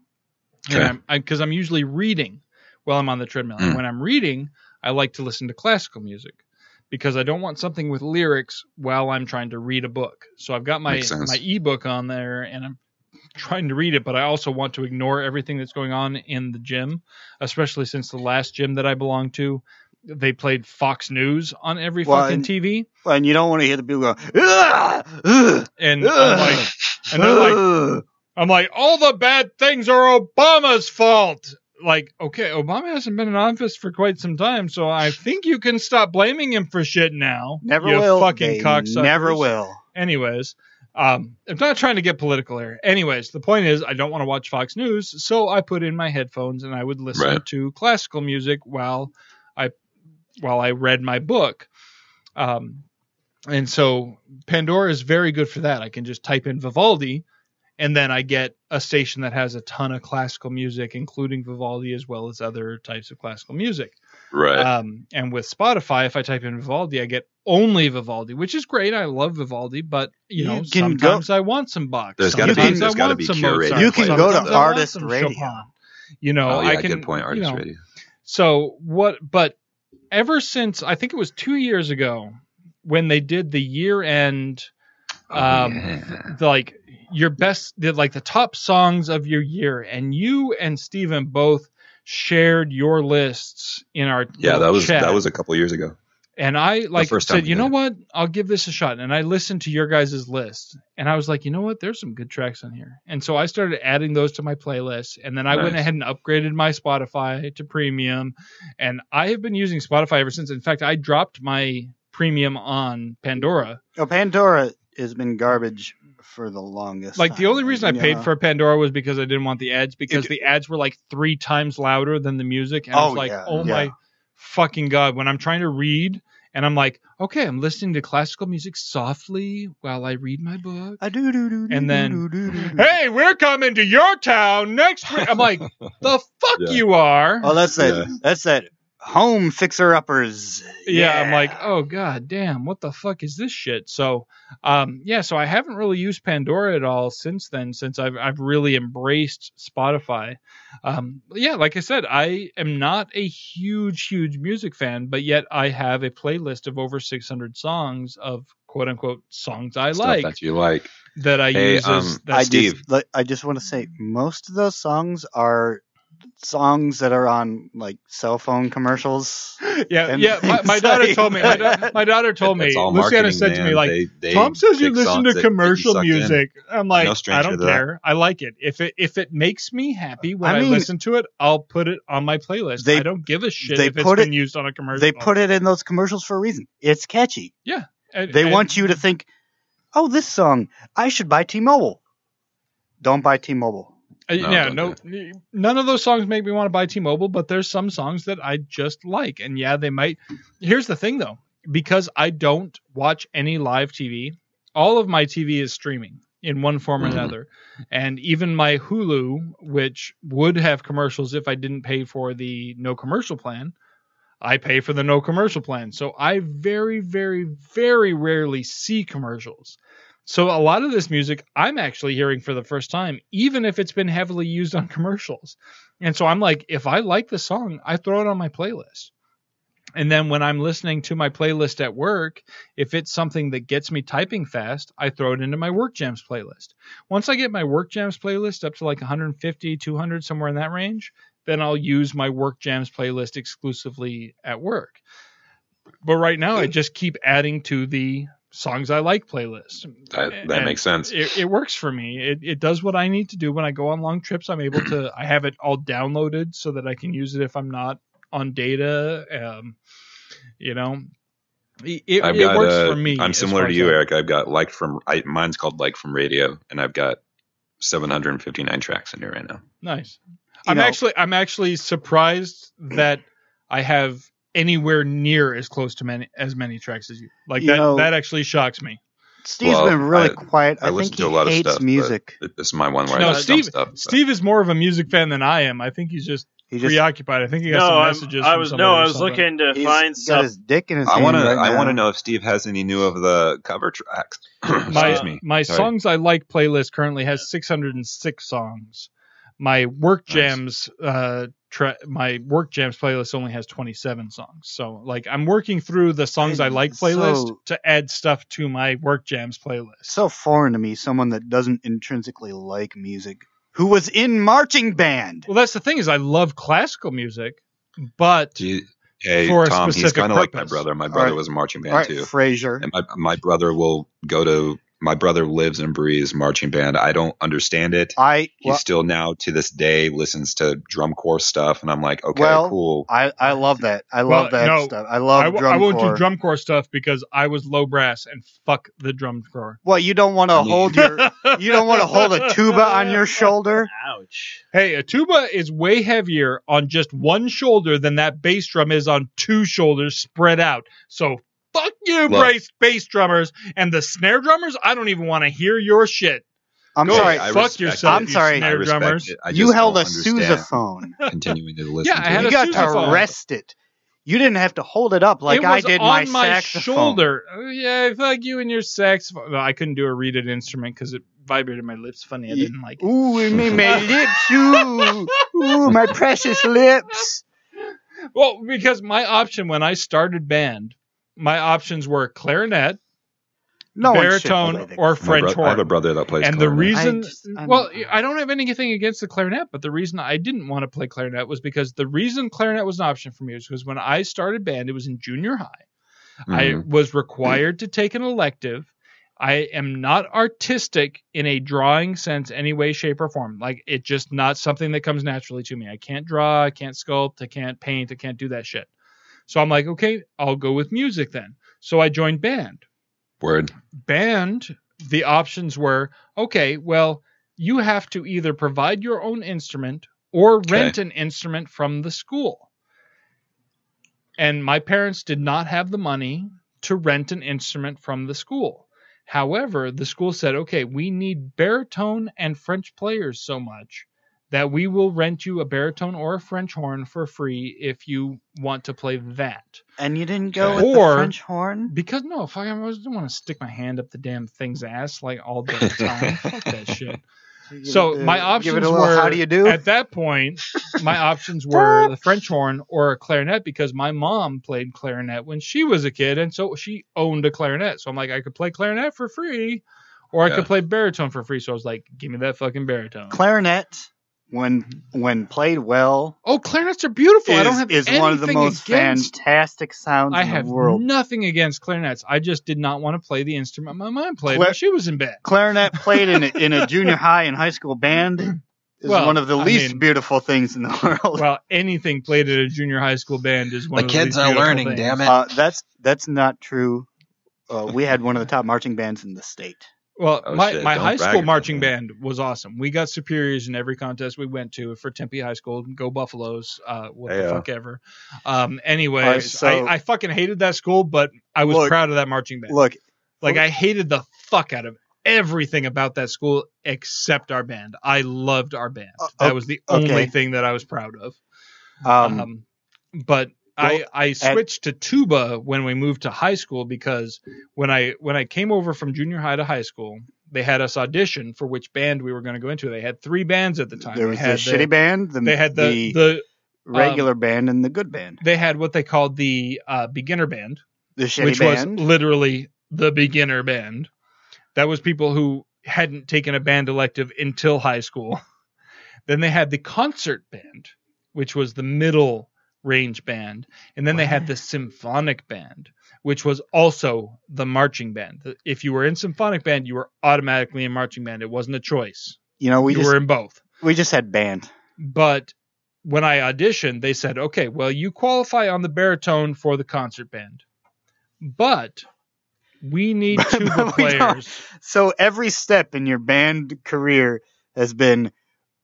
F: Okay.
E: and i'm because i'm usually reading while i'm on the treadmill and
F: Mm.
E: when i'm reading i like to listen to classical music because I don't want something with lyrics while I'm trying to read a book. So I've got my
F: Makes sense.
E: my ebook on there and I'm trying to read it, but I also want to ignore everything that's going on in the gym, especially since the last gym that I belonged to they played Fox News on every
G: Well,
E: fucking
G: and-
E: TV,
G: And you don't want to hear the people go, "Ugh, ugh,
E: and I'm
G: ugh,
E: like, and they're like,
G: ugh."
E: I'm like, all the bad things are Obama's fault. Like, okay, Obama hasn't been in office for quite some time, so I think you can stop blaming him for shit now.
G: never
E: you
G: will.
E: fucking
G: They
E: cocksuckers.
G: Never will.
E: Anyways, um, I'm not trying to get political here. Anyways, the point is, I don't want to watch Fox News, so I put in my headphones and I would listen
F: Right.
E: to classical music while I while I read my book. Um, and so Pandora is very good for that. I can just type in Vivaldi, and then I get a station that has a ton of classical music, including Vivaldi as well as other types of classical music.
F: Right.
E: Um, and with Spotify, if I type in Vivaldi, I get only Vivaldi, which is great. I love Vivaldi, but you,
G: You
E: know,
G: can go-
E: sometimes I want some Bach.
F: There's gotta
G: be-
E: Sometimes
F: there's
E: I
F: gotta
E: want
F: be
E: some
F: curated
E: Mozart.
G: You can go to
E: Sometimes I want
G: Artist
E: some
G: Radio.
E: Chopin. You know,
F: oh, yeah,
E: I can
F: good point.
E: you
F: Artist
E: know,
F: radio.
E: so what? But ever since I think it was two years ago when they did the year end,
F: Oh,
E: um,
F: yeah.
E: the, like your best, the, like the top songs of your year, and you and Steven both shared your lists in our
F: Yeah, that
E: little
F: was
E: chat.
F: that was a couple years ago.
E: And I like
F: first time
E: said,
F: we
E: you
F: did
E: know
F: it.
E: what? I'll give this a shot. And I listened to your guys' list. And I was like, you know what? There's some good tracks on here. And so I started adding those to my playlist. And then I went
F: Nice.
E: ahead and upgraded my Spotify to premium. And I have been using Spotify ever since. In fact, I dropped my premium on Pandora.
G: Oh, Pandora has been garbage for the longest.
E: Like the
G: time.
E: only reason I paid
G: Yeah.
E: for Pandora was because I didn't want the ads because
G: It-
E: the ads were like three times louder than the music, and I was
G: Oh,
E: like,
G: yeah,
E: oh
G: yeah.
E: my fucking god! When I'm trying to read, and I'm like, okay, I'm listening to classical music softly while I read my book.
G: I do do do. do,
E: And then-
G: do, do, do, do.
E: Hey, we're coming to your town next week. I'm like, the fuck
F: Yeah.
E: you are.
G: Oh, that's that.
F: Yeah.
G: That's that home fixer uppers.
E: yeah, I'm like, oh god damn, what the fuck is this shit? So, um, yeah, so I haven't really used Pandora at all since then. Since I've I've really embraced Spotify. Um, yeah, like I said, I am not a huge huge music fan, but yet I have a playlist of over 600 songs of quote unquote songs I
F: Stuff
E: like that,
F: that you like.
E: I
F: Hey,
E: use as
F: um,
E: that
G: I
F: Steve.
G: just, like, I just want to say, most of those songs are songs that are on like cell phone commercials.
E: yeah
G: and
E: yeah. My, my
G: things
E: daughter
G: like
E: told me. My, da-
G: that.
E: my daughter told me.
F: It's all
E: Luciana
F: marketing,
E: said to me
F: man.
E: like.
F: They- they
E: Tom says you
F: pick
E: listen
F: songs
E: to
F: that get you
E: commercial
F: sucked in.
E: music. I'm like, I
F: stranger
E: don't
F: to that.
E: care. I like it. If it if it makes me happy when
G: I
E: I,
G: mean-
E: listen to it, I'll put it on my playlist.
G: They-
E: I don't give a shit
G: they
E: if it's
G: put
E: been
G: it-
E: used on a commercial.
G: They put it in those commercials for a reason. It's catchy.
E: And-
G: They
E: and-
G: want you to think, "Oh, this song, I should buy T-Mobile." Don't buy T-Mobile.
E: uh,
F: No,
E: yeah,
F: don't
E: no, none of those songs make me want to buy T-Mobile, but there's some songs that I just like, and yeah, they might. Here's the thing though, because I don't watch any live TV, all of my TV is streaming in one form or
F: Mhm.
E: another, and even my Hulu, which would have commercials if I didn't pay for the no commercial plan, I pay for the no commercial plan. So I very, very, very rarely see commercials. So a lot of this music I'm actually hearing for the first time, even if it's been heavily used on commercials. And so I'm like, if I like the song, I throw it on my playlist. And then when I'm listening to my playlist at work, if it's something that gets me typing fast, I throw it into my work jams playlist. Once I get my work jams playlist up to like 150, 200, somewhere in that range, then I'll use my work jams playlist exclusively at work. But right now, I just keep adding to the songs I like playlist.
F: That, that
E: And-
F: makes sense.
E: It, it works for me. It, it does what I need to do when I go on long trips. I'm able to. I have it all downloaded so that I can use it if I'm not on data. Um, you know, it, it,
F: I've
E: it
F: got.
E: works
F: uh,
E: for me.
F: I'm
E: as
F: similar
E: far
F: to
E: as
F: you,
E: that-
F: Eric. I've got like from. I, mine's called like from radio, and I've got 759 tracks in here right now.
E: Nice.
G: You
E: I'm
G: know-
E: actually I'm actually surprised that I have anywhere near as close to many as many tracks as you. Like
G: You
E: that
G: know-
E: that actually shocks me.
G: Steve's
F: Well,
G: been really
F: I-
G: quiet. I,
F: I listen
G: think he
F: to a lot of
G: hates
F: stuff, but-
G: music.
F: Th- This is my one where
E: No,
F: I just
E: Steve-
F: dump stuff. but-
E: Steve is more of a music fan than I am. I think he's just,
G: He just
E: preoccupied. I think he got
A: No,
E: some
A: I'm-
E: messages.
A: I
E: from
A: was
E: somebody
A: no,
E: or
A: I was
E: something.
A: looking to
G: he's
A: find
G: got
A: some.
G: his dick in his
F: I
G: hand
F: want to.
G: right
F: I want to
G: now.
F: know if Steve has any new of the cover tracks.
E: my
F: Excuse me.
E: my
F: Sorry.
E: songs I like playlist currently has 606 songs. My work
F: Nice.
E: jams uh tra- my work jams playlist only has 27 songs. So like I'm working through the songs I
G: And
E: like playlist
G: so-
E: to add stuff to my work jams playlist.
G: so foreign to me, someone that doesn't intrinsically like music, who was in marching band.
E: Well, that's the thing is I love classical music, but
F: Do you, Hey,
E: for a
F: Tom, he's
E: specific
F: kind of like my
E: purpose.
F: brother. My brother
G: right.
F: was a marching band
G: All right,
F: too.
G: Frasier.
F: And my, my brother will go to, my brother lives and breathes marching band. I don't understand it.
G: I
F: He
G: well,
F: still now to this day listens to drum corps stuff. And I'm like, okay,
G: Well,
F: cool.
G: I, I love that. I
E: Well,
G: love that
E: no,
G: stuff. I
E: I
G: love
E: w-
G: drum
E: I won't
G: corps.
E: do drum corps stuff because I was low brass and fuck the drum corps.
G: well, you don't want
F: I
G: to
F: mean-
G: hold your you don't want to hold a tuba on your shoulder.
A: Ouch.
E: Hey, a tuba is way heavier on just one shoulder than that bass drum is on two shoulders spread out. So fuck you,
F: Look.
E: bass bass drummers and the snare drummers. I don't even want to hear your shit.
G: I'm
E: Go
G: sorry.
F: I
E: fuck
F: respect
E: yourself,
F: it.
G: I'm sorry.
F: I
E: snare
F: respect
E: drummers.
F: it. I
G: you
F: just
G: held a
F: don't understand
G: sousaphone.
F: Continuing to listen
E: Yeah, I
F: to
E: had
F: it.
E: a
G: You got to
E: sousaphone.
G: rest it. You didn't have to hold it up like
E: it
G: I
E: was
G: did
E: on
G: my,
E: my,
G: saxophone.
E: shoulder. Oh, yeah, fuck you and your saxophone. Well, I couldn't do a reeded instrument because it vibrated my lips funny. I
G: Ye-
E: didn't like it.
G: Ooh, it made my lips. Ooh, ooh, my precious lips.
E: Well, because my option when I started band, my options were clarinet,
G: No one should play
E: baritone,
G: the-
E: or
F: My
E: French
F: bro- I have
E: horn.
F: a brother that plays
E: and the
F: clarinet.
E: reason
G: I just- I'm-
E: well i don't have anything against the clarinet but the reason i didn't want to play clarinet was because the reason clarinet was an option for me was because when i started band it was in junior high i
F: Mhm.
E: was required to take an elective i am not artistic in a drawing sense any way shape or form like it's just not something that comes naturally to me i can't draw i can't sculpt i can't paint i can't do that shit so i'm like okay i'll go with music then so i joined band
F: word.
E: band, the options were okay, well, you have to either provide your own instrument or rent an instrument from the school. And my parents did not have the money to rent an instrument from the school. However, the school said, okay, we need baritone and French players so much that we will rent you a baritone or a French horn for free if you want to play that
G: And you didn't go
F: Okay.
G: with
E: Or-
G: the French horn.
E: because no, fuck, I was- didn't want to stick my hand up the damn thing's ass like all the time. fuck that shit. So my
G: give
E: options
G: it a little,
E: were
G: how do you do?
E: at that point, my options were the French horn or a clarinet because my mom played clarinet when she was a kid, and so she owned a clarinet. So I'm like, I could play clarinet for free, or I
F: Yeah.
E: could play baritone for free. So I was like, give me that fucking baritone.
G: clarinet when when played well
E: oh, clarinets are beautiful. I don't
G: is-
E: have
G: is one of the
E: anything
G: most
E: against
G: fantastic sounds
E: I
G: in
E: have
G: the world.
E: nothing against clarinets. I just did not want to play the instrument my mom played
G: Cla-
E: when she was in bed.
G: clarinet played in a, in a junior high and high school band is
E: Well,
G: one of the
E: I
G: least
E: mean-
G: beautiful things in the world.
E: Well, anything played at a junior high school band is one
L: The
E: of
L: kids
E: least
L: are
E: beautiful
L: learning,
E: things.
L: damn it.
G: Uh, that's that's not true. Uh, we had one of the top marching bands in the state.
E: Well,
F: Oh,
E: my,
F: shit,
E: my
F: don't
E: high
F: brag
E: school
F: about
E: marching
F: that.
E: band was awesome. We got superiors in every contest we went to for Tempe High School. Go Buffaloes! Uh, what the
F: Heyo.
E: fuck ever. Um, anyways,
G: Alright, so-
E: I, I fucking hated that school, but I was
G: Look-
E: proud of that marching band.
G: Look,
E: like I hated the fuck out of everything about that school except our band. I loved our band.
G: Uh,
E: that
G: o-
E: was the
G: okay.
E: only thing that I was proud of.
G: um,
E: um, but I,
G: well,
E: I switched to tuba when we moved to high school because when I when I came over from junior high to high school, they had us audition for which band we were going to go into. They had three bands at the time.
G: there
E: They
G: was the
E: had
G: shitty band, the,
E: They had the,
G: the,
E: the um,
G: regular band, and the good band.
E: they had what they called the uh, beginner band,
G: The shitty
E: which
G: band.
E: was literally the beginner band. That was people who hadn't taken a band elective until high school. Then they had the concert band, which was the middle range band. And then they had the symphonic band, which was also the marching band. The- If you were in symphonic band, you were automatically in marching band. It wasn't a choice.
G: you know, we
E: you
G: just
E: were in both
G: we just had band.
E: but when I auditioned, they said, okay, well, you qualify on the baritone for the concert band, but we need
G: But-
E: tuba
G: but we don't-
E: players.
G: So every step in your band career has been,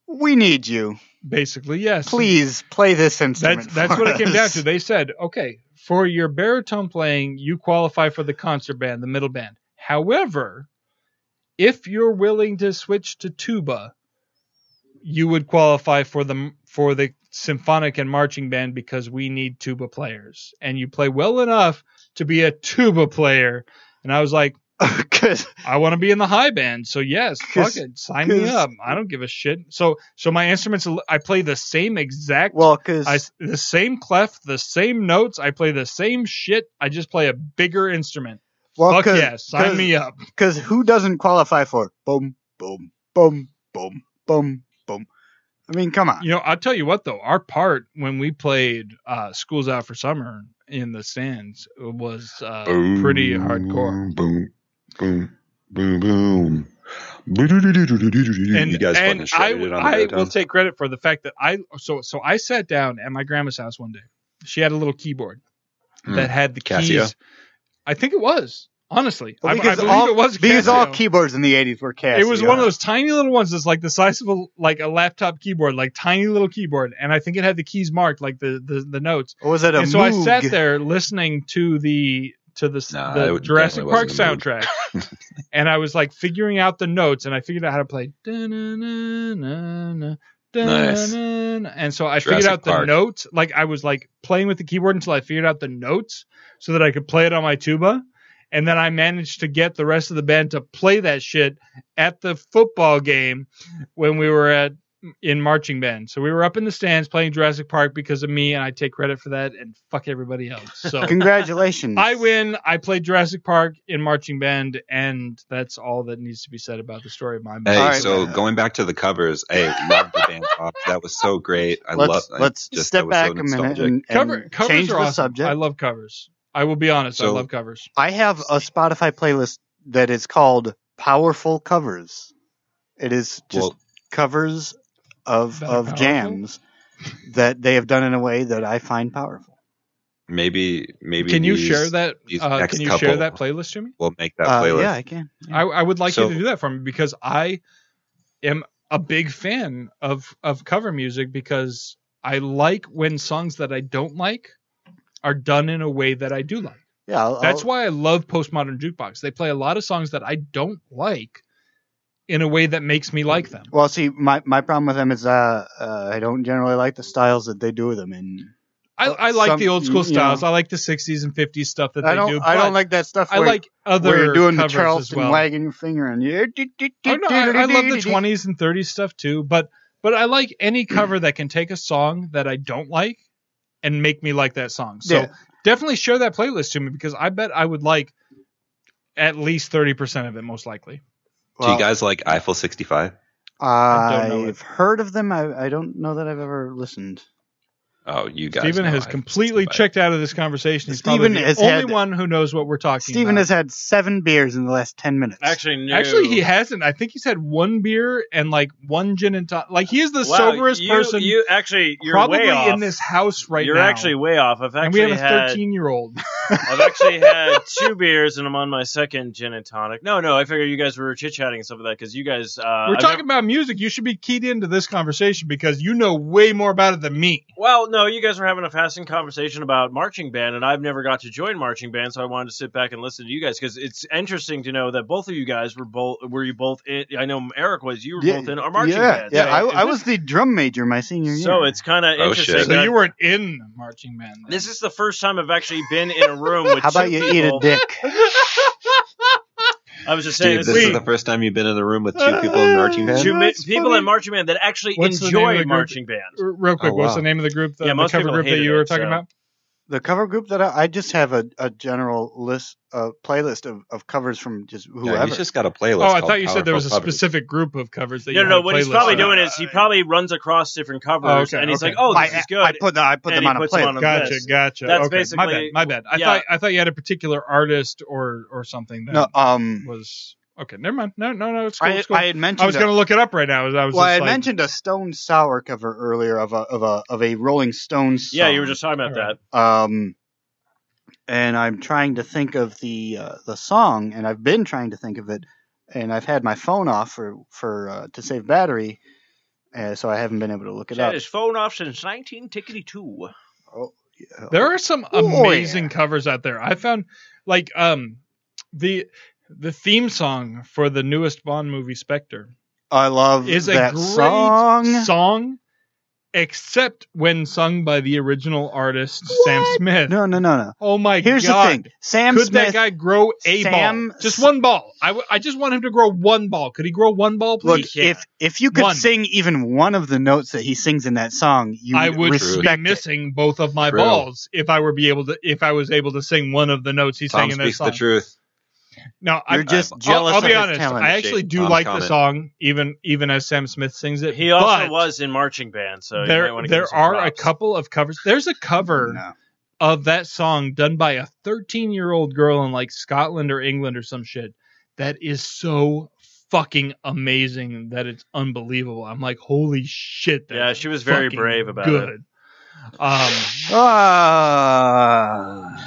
G: we need you.
E: Basically, yes.
G: Please play this instrument.
E: That's that's
G: for
E: what it came down
G: us."
E: to. They said, okay, for your baritone playing, you qualify for the concert band, the middle band. However, if you're willing to switch to tuba, you would qualify for the for the symphonic and marching band because we need tuba players, and you play well enough to be a tuba player. And I was like,
G: 'Cause-
E: I want to be in the high band, so yes, fuck
G: Cause-
E: it, sign me
G: cause-
E: up. I don't give a shit. So, so my instruments, I play the same exact
G: well, because
E: I s the same clef, the same notes. I play the same shit. I just play a bigger instrument. Fuck yeah, sign me up.
G: Because who doesn't qualify for boom, boom, boom, boom, boom, boom? I mean, come on.
E: You know, I'll tell you what though, our part when we played uh, "School's Out for Summer" in the stands was uh, pretty hardcore.
F: Oh, Boom, boom, boom, boom. And, you guys fucking
E: and I,
F: shredded it on the
E: I
F: road
E: will
F: down.
E: take credit for the fact that I so so I sat down at my grandma's house one day. She had a little keyboard
F: Hmm.
E: that had the
F: Casio.
E: keys. I think it was honestly. I, I
G: because
E: believe
G: all,
E: it was. a
G: because all
E: Casio.
G: keyboards in the 80s were Casio.
E: It was one of those tiny little ones that's like the size of a like a laptop keyboard, like tiny little keyboard, and I think it had the keys marked like the the, the notes.
G: Or was it a
E: and so I sat
G: Moog?
E: there listening to the to the,
F: Nah,
E: the
F: it
E: Jurassic
F: definitely
E: Park
F: wasn't a
E: soundtrack, and I was like figuring out the notes, and I figured out how to play. da-na-na-na-na,
F: Nice.
E: da-na-na-na. And so I
F: Jurassic
E: figured out the
F: Park.
E: notes. Like I was like playing with the keyboard until I figured out the notes so that I could play it on my tuba. And then I managed to get the rest of the band to play that shit at the football game when we were at in marching band. So we were up in the stands playing Jurassic Park because of me, and I take credit for that and fuck everybody else. So
G: Congratulations.
E: I win. I played Jurassic Park in marching band, and that's all that needs to be said about the story of my
F: Hey,
E: band.
G: All right,
F: so
G: man.
F: going back to the covers, hey, love the band box. That was so great. I
G: let's
F: love. I
G: let's
F: just- that
G: step
F: was so
G: back a minute
F: nostalgic.
G: and, and
E: Cover, covers
G: change
E: are
G: the
E: awesome.
G: subject.
E: I love covers. I will be honest. I
F: So-
E: love covers.
G: I have a Spotify playlist that is called Powerful Covers. It is just
F: Well-
G: covers of
E: Better
G: of
E: powerful?
G: jams that they have done in a way that I find powerful.
F: maybe maybe
E: Can you
F: these-
E: share that?
F: these
E: Uh,
F: next
E: can you
F: couple
E: share that playlist to me?
F: We'll make that
G: Uh,
F: playlist.
G: yeah, I can.
E: I, I would like you
F: So-
E: to do that for me because I am a big fan of of cover music because I like when songs that I don't like are done in a way that I do like.
G: Yeah, I'll,
E: That's
G: I'll-
E: why I love postmodern jukebox. They play a lot of songs that I don't like in a way that makes me like them.
G: Well, see, my, my problem with them is uh, uh, I don't generally like the styles that they do them in.
E: I,
G: Uh,
E: I like
G: some-
E: the old school
G: you know.
E: styles. I like the 60s and 50s stuff that
G: I
E: they
G: don't
E: do.
G: I
E: but
G: don't like that stuff.
E: I
G: where-
E: like other
G: where you're doing the
E: covers as
G: Charleston
E: well.
G: wagging your finger and you.
E: Oh, no, I, I love the twenties and thirties stuff too, but but I like any cover that can take a song that I don't like and make me like that song. So
G: Yeah.
E: definitely share that playlist to me because I bet I would like at least thirty percent of it, most likely.
F: Do
G: Well,
F: you guys like Eiffel 65?
E: I don't know it.
G: I've heard of them. I, I don't know that I've ever listened.
F: Oh, you guys.
E: Steven
F: know
E: has
F: Eiffel
E: completely
F: 65.
E: checked out of this conversation. He's
G: Steven
E: probably the
G: has
E: only
G: had-
E: one who knows what we're talking
G: Steven
E: about.
G: has had seven beers in the last ten minutes.
A: Actually, no.
E: Actually, he hasn't. I think he's had one beer and like one gin and tonic. Like he is the
A: Wow,
E: soberest
A: you-
E: person
A: You actually, you're
E: probably
A: way off.
E: in this house right
A: you're
E: now.
A: actually way off. I've
E: and we
A: actually
E: have a
A: had,
E: thirteen-year-old.
A: I've actually had two beers, and I'm on my second gin and tonic. No, no, I figure you guys were chit chatting and stuff like that because you guys. Uh,
E: We're
A: I've
E: talking
A: never-
E: about music. You should be keyed into this conversation because you know way more about it than me.
A: well, no, you guys were having a fascinating conversation about marching band, and I've never got to join marching band, so I wanted to sit back and listen to you guys because it's interesting to know that both of you guys were both were you both in. I know Eric was. You were both in our marching
G: yeah,
A: band.
G: Yeah,
A: so
G: I,
A: it's
G: I was the drum major my senior year.
A: So it's kind of
F: Oh,
A: interesting.
F: shit.
E: So
A: that-
E: you weren't in marching band. then.
A: This is the first time I've actually been in a room with.
G: how about
A: two
G: you
A: people.
G: eat a dick?
A: I was just saying
F: Steve,
A: this
F: this
A: is
F: is the first time you've been in the room with
E: Uh,
F: two people in marching band.
A: two mi-
G: That's
A: people
G: funny.
A: in marching band that actually
E: What's the name of the
A: enjoy
E: group?
A: marching band.
E: R- Real quick,
F: Oh,
E: what's
F: wow.
E: the name of the group? The,
A: Yeah,
E: the
A: most
E: cover
A: people
E: group that
A: hated
E: you were
A: it,
E: talking
A: so-
E: about.
G: The cover group that I, I just have a, a general list, uh, playlist of, of covers from just
F: No,
G: whoever.
F: he's just got a playlist.
E: Oh, I
F: called
E: thought you said there was a
F: Powerful Covers.
E: specific group of covers that
A: No,
E: you.
A: no,
E: had
A: no.
E: a
A: What he's
E: playlist
A: probably
E: for.
A: doing is he probably runs across different covers,
E: Oh, okay,
A: and he's
E: okay.
A: like, "Oh,
G: My-
A: this is
G: I
A: good."
G: put the, I put
A: and
G: them
A: he
G: on a
A: puts them
G: playlist.
A: on a
E: Gotcha,
A: Yes.
E: gotcha.
A: That's
E: okay, my bad.
A: basically-
E: My bad. I
A: yeah.
E: thought I thought you had a particular artist or or something that
G: No, um,
E: was okay. Never mind. No, no, no. It's cool.
G: I,
E: it's cool.
G: I
E: I,
G: had mentioned
E: was
G: a-
E: going to look it up right now. I was
G: well, I
E: just
G: had
E: like,
G: mentioned a Stone Sour cover earlier of a of a of a Rolling Stones.
A: Yeah, you
G: song.
A: were just talking about
E: All right.
A: that.
G: Um, and I'm trying to think of the uh, the song, and I've been trying to think of it, and I've had my phone off for for uh, to save battery, uh, so I haven't been able to look it
A: Shut
G: up.
A: his phone off since 1952.
E: There are some
G: Oh, yeah.
E: amazing covers out there. I found like um the the theme song for the newest Bond movie Spectre
G: I love
E: is a
G: that
E: great
G: song.
E: song, except when sung by the original artist Sam Smith.
G: No, no, no, no.
E: Oh my
G: Here's
E: god.
G: the thing: Sam
E: Could
G: Smith.
E: that guy grow a
G: Sam-
E: ball? Just one ball. I, w- I just want him to grow one ball. Could he grow one ball,
G: look,
E: please?
G: if if you could
E: One.
G: sing even one of the notes that he sings in that song, you
E: I would be
G: respect it.
E: missing both of my
F: True.
E: balls if I were be able to if I was able to sing one of the notes he sang
F: Tom
E: in that
F: speaks
E: song.
F: the truth.
E: No, I'm
G: You're just
E: I'll-
G: jealous
E: I'll,
G: of
E: be
G: his
E: honest.
G: talent,
E: I actually
G: Jake.
E: do
G: Bomb
E: like
G: comment.
E: the song, even even as Sam Smith sings it.
A: He also
E: but
A: was in marching band, so you might
E: there
A: want to
E: there are a couple of covers. There's a cover of that song done by a 13 year old girl in like Scotland or England or some shit that is so fucking amazing that it's unbelievable. I'm like, holy shit! That's
A: Yeah, she was very
E: fucking
A: brave about
E: good.
A: it.
E: Um,
G: Ah,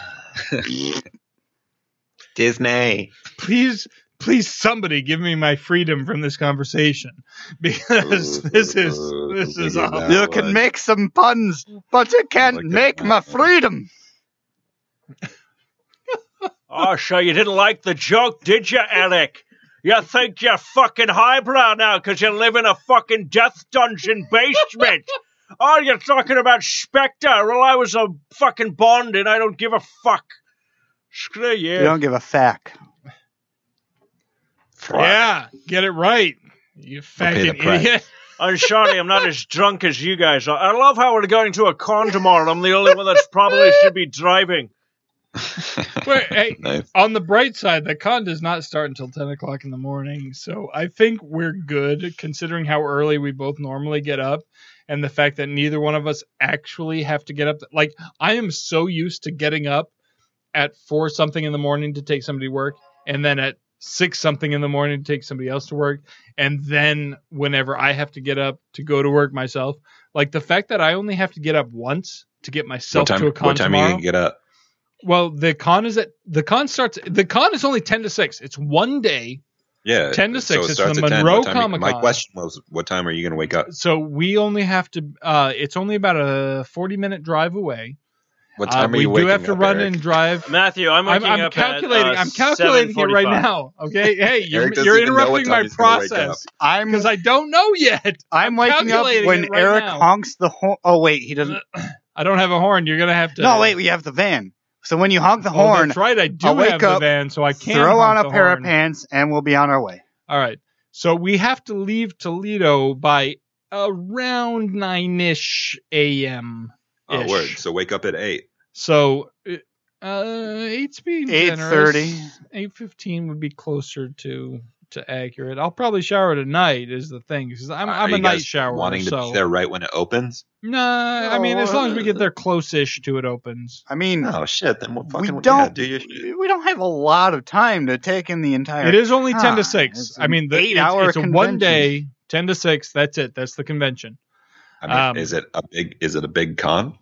F: Disney.
E: please please somebody give me my freedom from this conversation because this is this is awful.
G: you can make some puns, but you can't make my freedom.
A: Oh, so you didn't like the joke, did you, Alec? You think you're fucking highbrow now because you live in a fucking death dungeon basement? oh, you're talking about Spectre. Well, I was a fucking Bond and I don't give a fuck. Screw you.
G: You don't give a fack.
E: yeah get it right you fucking idiot
A: I'm sorry, I'm not as drunk as you guys are. I love how we're going to a con tomorrow. I'm the only one that's probably should be driving.
E: Wait, hey,
F: Nice.
E: on the bright side the con does not start until 10 o'clock in the morning so i think we're good considering how early we both normally get up and the fact that neither one of us actually have to get up like i am so used to getting up at four something in the morning to take somebody to work, and then at six something in the morning to take somebody else to work, and then whenever I have to get up to go to work myself, like the fact that I only have to get up once to get
F: What
E: myself
F: time,
E: to a con
F: what time are you
E: tomorrow.
F: going to get up?
E: well, the con is at the con starts. The con is only ten to six. It's one day,
F: Yeah.
E: 10 to
F: so
E: 6,
F: it
E: it's
F: starts
E: the
F: at 10.
E: Monroe
F: What time you- My
E: Comic-Con.
F: question was, what time are you going to wake up?
E: so we only have to. uh It's only about a forty-minute drive away.
F: What
E: Uh,
F: time are
E: we
F: you
E: do
F: waking
E: have to
F: up,
E: run
F: Eric?
E: and drive.
A: Matthew, I'm
E: I'm,
A: waking
E: I'm
A: up
E: calculating.
A: At, uh,
E: I'm calculating it right
A: 7:45.
E: now. Okay. Hey, you're,
F: Eric doesn't
E: you're
F: even know what
E: interrupting
F: time
E: my
F: he's gonna wake up.
E: process
G: I'm
E: because I don't know yet.
G: I'm waking up
E: calculating
G: when
E: it right
G: Eric
E: now. Uh,
G: honks the horn. Oh wait, he doesn't.
E: I don't have a horn. You're gonna have to.
G: No, wait, we have the van. So when you honk the
E: Oh,
G: horn,
E: That's right. I do
G: I'll wake
E: have the
G: up,
E: van, so I can
G: throw on
E: honk
G: a
E: the
G: pair
E: horn.
G: of pants, and we'll be on our way.
E: All right. So we have to leave Toledo by around nine ish a.m.
F: Oh, word. So wake up at 8.
E: So. Uh, eight's being
G: Eight thirty.
E: Eight fifteen would be closer to to accurate. I'll probably shower tonight is the thing because I'm
F: Uh, Are
E: I'm
F: you
E: a night
F: guys
E: shower.
F: Wanting to
E: so.
F: be there right when it opens?
E: Nah, I mean, as long as we
G: uh,
E: get there close-ish to it opens.
G: I mean,
F: Oh, shit. Then we'll
G: we
F: fucking yeah,
G: don't
F: do your shit.
G: we don't have a lot of time to take in the entire.
E: It is only ten to
G: God,
E: six.
G: Ah, it's
E: I mean, the,
G: an
E: it's-
G: eight-hour
E: it's, a one
G: convention.
E: day ten to six. That's it. That's the convention.
F: I mean,
E: Um,
F: is it a big is it a big con?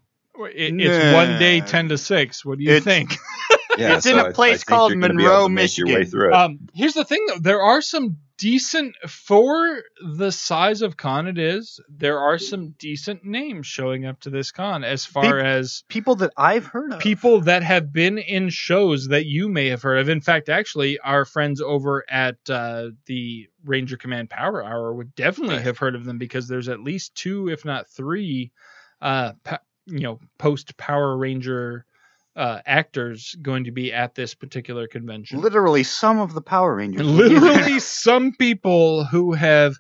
E: It- It's one day
G: Nah.
E: ten to six. What do you
G: It's-
E: think?
F: Yeah,
G: It's in a
F: I- I
G: place
F: think
G: called
F: you're gonna be
G: Monroe,
F: able to make Your way
G: Michigan.
F: through it.
E: Um, here's the thing, though. There are some decent for the size of con it is. There are some decent names showing up to this con as far
G: Peop-
E: as
G: people that I've heard of.
E: people that have been in shows that you may have heard of. In fact, actually, our friends over at uh, the Ranger Command Power Hour would definitely
F: Right.
E: have heard of them because there's at least two, if not three, uh, pa- you know, post Power Ranger uh, actors going to be at this particular convention.
G: Literally, some of the Power Rangers.
E: Literally, some people who have.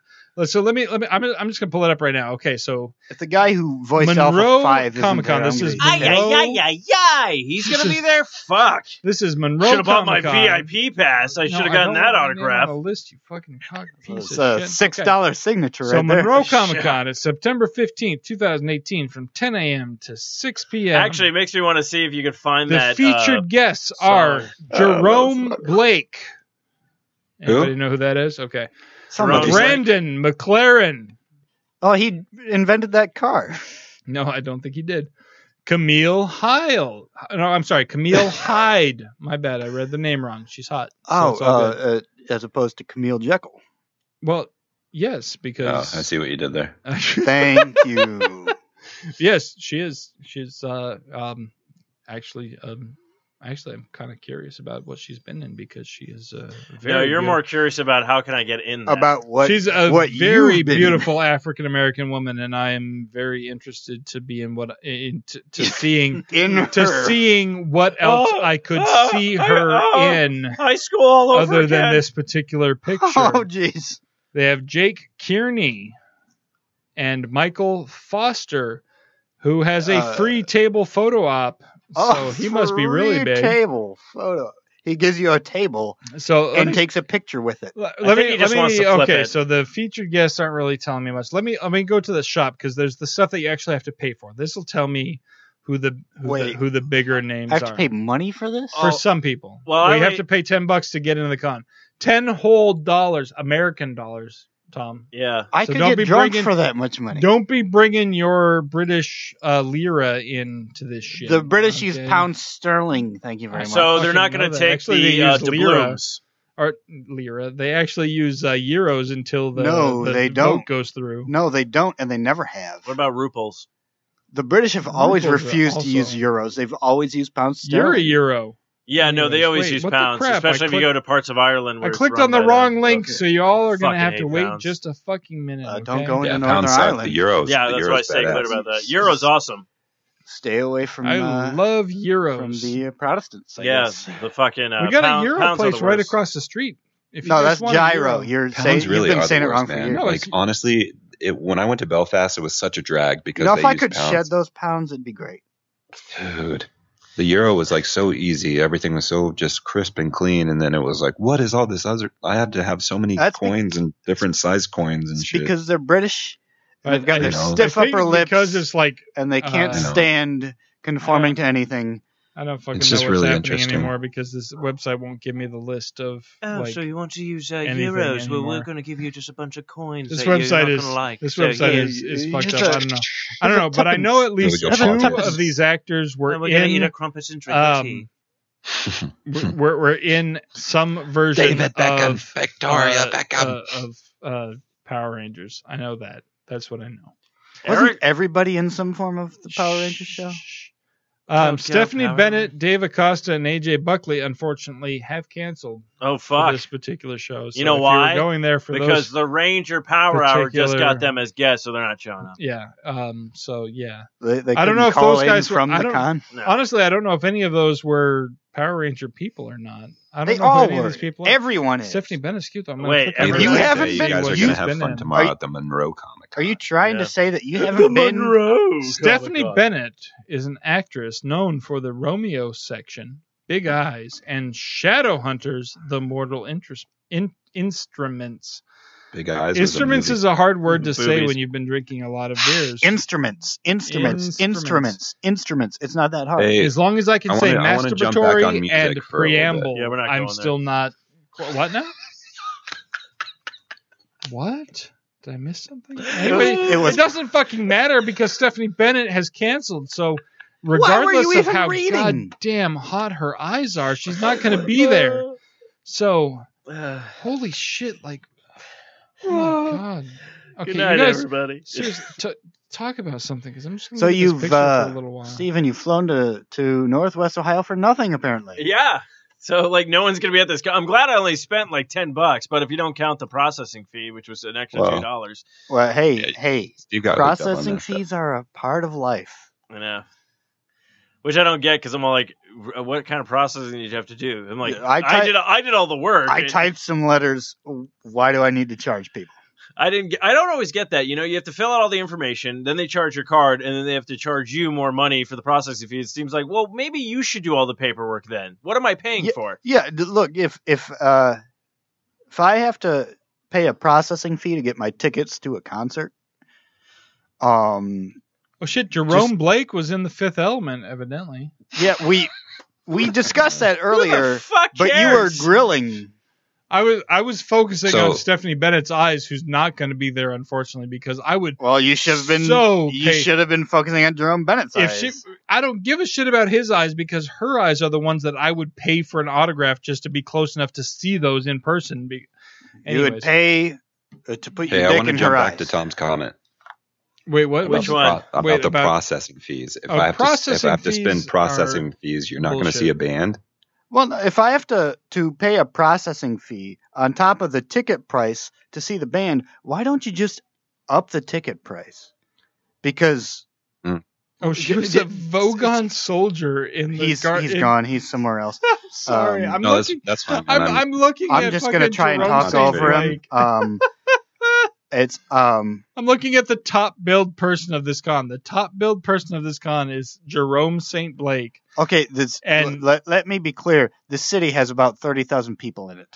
E: So let me let me. I'm, I'm just gonna pull it up right now. Okay, so
G: If the guy who voiced
E: Monroe
G: Alpha Five isn't
E: Comic-Con,
G: there, I'm
E: this
G: gonna
E: is
G: be-
A: Ay,
E: Monroe.
A: ay, ay, ay, ay. He's going to be there? Fuck.
E: this is Monroe.
A: Should have bought my
E: Comic-Con.
A: VIP pass. I
E: No,
A: should have gotten
E: don't
A: that
E: want your name
A: autograph.
E: On the list, you fucking cock piece
G: it's
E: of
G: a
E: shit.
G: six
E: Okay.
G: dollar signature
E: So
G: right there.
E: Monroe Comic Con is September fifteenth, two thousand eighteen, from ten a.m. to six p.m.
A: Actually, it makes me want to see if you could find
E: the
A: that.
E: featured
A: uh,
E: guests
A: song.
E: are Jerome Blake.
F: Who?
E: Anybody know who that is? Okay,
G: Somebody-
F: Monroe.
E: Brandon McLaren.
G: Oh, he invented that car.
E: No, I don't think he did. Camille Heil. No, I'm sorry, Camille Hyde. My bad, I read the name wrong. She's hot. So
G: Oh,
E: it's
G: uh,
E: all good.
G: uh, as opposed to Camille Jekyll.
E: well, yes,
F: oh, I
E: because
F: see what you did there.
G: Thank you.
E: yes, she is. She's uh, um, actually, um, actually, I'm kind of curious about what she's been in because she is uh, very.
A: no, you're
E: beautiful.
A: more curious about how can I get in that.
G: About what?
E: She's a
G: what
E: very
G: you've been-
E: beautiful African American woman, and I am very interested to be in what in to, to seeing
G: in her.
E: to seeing what else
A: Oh,
E: I could
A: oh,
E: see
A: I-
E: her
A: oh,
E: in
A: high school all over
E: other than
A: again.
E: this particular picture.
G: Oh, jeez.
E: They have Jake Kearney and Michael Foster, who has a
G: Uh,
E: free table photo op.
G: Oh,
E: so he must be really
G: three
E: big.
G: Table photo. He gives you a table
E: So let
G: and
E: me-
G: takes a picture with it.
E: Let,
A: I
E: let
A: think
E: me.
A: he just
E: let me.
A: wants to flip
E: okay,
A: it.
E: so the featured guests aren't really telling me much. Let me. Let me go to the shop because there's the stuff that you actually have to pay for. This will tell me who the who, the
G: Wait.
E: who the bigger names
G: I have
E: are
G: to pay money for this.
E: for
A: Oh.
E: some people.
A: Well,
E: Well,
A: I
E: you have
A: already-
E: to pay ten bucks to get into the con. Ten whole dollars, American dollars, Tom.
A: Yeah.
G: I
E: So
G: could
E: don't
G: get
E: be
G: drunk
E: bringing-
G: for that much money.
E: Don't be bringing your British uh, lira into this shit.
G: the British use
E: okay?
G: pounds sterling. Thank you very much.
A: So they're not
E: fucking
A: going
E: know
A: to
E: that.
A: take
E: Actually, they
A: the uh,
E: use lira.
A: doubloons.
E: or lira. They actually use uh, euros until the
G: No,
E: the
G: they
E: vote
G: don't.
E: goes through.
G: no, they don't, and they never have.
A: What about Rupels?
G: The British have always
E: Ruples are
G: refused
E: also-
G: to use euros. They've always used pounds
E: You're a
G: sterling.
E: euro.
A: Yeah, no, they
E: Anyways,
A: always
E: wait,
A: use
E: what the
A: pounds,
E: crap? I
A: especially if you
E: clicked-
A: go to parts of Ireland. Where
E: I
A: it's
E: clicked
A: run
E: on the
A: by them.
E: wrong link, so you all are going
A: Fucking
E: to have to
A: hate
E: wait
A: pounds.
E: just a fucking minute.
G: Uh, don't
E: okay?
G: go into
F: yeah,
G: Northern
F: pound south,
G: Ireland.
F: the euros.
A: Yeah,
F: the
A: that's
F: euros
A: why I stay
F: badass.
A: clear about that. Euro's awesome.
G: Stay away from
E: I
G: uh,
E: love
G: from
E: euros.
G: the uh, Protestants. I
A: yeah,
G: guess.
A: the fucking. Uh,
E: we got
A: pound-
E: a euro
A: pounds are the
E: place right
A: worst.
E: across the street. If you
G: No,
E: just
G: that's
E: want a
G: gyro.
E: euro-
G: You're
F: Pounds
G: saying
F: really
G: you've
F: are
G: been
F: the
G: saying it
F: worst,
G: wrong for
F: man.
G: years.
E: No,
F: like
E: it's-
F: honestly, it, when I went to Belfast, it was such a drag because
G: you know,
F: they
G: if I
F: used
G: could
F: pounds.
G: shed those pounds, it'd be great.
F: Dude, the euro was like so easy. Everything was so just crisp and clean, and then it was like, what is all this other? I had to have so many
G: That's be-
F: coins and different size coins and
G: It's
F: shit.
G: because they're British
E: I-
G: and they've got
E: I
G: their
F: know.
G: stiff
E: I think
G: upper lip
E: because it's like
G: and they can't
E: Uh,
F: I know.
G: stand conforming to anything.
E: I don't fucking know
F: It's just
E: what's
F: really
E: happening
F: interesting.
E: anymore because this website won't give me the list of
A: Oh,
E: like
A: so you want to use uh,
E: anything
A: euros? Well, we're
E: anymore.
A: going to give you just a bunch of coins.
E: this
A: that you're not
E: website is
A: gonna like.
E: this
A: So,
E: website
A: yeah,
E: is, is
G: you
E: fucked
G: just
E: up. I
G: a-
E: don't know. I don't know, but I
G: tuppence.
E: know at least
F: There we go,
E: two
F: tuppence.
E: of these actors were
A: and we're going to eat
E: in
A: a crumpets and drink a tea.
E: um, we're, we're- we're in some version of
F: Victoria
E: uh, uh, of uh, Power Rangers. I know that. That's what I know.
G: Wasn't
A: Eric-
G: everybody in some form of the Power Rangers show?
E: Um,
A: Hotel
E: Stephanie
A: Power
E: Bennett, Dave Acosta, and AJ Buckley, unfortunately, have canceled
A: oh
E: for
A: fuck!
E: this particular show. So
A: know
E: if you
A: why?
E: were going there for
A: Because
E: those,
A: the Ranger Power Hour just
E: particular-
A: got them as guests, so they're not showing up.
E: yeah. Um, so yeah.
G: They, they
E: I don't
G: couldn't
E: know if
G: call
E: those
G: in
E: guys were-
G: from
E: I
G: the
E: don't-
G: con.
A: No.
E: Honestly, I don't know if any of those were Power Ranger people or not. I don't
G: They
E: know if
G: all
E: any of
G: were.
E: these people. are.
G: Everyone is.
E: Stephanie Bennett, excuse me. I'm gonna
A: Wait,
E: click on
F: You,
E: her
G: You
E: link.
G: haven't
F: you
G: been-
F: guys are
E: You've
F: gonna have
E: been
F: fun
E: in.
F: tomorrow
G: Are-
F: at the Monroe Comic Con.
G: Are you trying
A: Yeah.
G: to say that you haven't been?
A: Oh,
E: Stephanie Bennett is an actress known for the Romeo section, Big Eyes, and Shadowhunters, The Mortal Interest. In- instruments.
F: Big eyes. was a
E: Instruments
F: movie.
E: is a hard word to say
A: Boobies.
E: when you've been drinking a lot of beers.
G: Instruments,
E: Instruments.
G: instruments, instruments, instruments, It's not that hard.
F: Hey,
E: as long as I can
F: I
E: say
F: wanna- I wanna jump back on
E: masturbatory and
F: music for a little bit.
E: preamble,
A: Yeah, we're not
E: I'm
A: going there.
E: still not. What now? what? Did I miss something? Anyway,
G: was- it was-
E: it doesn't fucking matter because Stephanie Bennett has canceled. So,
G: were you
E: regardless of
G: even
E: how
G: reading?
E: goddamn hot her eyes are, she's not going to be there. So, holy shit! Like, oh my god. Okay,
A: Good night,
E: you guys,
A: everybody.
E: seriously, t- talk about something because I'm just. Gonna
G: so
E: look at this
G: you've,
E: picture for a
G: uh,
E: little while.
G: Stephen, you've flown to, to Northwest Ohio for nothing apparently.
A: Yeah. So like no one's gonna be at this. co- I'm glad I only spent like ten bucks, but if you don't count the processing fee, which was an extra
F: Wow.
A: two dollars,
G: Well, hey,
F: Yeah,
G: hey,
F: Steve got hooked up on
G: processing
F: that stuff.
G: fees are a part of life.
A: you know, which I don't get because I'm all like, "R- what kind of processing did you have to do? I'm like,
G: Yeah,
A: I,
G: I ty-
A: did, I did all the work.
G: I typed some letters. Why do I need to charge people?
A: I didn't. Get, I don't always get that. You know, you have to fill out all the information, then they charge your card, and then they have to charge you more money for the processing fee. It seems like, well, maybe you should do all the paperwork then. What am I paying for?
G: Yeah, d- look, if if uh, if I have to pay a processing fee to get my tickets to a concert, um,
E: Oh shit, Jerome Blake was in the Fifth Element, evidently.
G: yeah, we we discussed that
A: Who the
G: earlier,
A: fuck
G: but you were
A: cares?
G: grilling.
E: I was I was focusing
F: So-
E: on Stephanie Bennett's eyes, who's not going to be there, unfortunately, because I would
G: Well, you should have been.
E: so
G: you
E: pay-
G: should have been focusing on Jerome Bennett's
E: if
G: eyes.
E: she I don't give a shit about his eyes because her eyes are the ones that I would pay for an autograph just to be close enough to see those in person. Be-
G: you
E: Anyways,
G: would pay uh, to put
F: Hey,
G: your
F: I
G: dick
F: want to
G: in
F: jump
G: her
F: back
G: eyes.
F: to Tom's comment.
E: wait, what?
F: about
A: Which
F: the
A: one?
F: pro- about
E: Wait,
F: the
E: about-
F: processing fees. If
E: Oh,
F: I have to, if
E: processing
F: I have to
E: fees
F: spend processing fees, you're not going to
E: bullshit.
F: see a band.
G: Well, no, if I have to to pay a processing fee on top of the ticket price to see the band, why don't you just up the ticket price? Because
E: Oh, she
G: J-
E: was
G: j-
E: a Vogon soldier in the
G: he's
E: gar-
G: he's
E: in-
G: gone, he's somewhere else.
E: I'm sorry,
G: Um,
E: I'm
F: No, that's
E: looking.
F: that's fine. man.
E: I'm,
F: I'm-
E: I'm looking.
G: I'm
E: at
G: just
E: going
G: gonna
E: to
G: try and
F: Jerome
G: talk
F: Saint
G: over him.
F: Blake.
G: Um, It's um
E: I'm looking at the top billed person of this con. The top billed person of this con is Jerome St. Blake.
G: okay. This
E: And-
G: and let, let me be clear. The city has about thirty thousand people in it.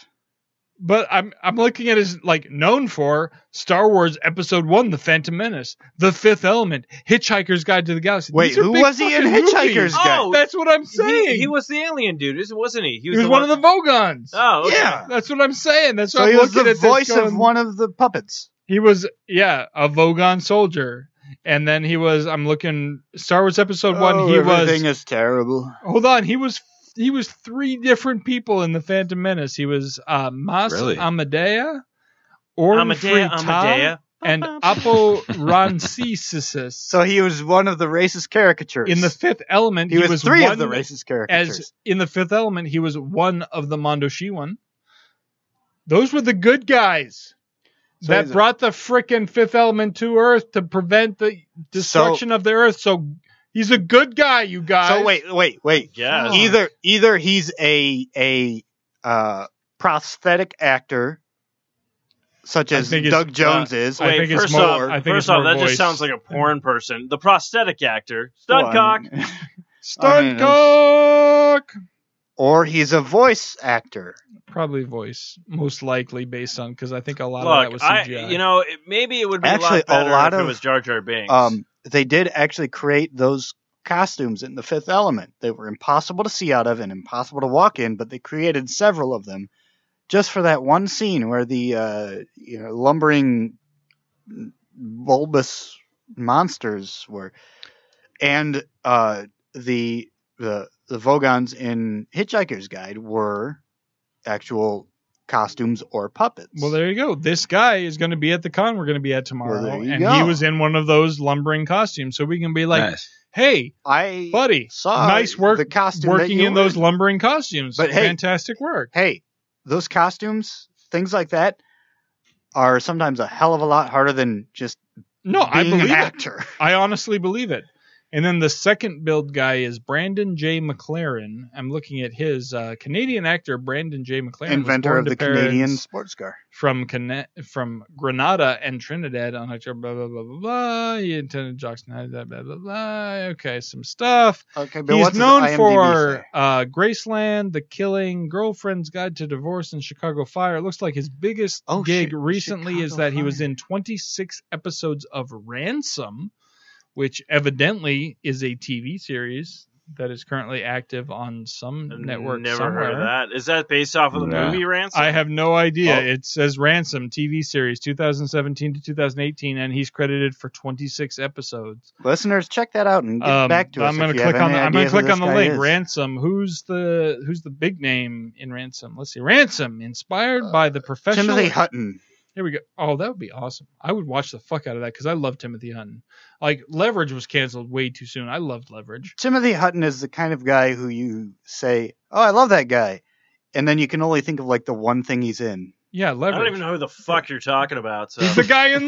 E: But I'm I'm looking at his like known for Star Wars Episode One, The Phantom Menace, The Fifth Element, Hitchhiker's Guide to the Galaxy.
G: Wait,
E: These are
G: who
E: big
G: was he in
E: fucking
G: Hitchhiker's
E: movies.
G: Guide?
A: Oh,
E: That's what I'm saying.
A: He, he was the alien dude, isn't- wasn't he?
E: He was one of the Vogons.
A: Oh, okay.
G: Yeah.
E: That's what I'm saying. That's
G: So
E: what
G: he
E: I'm
G: was
E: looking
G: the
E: at this
G: voice of
E: going-
G: one of the puppets.
E: He was yeah, a Vogon soldier. And then he was I'm looking Star Wars episode 1,
G: Oh,
E: he was
G: everything is terrible.
E: Hold on, he was he was three different people in the Phantom Menace. He was uh, Mas
F: Really?
E: Amadea, Orm
A: Amadea,
E: Frittata,
A: Amadea.
E: and Apo Rancisis.
G: So he was one of the racist caricatures.
E: In the Fifth Element,
G: he, was, three
E: one
G: of the racist caricatures.
E: as in the Fifth Element. He was one of the Mondoshiwan. Those were the good guys
G: So
E: that
G: he's a-
E: brought the frickin' Fifth Element to Earth to prevent the destruction of the Earth. So he's a good guy, you guys.
G: so wait, wait, wait.
A: Yeah.
G: Either either he's a a uh, prosthetic actor, such
E: I
G: as
E: think it's- uh,
G: Doug Jones is.
E: I
A: Wait,
E: think it's
A: first
E: more-
A: off,
E: I think
A: first
E: it's
A: off,
E: more
A: that just
E: voice. Mm-hmm.
A: sounds like a porn person. The prosthetic actor, Studcock.
G: One.
E: stunt
G: mean,
E: cock.
G: Or he's a voice actor.
E: Probably voice, most likely based on because I think a lot of that
A: Look,
E: was
A: I,
E: CGI.
A: you know, it, maybe it would be
G: Actually,
A: a lot better
G: a lot
A: if it
G: of,
A: was Jar Jar Binks.
G: Um, they did actually create those costumes in the Fifth Element. They were impossible to see out of and impossible to walk in, but they created several of them just for that one scene where the uh, you know lumbering bulbous monsters were, and uh, the the the Vogons in Hitchhiker's Guide were actual costumes or puppets.
E: well, there you go. This guy is going to be at the con we're going to be at tomorrow,
G: there you
E: and
G: go.
E: he was in one of those lumbering costumes, so we can be like,
F: nice.
E: "Hey,
G: I
E: buddy,
G: saw
E: nice work
G: the costume that
E: working
G: you
E: in those
G: were
E: lumbering costumes.
G: But hey-
E: fantastic work."
G: hey, those costumes, things like that, are sometimes a hell of a lot harder than just
E: No, I
G: being
E: believe
G: an
E: it.
G: actor.
E: I honestly believe it. And then the second build guy is Brandon J. McLaren. I'm looking at his uh, Canadian actor Brandon J. McLaren, was
G: Inventor
E: born
G: of
E: to
G: the Canadian
E: parents-
G: sports car.
E: from Cana- from Granada and Trinidad on October blah blah blah blah blah. He attended Jackson High, blah blah blah blah. Okay, some stuff.
G: Okay, but
E: He's
G: what's his
E: known
G: IMDb
E: for
G: say?
E: uh, Graceland, The Killing, Girlfriend's Guide to Divorce, and Chicago Fire. It looks like his biggest
G: Oh,
E: gig
G: shit,
E: recently is
G: Chicago
E: that he was
G: Fire.
E: in 26 episodes of Ransom, which evidently is a TV series that is currently active on some
A: I've
E: network
A: Never
E: somewhere.
A: heard of that. Is that based off of the
F: Yeah.
A: movie Ransom?
E: I have no idea.
G: Oh.
E: It says Ransom TV series 2017 to 2018, and he's credited for 26 episodes.
G: Listeners, check that out and get
E: Um,
G: back to
E: but
G: us.
E: I'm
G: if
E: gonna
G: you have
E: click on. The,
G: any
E: I'm gonna
G: idea who
E: click on the
G: this guy
E: link.
G: is.
E: Ransom. Who's the Who's the big name in Ransom? Let's see. Ransom, inspired by the professional.
G: Uh, Timothy Hutton.
E: Here we go. Oh, that would be awesome. I would watch the fuck out of that because I love Timothy Hutton. Like Leverage was canceled way too soon. I loved Leverage.
G: Timothy Hutton is the kind of guy who you say, "Oh, I love that guy," and then you can only think of like the one thing he's in.
E: Yeah,
A: I
E: Leverage.
A: don't even know who the fuck you're talking about. So.
E: He's the guy in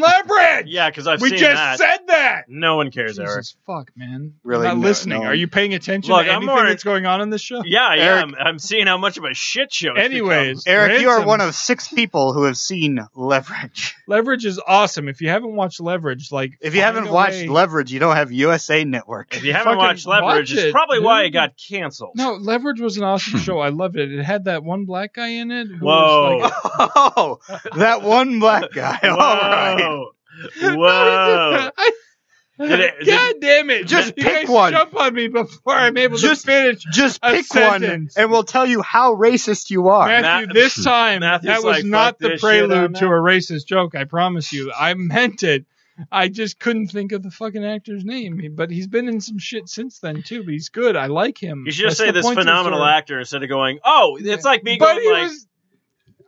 E: Leverage.
A: yeah, because I've
E: we
A: seen
E: just
A: that.
E: said that.
A: no one cares, Eric.
E: Jesus fuck, man.
G: Really,
E: I'm not
G: no-
E: listening.
G: no.
E: Are you paying attention
A: Look,
E: to
A: I'm
E: anything
A: more-
E: that's going on in this show?
A: Yeah, yeah.
G: Eric-
A: I'm, I'm seeing how much of a shit show. it's
E: Anyways,
G: Eric, you are
E: Ransom-
G: one of six people who have seen Leverage.
E: Leverage is awesome. If you haven't watched Leverage, like
G: If you
E: find
G: haven't
E: a
G: watched
E: way-
G: Leverage, you don't have USA Network.
A: become. If you haven't
E: Fucking
A: watched Leverage,
E: watch
A: it's
E: it,
A: probably why it
E: dude.
A: got canceled.
E: no, Leverage was an awesome show. I loved it. It had that one black guy in it. who
A: Whoa.
E: was like-
G: Oh, that one black guy.
A: Whoa.
G: All right.
A: Whoa.
E: I-
A: Did it- did-
E: God damn it!
G: Just
E: you
G: pick
E: guys
G: one.
E: Jump on me before I'm able
G: Just-
E: to finish.
G: Just
E: A
G: pick one,
E: sentence.
G: and we'll tell you how racist you are.
E: Matthew,
A: Matt-
E: this time
A: Matthew's
E: that was
A: like,
E: not
A: "Fuck
E: the
A: this shit, I'm
E: prelude to
A: out."
E: a racist joke. I promise you, I meant it. I just couldn't think of the fucking actor's name, but he's been in some shit since then too. But he's good. I like him.
A: You should just say
E: That's the
A: this
E: point of the
A: phenomenal
E: story.
A: actor instead of going, oh, it's like me
E: But he
A: going, like,
E: was.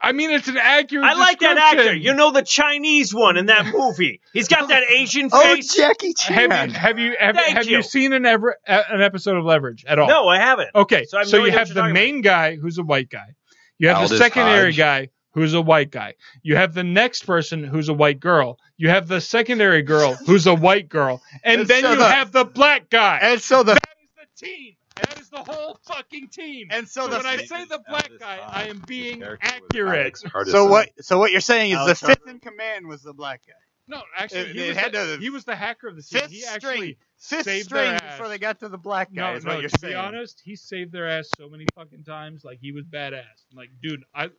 E: I mean, it's an accurate.
A: I like that actor.
E: description.
A: You know the Chinese one in that movie. He's got that Asian
G: oh,
A: face.
G: Jackie
E: Have
G: Chan.
E: you have you have,
A: Thank
E: have you.
A: you.
E: seen an ever uh, an episode of Leverage at all?
A: no, I haven't.
E: Okay,
A: So
E: so,
A: I have no
E: you
A: idea what
E: have
A: you're
E: the
A: talking
E: main guy who's a white guy. You have the
F: Aldous
E: secondary
F: Hodge.
E: guy who's a white guy. You have the next person who's a white girl. You have the secondary girl who's a white girl, and
G: And
E: then
G: so
E: you
G: the-
E: have the black guy.
G: and so the
E: that is the team. That is is the whole fucking team.
G: And so the-
E: when I say the black guy, I am being accurate.
G: So what? So what you're saying is the
E: Alex
G: fifth in command was the black guy.
E: No, actually,
G: It-
E: he,
G: it
E: was
G: had
E: the,
G: to-
E: he was the hacker of the season.
G: Fifth
E: he actually
G: string, fifth
E: saved
G: string
E: their ass.
G: before they got to the black guy.
E: no,
G: is
E: no,
G: what you're
E: to
G: saying.
E: be honest, he saved their ass so many fucking times. Like he was badass. Like, dude, I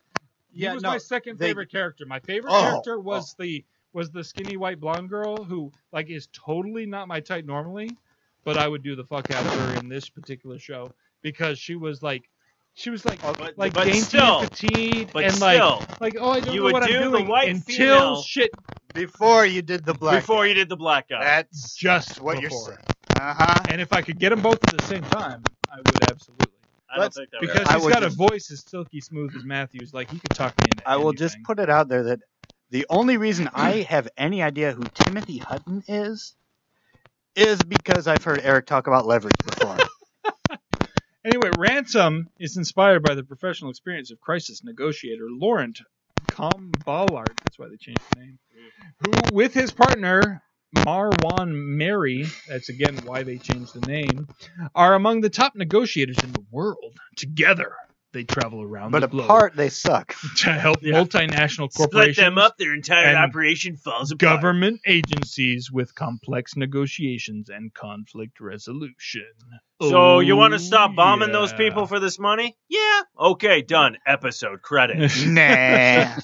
G: Yeah,
E: he was
G: no,
E: my second
G: they-
E: favorite character. My favorite
G: Oh,
E: character was the was the skinny white blonde girl who like is totally not my type normally, but I would do the fuck out of her in this particular show because she was like she was like like
A: but
E: dainty
A: still-
E: and petite
A: but
E: and like
A: still,
E: like oh I don't
A: you
E: know
A: would
E: what
A: do
E: I'm
A: the
E: doing
A: white
E: until
A: female-
E: shit
G: Before you did the black.
A: before you did the black guy.
G: That's
E: just
G: what
E: before.
G: you're saying. Uh huh.
E: And if I could get them both at the same time, I would absolutely.
A: I don't
G: let's-
A: think that
E: Because
G: I
E: he's
G: would
E: got
G: just-
E: a voice as silky smooth as Matthews. Like he could talk me into
G: I will just
E: anything.
G: put it out there that the only reason I have any idea who Timothy Hutton is is because I've heard Eric talk about leverage before.
E: Anyway, Ransom is inspired by the professional experience of crisis negotiator Laurent Combalard. That's why they changed the name. Who, with his partner Marwan Mary, that's again why they changed the name, are among the top negotiators in the world. Together, they travel around
G: but
E: the globe
G: apart, they suck.
E: to help multinational
A: Split
E: corporations.
A: them up, their entire
E: and
A: operation falls apart.
E: government agencies with complex negotiations and conflict resolution.
A: So
E: Oh,
A: you want to stop bombing those
E: yeah.
A: people for this money? Yeah. Okay, done. Episode credit.
G: nah.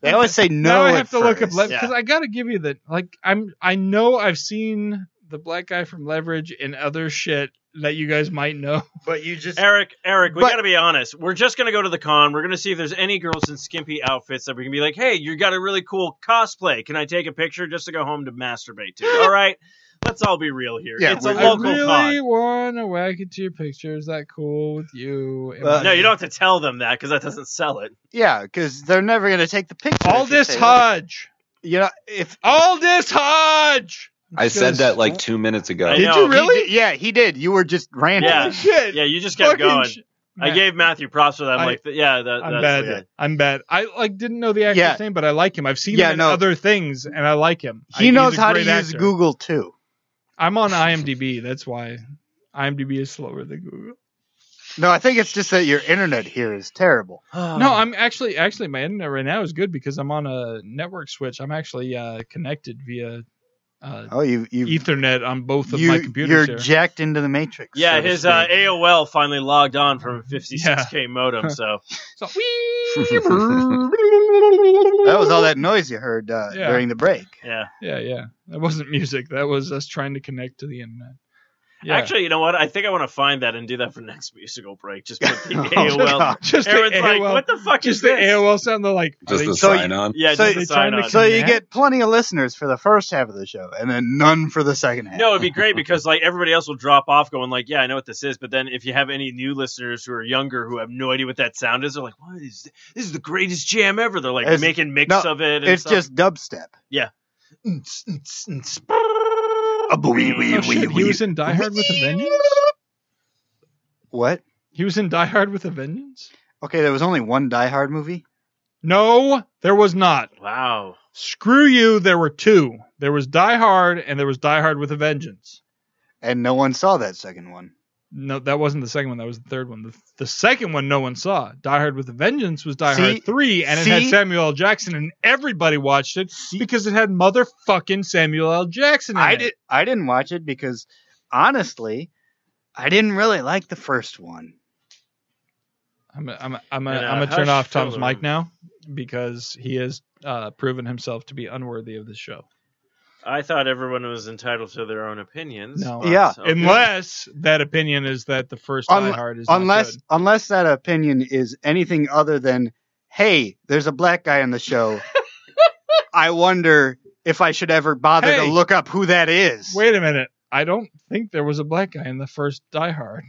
G: They always say no.
E: now I
G: at
E: have to look up
G: first.
E: Leverage because I got to give you that. Like I'm, I know I've seen the black guy from Leverage and other shit that you guys might know.
G: But you just
A: Eric, Eric, we
G: But-
A: gotta be honest. We're just gonna go to the con. We're gonna see if there's any girls in skimpy outfits that we can be like, "Hey, you got a really cool cosplay. Can I take a picture just to go home to masturbate to?" All right, let's all be real here.
G: Yeah,
A: it's a
G: we're-
A: local
E: I really
A: con.
E: want to whack into your picture. Is that cool with you? Am
G: Uh,
E: I-
A: No, you don't have to tell them that because that doesn't sell it.
G: yeah, because they're never gonna take the picture.
E: All
G: if you
E: this
G: say
E: Hodge.
G: that. You know, if
E: All this Hodge.
F: I said
E: Just-
F: that like two minutes ago.
A: I
E: Did
A: know.
E: you really?
G: He did- yeah, he did. You were just random.
A: Yeah.
E: Shit.
A: Yeah, you just kept
E: Fucking
A: going.
E: sh-
A: I
E: Matt,
A: gave Matthew props for that. I'm
E: I-
A: like, th- yeah, that,
E: I'm
A: that's
E: bad.
A: weird.
E: I'm bad. I like didn't know the actor's
G: Yeah.
E: name, but I like him. I've seen
G: Yeah,
E: him in
G: no.
E: other things, and I like him. I-
G: He
E: he's
G: knows
E: a
G: how to
E: great
G: use
E: actor.
G: Google too.
E: I'm on IMDb. That's why IMDb is slower than Google.
G: No, I think it's just that your internet here is terrible.
E: No, I'm actually actually my internet right now is good because I'm on a network switch. I'm actually uh, connected via uh,
G: Oh, you you
E: Ethernet on both of
G: you
E: my
G: you're
E: computers here.
G: jacked into the matrix.
A: Yeah,
G: so to
A: his uh,
G: speak.
A: AOL finally logged on from a 56k modem. So
E: so,
G: that was all that noise you heard uh,
E: Yeah.
G: during the break.
A: yeah.
E: yeah, yeah. That wasn't music. That was us trying to connect to the internet. Yeah.
A: actually, you know what? I think I want to find that and do that for next musical break. Just put the
G: Oh,
A: AOL.
G: God.
E: just the
A: Aaron's like,
E: AOL
A: what the fuck
E: just
A: is
E: the
A: this?
E: AOL sound. They're like, are
F: Just
E: they-
F: a
G: So you-
F: sign on.
A: Yeah,
G: So
A: just
G: they
A: the
E: trying
A: sign
E: to
A: on.
G: So you
E: Matt?
G: get plenty of listeners for the first half of the show, and then none for the second half.
A: No, it'd be great because like everybody else will drop off, going like, "Yeah, I know what this is." But then if you have any new listeners who are younger who have no idea what that sound is, they're like, "What is this? This is the greatest jam ever!" They're like
G: It's-
A: making mix
G: no,
A: of it. And
G: it's
E: uh,
A: stuff.
G: just dubstep.
A: Nts, nts, nts.
E: oh, shit, he was in Die Hard with a Vengeance.
G: What?
E: He was in Die Hard with a Vengeance.
G: Okay, there was only one Die Hard movie.
E: No, there was not.
A: wow.
E: Screw you. There were two. There was Die Hard, and there was Die Hard with a Vengeance.
G: and no one saw that second one.
E: No, that wasn't the second one. That was the third one. The, the second one no one saw. Die Hard with a Vengeance was Die
G: See?
E: Hard 3, and it had
G: See?
E: Samuel L. Jackson, and everybody watched it because it had motherfucking Samuel L. Jackson in
G: I
E: it.
G: did. I didn't watch it because honestly, I didn't really like the first one.
E: I'm gonna- I'm gonna- I'm gonna
A: And, uh,
E: I'm gonna turn
A: hush,
E: off
A: fill
E: Tom's
A: the
E: mic
A: room.
E: now because he has uh, proven himself to be unworthy of this show.
A: I thought everyone was entitled to their own opinions.
E: No. uh,
A: but-
G: Yeah,
A: okay.
E: Unless that opinion is that the first Die
G: Unle-
E: Hard is
G: unless
E: not
G: unless that opinion is anything other than, hey, there's a black guy on the show. I wonder if I should ever bother to
E: Hey.
G: look up who that is.
E: good. Wait a minute. I don't think there was a black guy in the first Die Hard.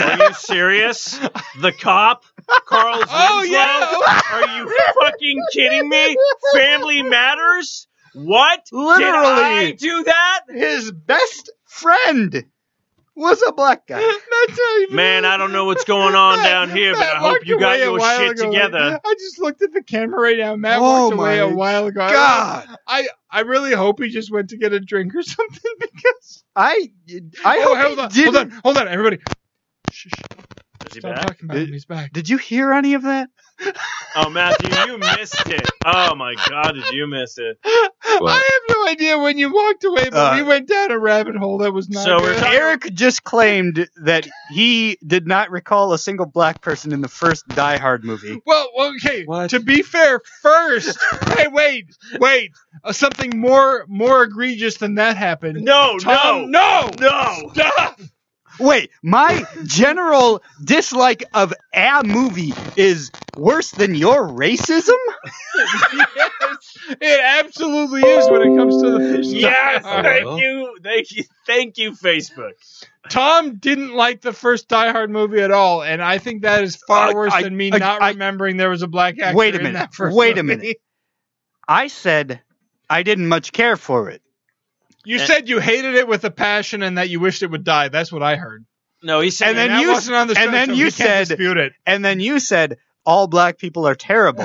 A: Are you serious? The cop? Carl
E: Oh,
A: Winslow?
E: yeah.
A: Are you fucking kidding me? Family Matters? What? Did I
G: Literally,
A: do that?
G: his best friend was a black guy.
A: Man, I don't know what's going on down here, but
E: Matt
A: I hope
E: walked
A: you got
E: away a
A: your
E: while
A: shit
E: ago.
A: together.
E: I just looked at the camera right now. Matt
G: Oh
E: walked away
G: my
E: a while ago. I-
G: God.
E: I, I really hope he just went to get a drink or something because
G: I I
E: oh,
G: hope
E: hold
G: he
E: on,
G: didn't.
E: hold on, hold on, everybody.
A: Is he
E: Stop
A: back?
E: talking about him. He's back.
G: Did you hear any of that?
A: Oh, Matthew, you missed it. Oh my God, did you miss it?
F: Well-
E: I have no idea when you walked away, but
G: Uh,
E: we went down a rabbit hole that was not.
A: So we're
E: good.
A: talking-
G: Eric just claimed that he did not recall a single black person in the first Die Hard movie.
E: Well, okay.
C: What?
E: To be fair, first, hey, wait, wait. Uh, something more more egregious than that happened.
A: No,
E: Tom,
A: no,
E: no,
A: no.
E: Stop!
G: Wait, my general dislike of a movie is worse than your racism?
E: Yes, it absolutely is when it comes to the fish.
A: Yes,
E: All right.
F: Oh,
A: thank you, thank you, thank you, Facebook.
E: Tom didn't like the first Die Hard movie at all, and I think that is far
G: I-
E: worse
G: I-
E: than me
G: I-
E: not
G: I-
E: remembering there was a black actor.
G: Wait a
E: in
G: minute,
E: that first
G: wait a
E: movie.
G: minute. I said I didn't much care for it.
E: You
A: Eh.
E: said you hated it with a passion and that you wished it would die. That's what I heard.
A: No, he said.
G: And then
E: that
G: you-
E: wasn't on the show,
G: and then
E: so
G: you
E: we can't
G: said-
E: dispute it.
G: And then you said all black people are terrible.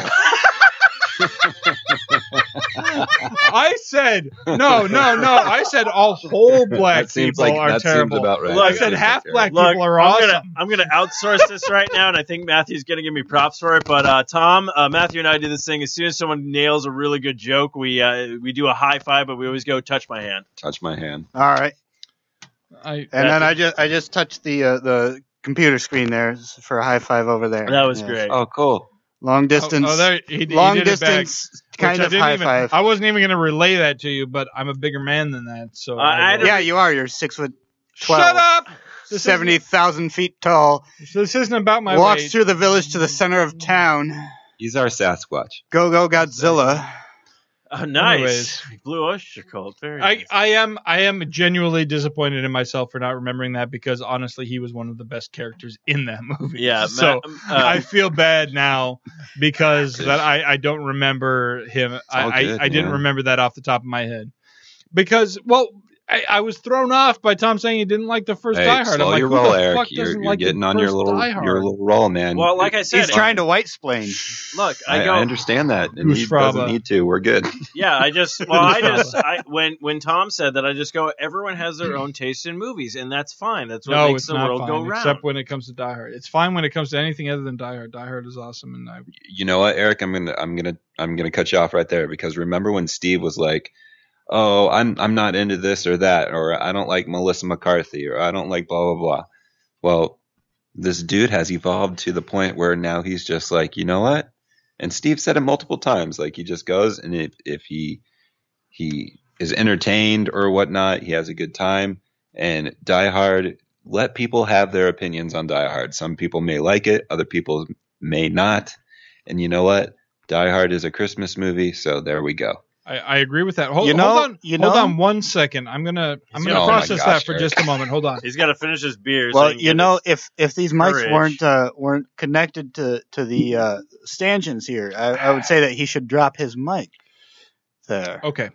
E: I said no, no, no. I said all whole black
F: that seems
E: people
F: like
E: are
F: that
E: terrible.
F: seems about right.
A: Look,
F: That
A: I
E: said
F: seems
E: half
F: right.
E: black
A: Look,
E: people are
A: I'm gonna,
E: awesome.
A: I'm gonna outsource this right now, and I think Matthew's gonna give me props for it. But uh, Tom, uh, Matthew, and I do this thing. As soon as someone nails a really good joke, we uh, we do a high five, but we always go touch my hand.
F: Touch my hand.
G: all right.
E: I,
G: And then I just I just touched the uh, the computer screen there for a high five over there.
A: That was
G: Yes.
A: great.
F: Oh, cool.
G: Long distance.
E: Oh, oh, there, he, he
G: long
E: did it back,
G: distance
E: which
G: kind
E: I
G: of
E: didn't
G: high
E: even-
G: five.
E: I wasn't even gonna relay that to you, but I'm a bigger man than that. So
A: Uh, I had a-
G: yeah, you are. You're six foot
E: shut
G: 12.
E: up. This isn't-
G: seventy thousand feet tall.
E: This isn't about my
G: walks
E: weight.
G: through the village to the center of town.
F: He's our Sasquatch.
G: Go go Godzilla.
A: Oh, nice.
E: Anyways.
A: Blue oyster cult. Very.
E: I,
A: nice.
E: I am I am genuinely disappointed in myself for not remembering that because honestly he was one of the best characters in that movie.
A: yeah.
E: So
A: Ma- uh,
E: I feel bad now because
F: Good.
E: that I, I don't remember him. I,
F: all
E: I,
F: good,
E: I didn't
F: man.
E: remember that off the top of my head. Because well I, I was thrown off by Tom saying he didn't like the first
F: Hey,
E: Die Hard.
F: slow
E: I'm like,
F: your
E: who
F: roll,
E: the
F: Eric.
E: fuck
F: You're,
E: doesn't
F: you're
E: like the
F: getting on your
E: first
F: little
E: Die Hard?
F: your little roll, man.
A: well, like I said,
G: He's
A: I-
G: trying to white splain.
A: look. I,
F: I,
A: go.
F: I understand that, and he
E: Goosefraba.
F: doesn't need to. We're good.
A: Yeah, I just well, I
E: Goosefraba.
A: just I, when when Tom said that, I just go. Everyone has their own taste in movies, and that's fine. That's what
E: No,
A: makes
E: it's
A: the
E: not
A: world
E: fine,
A: go round.
E: except when it comes to Die Hard. It's fine when it comes to anything other than Die Hard. Die Hard is awesome, and I
F: you know what, Eric? I'm gonna I'm gonna I'm gonna cut you off right there because remember when Steve was like, "Oh, I'm I'm not into this or that, or I don't like Melissa McCarthy, or I don't like blah blah blah." Well, this dude has evolved to the point where now he's just like, you know what? And Steve said it multiple times. Like he just goes and if if he he is entertained or whatnot, he has a good time. And Die Hard, let people have their opinions on Die Hard. Some people may like it, other people may not. And you know what? Die Hard is a Christmas movie, so there we go.
E: I, I agree with that. Hold,
G: You know-
E: hold on,
G: you
E: hold
G: know-
E: on one second. I'm gonna I'm
A: He's
E: gonna
A: gonna-
E: process
F: Oh my
E: that
F: gosh,
E: for
F: Eric.
E: just a moment. Hold on.
A: He's got to finish his beer. so I
G: Well,
A: can
G: you
A: get
G: know,
A: this-
G: if if these mics
A: courage.
G: weren't uh, weren't connected to to the uh, stanchions here, I, I would say that he should drop his mic there.
E: Okay,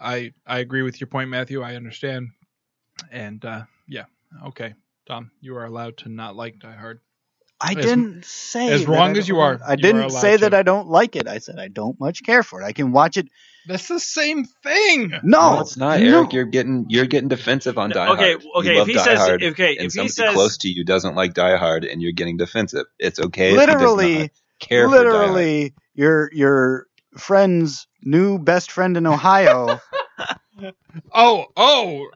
E: I I agree with your point, Matthew. I understand, and uh, yeah, okay, Tom, you are allowed to not like Die Hard.
G: I
E: As-
G: didn't say
E: as
G: that
E: wrong
G: I
E: as you
G: don't-
E: are,
G: I
E: you
G: didn't
E: are allowed
G: say that
E: to.
G: I don't like it. I said I don't much care for it. I can watch it.
E: That's the same thing.
G: No,
F: No, it's not,
G: no.
F: Eric. You're getting you're getting defensive on
A: No,
F: Die
A: okay,
F: Hard. You
A: okay, if
F: love
A: he
F: Die
A: says-
F: Hard,
A: okay,
F: and
A: if he
F: somebody
A: says-
F: close to you doesn't like Die Hard, and you're getting defensive, it's okay. if he does
G: literally,
F: not care for Die Hard.
G: literally, your your friend's new best friend in Ohio.
E: Oh oh,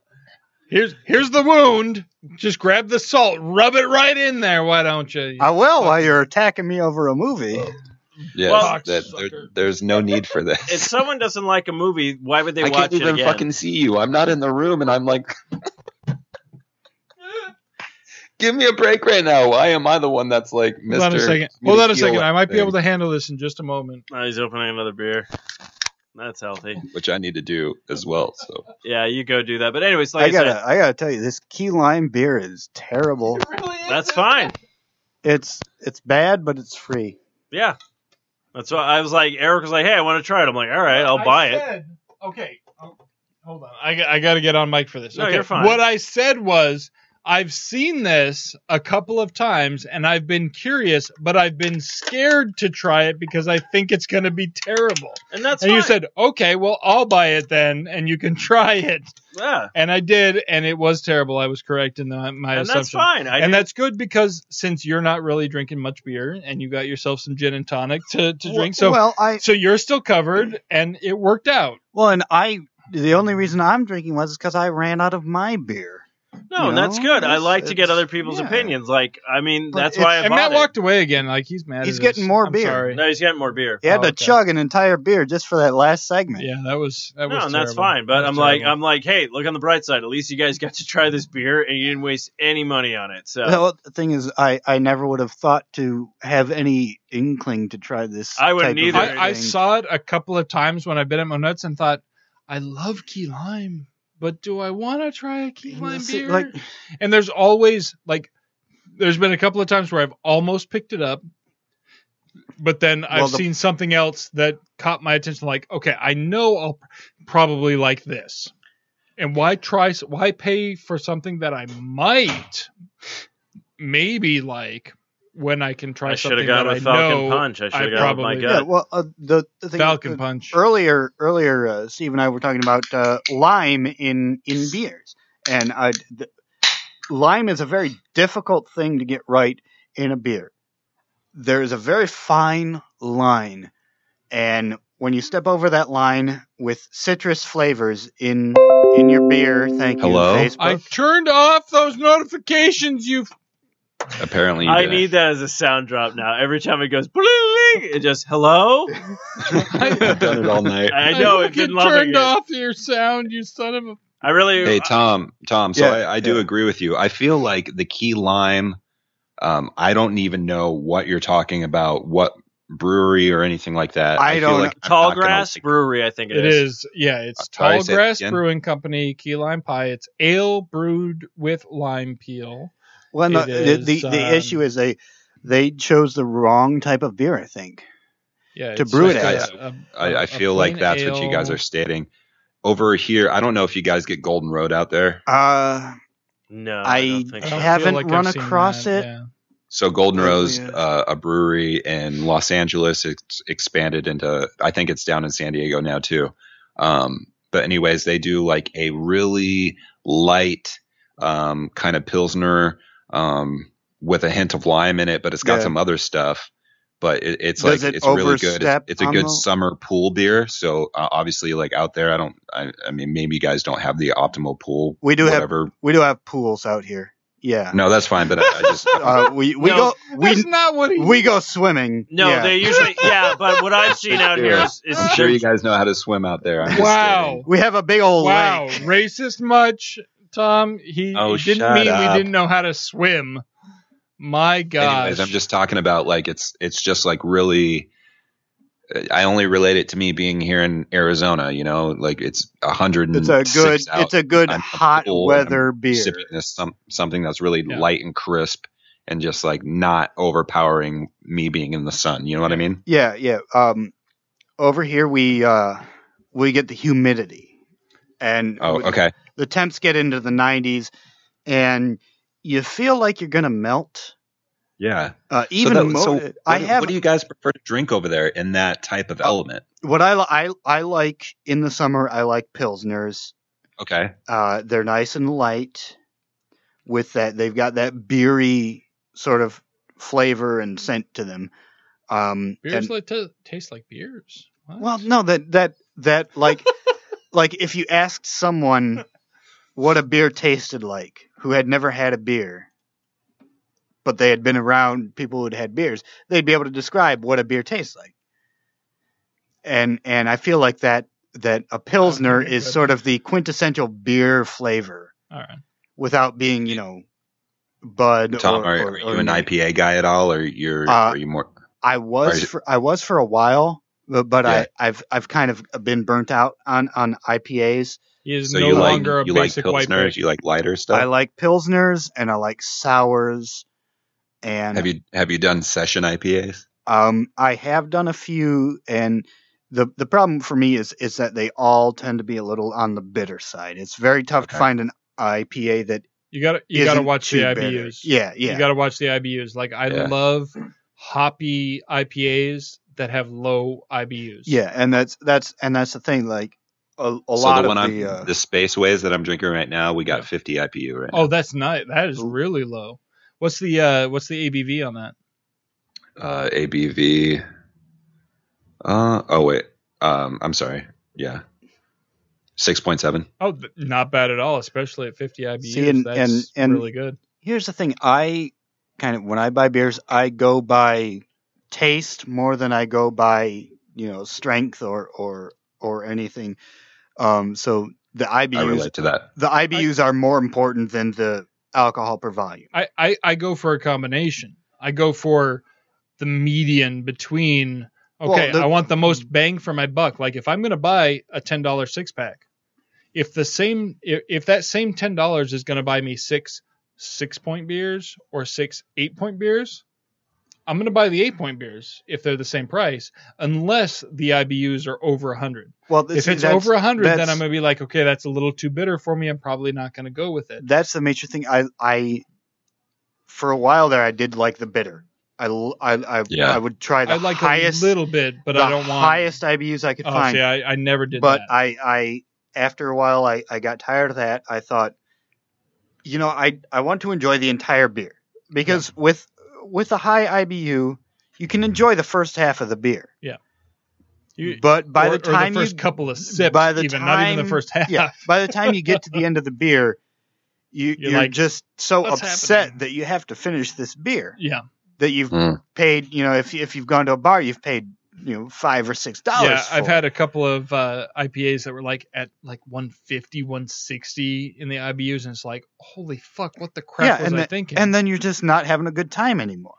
E: here's here's the wound. Just grab the salt, rub it right in there. Why don't you?
G: I will while you're attacking me over a movie.
F: Yes,
A: Well-
F: that, there, there's no need for this.
A: if someone doesn't like a movie, why would they
F: I
A: watch
F: can't even
A: it again?
F: fucking see you. I'm not in the room, and I'm like, give me a break right now. Why am I the one that's like, Mr.
E: Hold on a second. Hold on a second. I might be able to handle this in just a moment.
A: Oh, he's opening another beer. That's healthy.
F: which I need to do as well. So
A: Yeah, you go do that. But anyways, like I,
G: I gotta,
A: said,
G: I gotta tell you, this key lime beer is terrible.
A: that's fine.
G: It's it's bad, but it's free.
A: Yeah, that's why I was like, Eric was like, "Hey, I want to try it." I'm like, "All right, I'll buy it."
E: it. Okay. oh, Hold on. I, got to get on mic for this.
A: No,
E: okay.
A: you're fine.
E: What I said was I've seen this a couple of times and I've been curious, but I've been scared to try it because I think it's going to be terrible.
A: And that's
E: and you
A: fine.
E: said, okay, well, I'll buy it then and you can try it.
A: yeah,
E: And I did, and it was terrible. I was correct in the, my
A: and that's
E: assumption.
A: fine. I
E: and
A: did-
E: that's good because since you're not really drinking much beer and you got yourself some gin and tonic to, to drink, so
G: well, I
E: so you're still covered and it worked out.
G: well, and I the only reason I'm drinking was because I ran out of my beer.
A: no,
G: you
A: that's
G: know,
A: good. I
G: it's-
A: like to get
G: it's-
A: other people's
G: yeah.
A: opinions. Like, I mean,
G: But
A: that's
G: it's-
A: why I
E: And
A: bought
E: Matt
A: it.
E: walked away again, like he's mad.
G: He's
E: at
G: getting
E: us.
G: more
E: I'm
G: beer.
E: sorry.
A: No, he's getting more beer.
G: He had
E: Oh,
G: to
E: okay.
G: chug an entire beer just for that last segment.
E: Yeah, that was that
A: no,
E: was.
A: and that's
E: terrible.
A: fine. But
E: That
A: I'm
E: was
A: like,
E: terrible.
A: I'm like, hey, look on the bright side. At least you guys got to try this beer, and you didn't waste any money on it. So
G: Well, the thing is, I, I never would have thought to have any inkling to try this.
A: I wouldn't
G: type of
A: either.
G: thing.
E: I, I saw it a couple of times when I've been at my nuts and thought, I love key lime, but do I want to try a key
G: And
E: lime
G: that's it,
E: beer?
G: like-
E: and there's always like, there's been a couple of times where I've almost picked it up, but then
G: Well,
E: I've
G: the-
E: seen something else that caught my attention. Like, okay, I know I'll probably like this, and why try? s- Why pay for something that I might maybe like when I can try
A: I should
E: something
A: have gone
E: that
A: with
E: I
A: Falcon
E: know
A: Punch. I should have gone with my
E: probably-
A: gut.
G: Yeah, well, uh, the, the thing
E: Falcon
G: uh,
E: Punch.
G: earlier earlier uh, Steve and I were talking about uh, lime in in beers, and I the, lime is a very difficult thing to get right in a beer. There is a very fine line, and when you step over that line with citrus flavors in in your beer, thank
F: Hello?
G: you, Facebook.
E: I turned off those notifications. You
F: Apparently, you
A: I
F: did.
A: need that as a sound drop now. Every time it goes, bling, it just hello.
F: I've done it all night.
A: I know it
E: fucking
A: been loving
E: turned
A: it.
E: off your sound. You son of a.
A: I really.
F: Hey Tom, Tom. So
G: Yeah,
F: I, I do
G: yeah.
F: agree with you. I feel like the key lime. Um, I don't even know what you're talking about, what brewery or anything like that.
G: I
F: feel
G: don't-
F: like I'm not gonna
A: Tallgrass
F: like-
A: uh, Brewery, I think
E: It is. Yeah, it's
F: Sorry, say it
E: Tallgrass
F: again.
E: Brewing Company, Key Lime Pie. It's ale brewed with lime peel.
G: Well, no,
E: It
G: the, the,
E: is,
G: the
E: um,
G: issue is they they chose the wrong type of beer. I think.
E: Yeah,
G: To
E: it's
G: brew
F: it
E: just a- a-
F: I, I
E: a
F: feel like
E: plain
F: that's what you guys
E: ale.
F: are stating. Over here, I don't know if you guys get Golden Road out there.
G: Uh,
A: No,
G: I-
A: I, don't think
E: I
A: so.
E: don't
G: haven't
E: feel like
G: run
E: I've seen
G: across
E: that,
G: it.
E: yeah.
F: So Golden
G: Yeah,
F: Road's
G: Oh, yeah.
F: uh, a brewery in Los Angeles. It's expanded into, I think it's down in San Diego now too. Um, but anyways, they do like a really light um, kind of pilsner um, with a hint of lime in it, but it's got
G: Yeah.
F: some other stuff. But it, it's
G: Does
F: like
G: it
F: it's really good. It's,
G: overstep
F: it's a
G: on
F: good
G: the-
F: summer pool beer. So uh, obviously, like out there, I don't. I, I mean, maybe you guys don't have the optimal pool.
G: We do have-
F: whatever.
G: We do have pools out here. Yeah.
F: No, that's fine. But I, I just
G: Uh, we we
A: No.
G: go we
E: That's not what he.
G: we go swimming.
A: No,
G: yeah.
A: they usually. Yeah, but what I've seen out here is, is
F: I'm sure you guys know how to swim out there. I'm just kidding.
E: wow.
G: we have a big old
E: Wow.
G: lake.
E: Racist much, Tom. He,
F: Oh,
E: he didn't
F: shut
E: mean
F: up.
E: we didn't know how to swim. My God.
F: Anyways, I'm just talking about like it's it's just like really. I only relate it to me being here in Arizona. You know, like it's a hundred. and
G: It's a good
F: Mm, six out.
G: it's a good
F: I'm
G: hot
F: cool,
G: weather beer.
F: sipping this some, something that's really
E: Yeah.
F: light and crisp and just like not overpowering me being in the sun. You know what I mean?
G: Yeah, yeah. Um, over here we uh we get the humidity, and
F: Oh, okay.
G: the temps get into the 90s, and you feel like you're gonna melt.
F: Yeah.
G: Uh, even
F: so, that-
G: mo-
F: so what,
G: I have
F: What do you guys prefer to drink over there in that type of element?
G: what I, li- I I like in the summer. I like pilsners.
F: Okay.
G: Uh, they're nice and light with that. They've got that beery sort of flavor and scent to them. Um,
E: Beers
G: and-
E: like t- taste like beers. What?
G: well, no, that that that like like if you asked someone what a beer tasted like who had never had a beer, but they had been around people who had had beers, they'd be able to describe what a beer tastes like. And and I feel like that that a pilsner
E: Okay,
G: is
E: good.
G: sort of the quintessential beer flavor
E: All right.
G: without being, you know, Bud.
F: Tom,
G: or,
F: are,
G: or-
F: are
G: or
F: you an IPA guy at all, or you're
G: Uh,
F: are you more?
G: I
F: are
G: was
F: you-
G: for I was for a while, but, but
F: Yeah.
G: I, I've I've kind of been burnt out on on IPAs.
E: He is
F: So
E: no
F: you like
E: longer
F: you
E: a
F: like
E: basic white man.
F: pilsners, you like lighter stuff.
G: I like pilsners and I like sours, and
F: Have you have you done session IPAs?
G: um I have done a few, and the the problem for me is is that they all tend to be a little on the bitter side. It's very tough to
F: Okay.
G: find an IPA that
E: You got to you got to
G: isn't
E: watch the
G: too bitter.
E: IBUs.
G: Yeah, yeah.
E: You got to watch the IBUs. Like I
G: Yeah.
E: love hoppy IPAs that have low IBUs.
G: Yeah, and that's that's and that's the thing. Like a, a
F: so
G: lot
F: the
G: of
F: one
G: the
F: I'm,
G: uh,
F: the spaceways that I'm drinking right now, we got 50 IPU right
E: Oh, that's not that is really low. What's the uh what's the ABV on that?
F: now. Uh, ABV. Uh oh wait. Um, I'm sorry. Yeah, six point seven.
E: Oh, th- not bad at all, especially at 50 IBUs.
G: See, and-
E: that's
G: and- and-
E: really good.
G: here's the thing. I kind of when I buy beers, I go by taste more than I go by you know strength or or or anything. Um, so the IBUs
F: I relate to that.
G: the IBUs are more important than the alcohol per volume.
E: I, I I go for a combination. I go for the median between.
G: Well,
E: Okay,
G: the-
E: I want the most bang for my buck. Like if I'm going to buy a ten dollar six pack, if the same if, if that same ten dollars is going to buy me six six point beers or six eight point beers, I'm going to buy the eight point beers if they're the same price, unless the IBUs are over hundred.
G: Well,
E: If
G: see,
E: it's
G: that's-
E: over hundred, then
G: that's-
E: I'm going to be like, okay, that's a little too bitter for me. I'm probably not going to go with it.
G: that's the major thing. I I for a while there, I did like the bitter. I l- I I,
E: Yeah.
G: I would try the
E: I like
G: highest
E: a little bit, but I
G: the
E: don't want
G: highest IBUs I could
E: Oh,
G: find.
E: see, I, I never did
G: but
E: that.
G: I I after a while I I got tired of that. I thought, you know, I I want to enjoy the entire beer because with with a high IBU, you can enjoy the first half of the beer.
E: Yeah. You-
G: but by
E: or-
G: the
E: or
G: time
E: first
G: you
E: couple of sips,
G: by the
E: even
G: time,
E: not even the first half.
G: Yeah, by the time you get to the end of the beer, you
E: You're
G: you're,
E: like,
G: just so
E: "What's
G: upset that you have to finish this beer
E: Yeah.
G: that you've paid. You know, if if you've gone to a bar, you've paid you know five or six dollars.
E: Yeah, I've
G: for.
E: had a couple of uh, IPAs that were like at like 150, 160 in the IBUs, and it's like, holy fuck, what the crap was
G: and
E: I
G: the-
E: thinking?
G: And then you're just not having a good time anymore.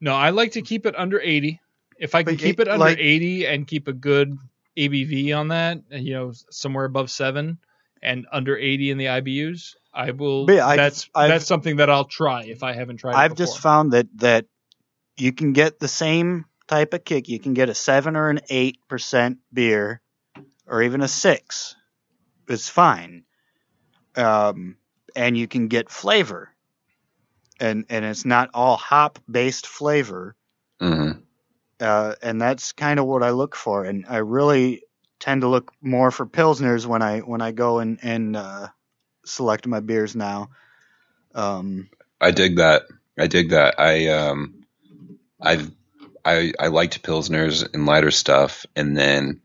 E: no, I like to keep it under 80. If I can
G: But
E: keep
G: it-
E: it under
G: like-
E: 80 and keep a good ABV on that, and, you know, somewhere above seven and under 80 in the IBUs, I will.
G: But yeah, I've-
E: that's
G: I've-
E: that's something that I'll try if I haven't tried.
G: I've
E: it
G: just
E: before.
G: found that that you can get the same type of kick. You can get a seven or an eight percent beer, or even a six. It's fine, um, and you can get flavor, and and it's not all hop based flavor.
F: Mm-hmm.
G: uh, and that's kind of what I look for. And I really tend to look more for pilsners when I when I go and and uh, select my beers now. Um,
F: I dig that. I dig that. I um, I've I I liked pilsners and lighter stuff, and then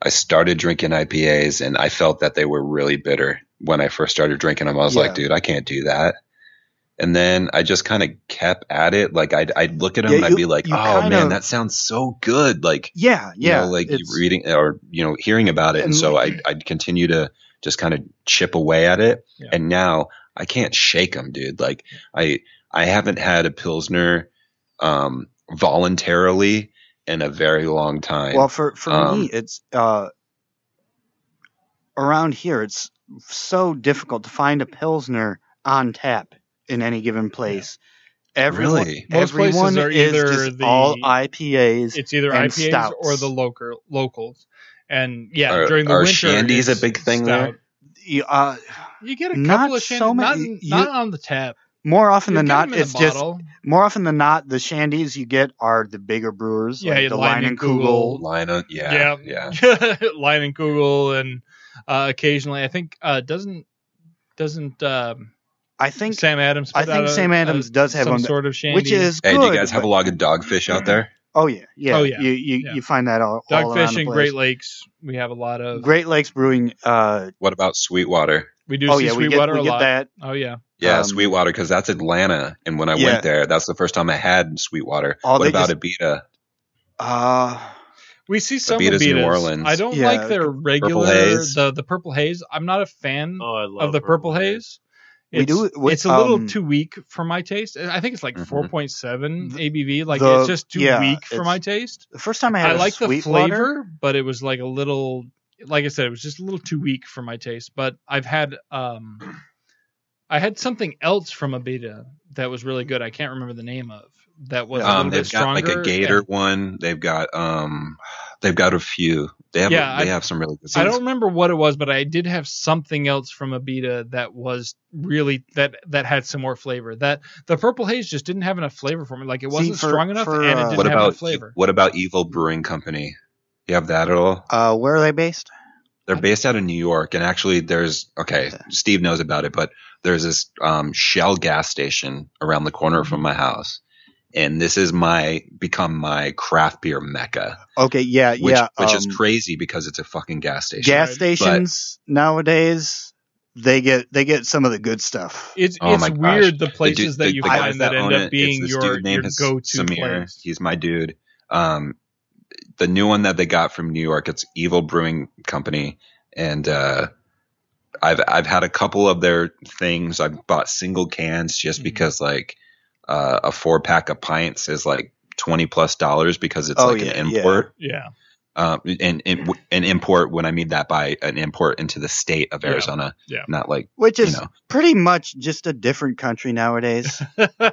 F: I started drinking IPAs, and I felt that they were really bitter when I first started drinking them. I was like,
G: Yeah.
F: dude, I can't do that. And then I just kind of kept at it. Like I'd I'd look at them
G: Yeah,
F: and I'd
G: you-
F: be like,
G: you
F: oh
G: kinda-
F: man, that sounds so good. Like
G: yeah,
F: you know,
G: yeah,
F: like
G: it's-
F: reading or you know hearing about it and
G: And-
F: so I, i'd continue to just kind of chip away at it
E: Yeah.
F: and now i can't shake them dude like i i haven't had a pilsner um voluntarily in a very long time
G: well, for for
F: Um,
G: me, it's uh, around here. It's so difficult to find a pilsner on tap in any given place. Everyone,
F: Really?
E: Most places
G: everyone
E: are
G: is
E: either
G: just
E: the-
G: all IPAs.
E: It's either
G: and
E: IPAs or
G: stouts.
E: the local locals. And yeah,
F: Are-
E: during the
F: are
E: winter,
F: shandies a
E: it's
F: big thing there?
E: stout.
G: You, uh,
E: You get a couple
G: Not
E: of
G: so
E: shandies, not,
G: many- you-
E: not on the tap.
G: more often
E: You
G: than
E: get 'em
G: not,
E: in a
G: it's just
E: bottle.
G: more often than not, the shandies you get are the bigger brewers,
E: Yeah,
G: like
E: you
G: the
E: Lion
G: Line
E: and
G: and
E: Kugel.
G: Kugel.
F: line up yeah yeah,
E: yeah, Lion and Kugel, and uh, occasionally I think uh, doesn't doesn't um,
G: I think
E: Sam Adams.
G: I
E: put
G: think
E: out a-
G: Sam Adams
E: a-
G: does have
E: some
G: one,
E: sort of shandy,
G: which is
F: hey
G: good.
F: do you guys have a
G: but-
F: log of dogfish out there
G: oh yeah, yeah,
E: Oh, yeah,
G: You you,
E: yeah.
G: you find that all, all around
E: Dogfish
G: the
E: and
G: place.
E: Great Lakes. We have a lot of.
G: Great Lakes Brewing. Uh,
F: what about sweetwater
E: We do
G: oh
E: see
G: yeah, we get,
E: Sweetwater
G: we
E: a lot.
G: get that.
E: Oh yeah,
F: yeah
G: Um,
F: sweetwater because that's atlanta and when i
G: Yeah.
F: went there that's the first time i had sweetwater
G: Oh,
F: what
G: they
F: about
G: just-
F: abita
G: Uh,
E: we see some
F: Abita's New
E: Abitas.
F: Orleans.
E: I don't
G: Yeah,
E: like their regular
F: Haze.
E: the the purple haze. I'm not a fan
A: Oh, I love
E: of the purple haze.
G: We
E: It's,
G: do- we-
E: it's a little
G: um,
E: too weak for my taste. I think it's like
F: Mhm.
E: 4.7 ABV. Like
G: the-
E: it's just too
G: yeah,
E: weak for
G: it's-
E: my taste.
G: the first time I had
E: I
G: a
E: like the
G: sweet water,
E: flavor, but it was like a little, like I said, it was just a little too weak for my taste. But I've had, um, I had something else from Abita that was really good. I can't remember the name of that was a
F: um
E: little bit
F: they've got
E: stronger.
F: like a gator
E: and-
F: one they've got um They've got a few. They have
E: Yeah,
F: they
E: I-
F: have some really good
E: I
F: scenes.
E: don't remember what it was, but I did have something else from Abita that was really that that had some more flavor. That the Purple Haze just didn't have enough flavor for me. Like it wasn't
G: for-
E: strong enough,
G: for,
E: and it
G: uh,
E: didn't
F: what
E: have
F: about E,
E: enough flavor.
F: what about Evil Brewing Company? You have that at all?
G: Uh, where are they based?
F: They're based out of New York, and actually, there's okay. Steve knows about it, but there's this um, Shell gas station around the corner
G: Mm-hmm.
F: from my house, and this is my become my craft beer mecca,
G: Okay, yeah,
F: which
G: yeah.
F: which is
G: um,
F: crazy because it's a fucking gas station.
G: gas stations nowadays they get they get some of the good stuff.
E: It's
F: Oh
E: it's
F: my gosh.
E: weird the
F: dude-
E: places that
F: the-
E: you
F: the guys
E: find that,
F: own
E: end
F: it,
E: up
F: it's
E: being
F: this
E: your
F: dude named
E: your
F: is
E: go to
F: Samir.
E: place.
F: He's my dude. Um, the new one that they got from New York, it's Evil Brewing Company, and uh, I've I've had a couple of their things. I've bought single cans just
E: Mm-hmm.
F: because like uh, a four pack of pints is like twenty plus dollars because it's
G: Oh,
F: like
G: yeah,
F: an
G: yeah.
F: import
E: Yeah,
F: um, and, and an import when I mean that by an import into the state of
E: Yeah,
F: Arizona,
E: yeah.
F: not like
G: Which
F: you
G: is
F: know.
G: pretty much just a different country nowadays.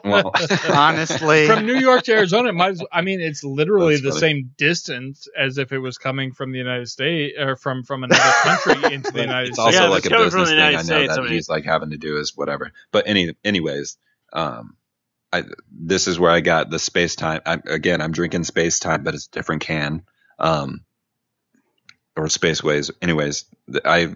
F: well,
G: honestly.
E: from New York to Arizona, it might. As, I mean, it's literally
F: That's
E: the
F: funny.
E: same distance as if it was coming from the United States or from from another country into the United
F: it's
E: States.
F: also
A: Yeah,
F: like
A: it's
F: a
A: coming from
F: business
A: the
F: thing. I
A: United
F: know
A: States,
F: that
A: I mean-
F: he's like having to do is whatever. But any, anyways, um, I this is where I got the space time. I, again, I'm drinking space time, but it's a different can. Um, or spaceways. Anyways, th- I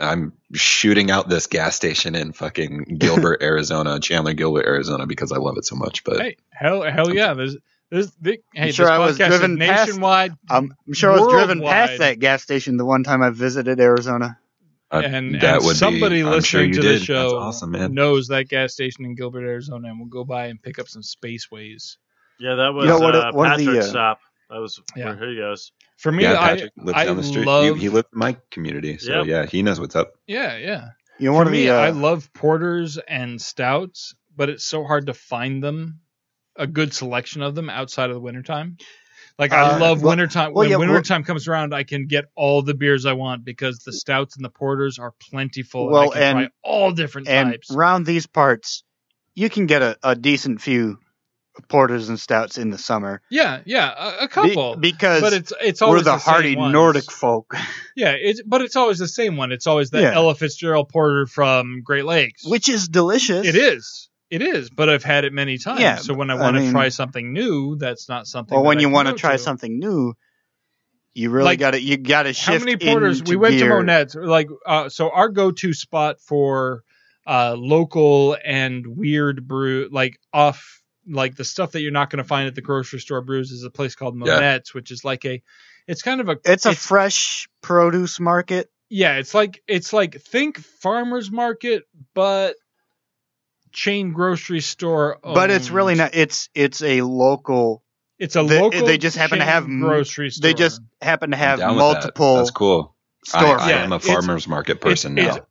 F: I'm shooting out this gas station in fucking Gilbert, Arizona, Chandler, Gilbert, Arizona, because I love it so much. But
E: Hey, hell, hell yeah! There's, there's, the, hey,
G: sure
E: this
G: I was
E: podcast
G: driven
E: is
G: past-
E: nationwide,
G: Um, I'm sure I was driven
E: Worldwide.
G: past that gas station the one time I visited Arizona.
F: uh,
E: and,
F: that
E: and
F: would be-
E: somebody
F: I'm sure
E: listening
F: you
E: to
F: did.
E: the show
F: That's awesome, man.
E: knows that gas station in Gilbert, Arizona, and will go by and pick up some spaceways.
A: Yeah, that was
G: know, what
A: uh,
G: are- what are the,
A: Patrick's
G: uh,
A: stop. That was
E: Yeah.
A: where he goes.
E: For me,
F: yeah,
E: I,
F: Patrick lives
E: I
F: down the street.
E: love,
F: he, he lived in my community, so
A: Yep.
F: yeah, he knows what's up.
E: yeah, yeah.
G: You know,
E: For
G: one of
E: me,
G: the uh,
E: I love porters and stouts, but it's so hard to find them a good selection of them outside of the wintertime. Like I
G: Uh,
E: love
G: well-
E: wintertime.
G: well,
E: when
G: yeah, well-
E: wintertime comes around, I can get all the beers I want because the stouts and the porters are plentiful. and, I
G: Well,
E: can
G: and-
E: try all different
G: and
E: types.
G: round these parts, you can get a, a decent few porters and stouts in the summer.
E: Yeah, yeah, a, a
G: Be-
E: couple.
G: because
E: but it's it's
G: we're
E: always
G: the,
E: the same
G: hardy
E: ones.
G: Nordic folk.
E: Yeah, it's but it's always the same one. It's always that
G: Yeah.
E: Ella Fitzgerald Porter from Great Lakes.
G: which is delicious.
E: it is. It is, but I've had it many times.
G: Yeah,
E: so when I
G: I
E: want to
G: mean-
E: try something new, that's not something.
G: Or
E: that
G: when
E: I
G: you
E: can
G: want to
E: go
G: try something new, you really
E: Like,
G: got to you got to
E: How
G: shift.
E: many porters?
G: into
E: We went
G: beer.
E: to Monette's. Like, uh, so our go-to spot for uh, local and weird brew, like off, like the stuff that you're not going to find at the grocery store brews, is a place called
F: Yeah.
E: Monette's, which is like a, it's kind of a,
G: It's a fresh produce market.
E: yeah, it's like it's like think farmers market, but chain grocery store.
G: But it's really
E: owned.
G: not. It's it's a local.
E: It's a
G: They-
E: local.
G: they just happen to
E: chain
G: have m-
E: grocery store.
G: They just happen to
F: I'm
G: have
F: down with that.
G: multiple
F: That's cool. I,
G: storefronts.
F: I
E: Yeah,
F: am a
E: it's-
F: farmers market person
E: it's-
F: now.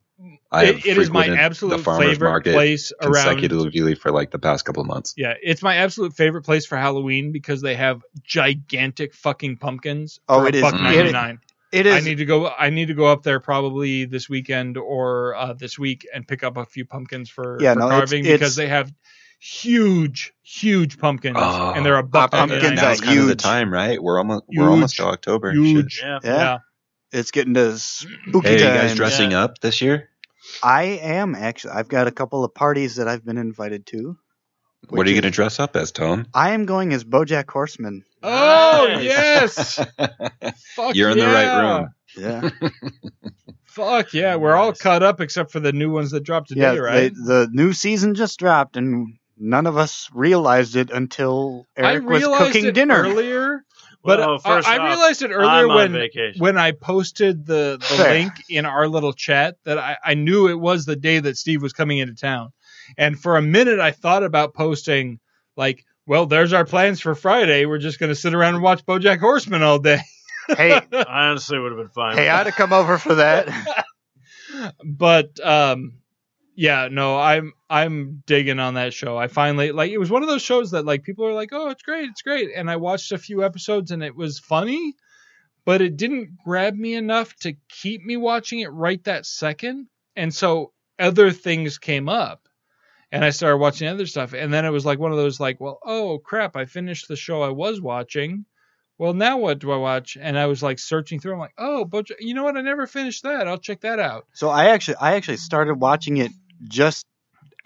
F: I have
E: It- it is my
F: frequented
E: absolute
F: the farmers
E: favorite
F: market
E: place around
F: consecutively for like the past couple of months.
E: Yeah, it's my absolute favorite place for Halloween because they have gigantic fucking pumpkins.
G: Oh,
E: for
G: it
E: a
G: is-
E: buck
F: it-
E: 99.
G: It
E: I
G: is.
E: need to go. I need to go up there probably this weekend or uh, this week and pick up a few pumpkins for,
G: Yeah,
E: for
G: no, it's-
E: carving
G: it's-
E: because they have huge, huge pumpkins
F: Oh,
E: and they're a buck
G: uh,
F: Okay,
G: pumpkins
E: 99.
G: are
F: now's kind of the
G: huge.
F: time, right? We're almost
E: Huge,
F: we're almost to October. and shit.
E: huge.
A: Yeah.
G: yeah,
E: yeah.
G: it's getting to spooky
F: Hey, are you guys
G: time.
F: dressing
A: Yeah.
F: up this year?
G: I am actually. I've got a couple of parties that I've been invited to.
F: what
G: Which
F: are you
G: is-
F: going to dress up as, Tone?
G: I am going as BoJack Horseman.
E: Oh
A: Nice.
E: yes, Fuck
F: You're in the right
E: yeah.
F: room.
G: Yeah,
E: Fuck yeah, we're all
A: Nice.
E: cut up except for the new ones that dropped today,
G: yeah.
E: right?
G: they- the new season just dropped, and none of us realized it until Eric
E: I
G: was
E: realized
G: cooking
E: it
G: dinner.
E: earlier, but
A: Well,
E: uh,
A: first
E: I, I
A: off,
E: realized it earlier
A: I'm on
E: when
A: vacation.
E: when I posted the, the
G: Fair.
E: link in our little chat that I, I knew it was the day that Steve was coming into town. And for a minute, I thought about posting, like, well, there's our plans for Friday. We're just going to sit around and watch Bojack Horseman all day.
G: hey,
A: I honestly would have been fine.
G: hey,
A: with
G: I'd have come over for that.
E: But, um, yeah, no, I'm I'm digging on that show. I finally like it was one of those shows that like people are like, "Oh, it's great, it's great." And I watched a few episodes and it was funny, but it didn't grab me enough to keep me watching it right that second. And so other things came up and I started watching other stuff. And then it was like one of those, like, well, oh crap, I finished the show I was watching. well, now what do I watch? And I was like searching through. I'm like, oh, but you know what? I never finished that. I'll check that out.
G: So I actually I actually started watching it just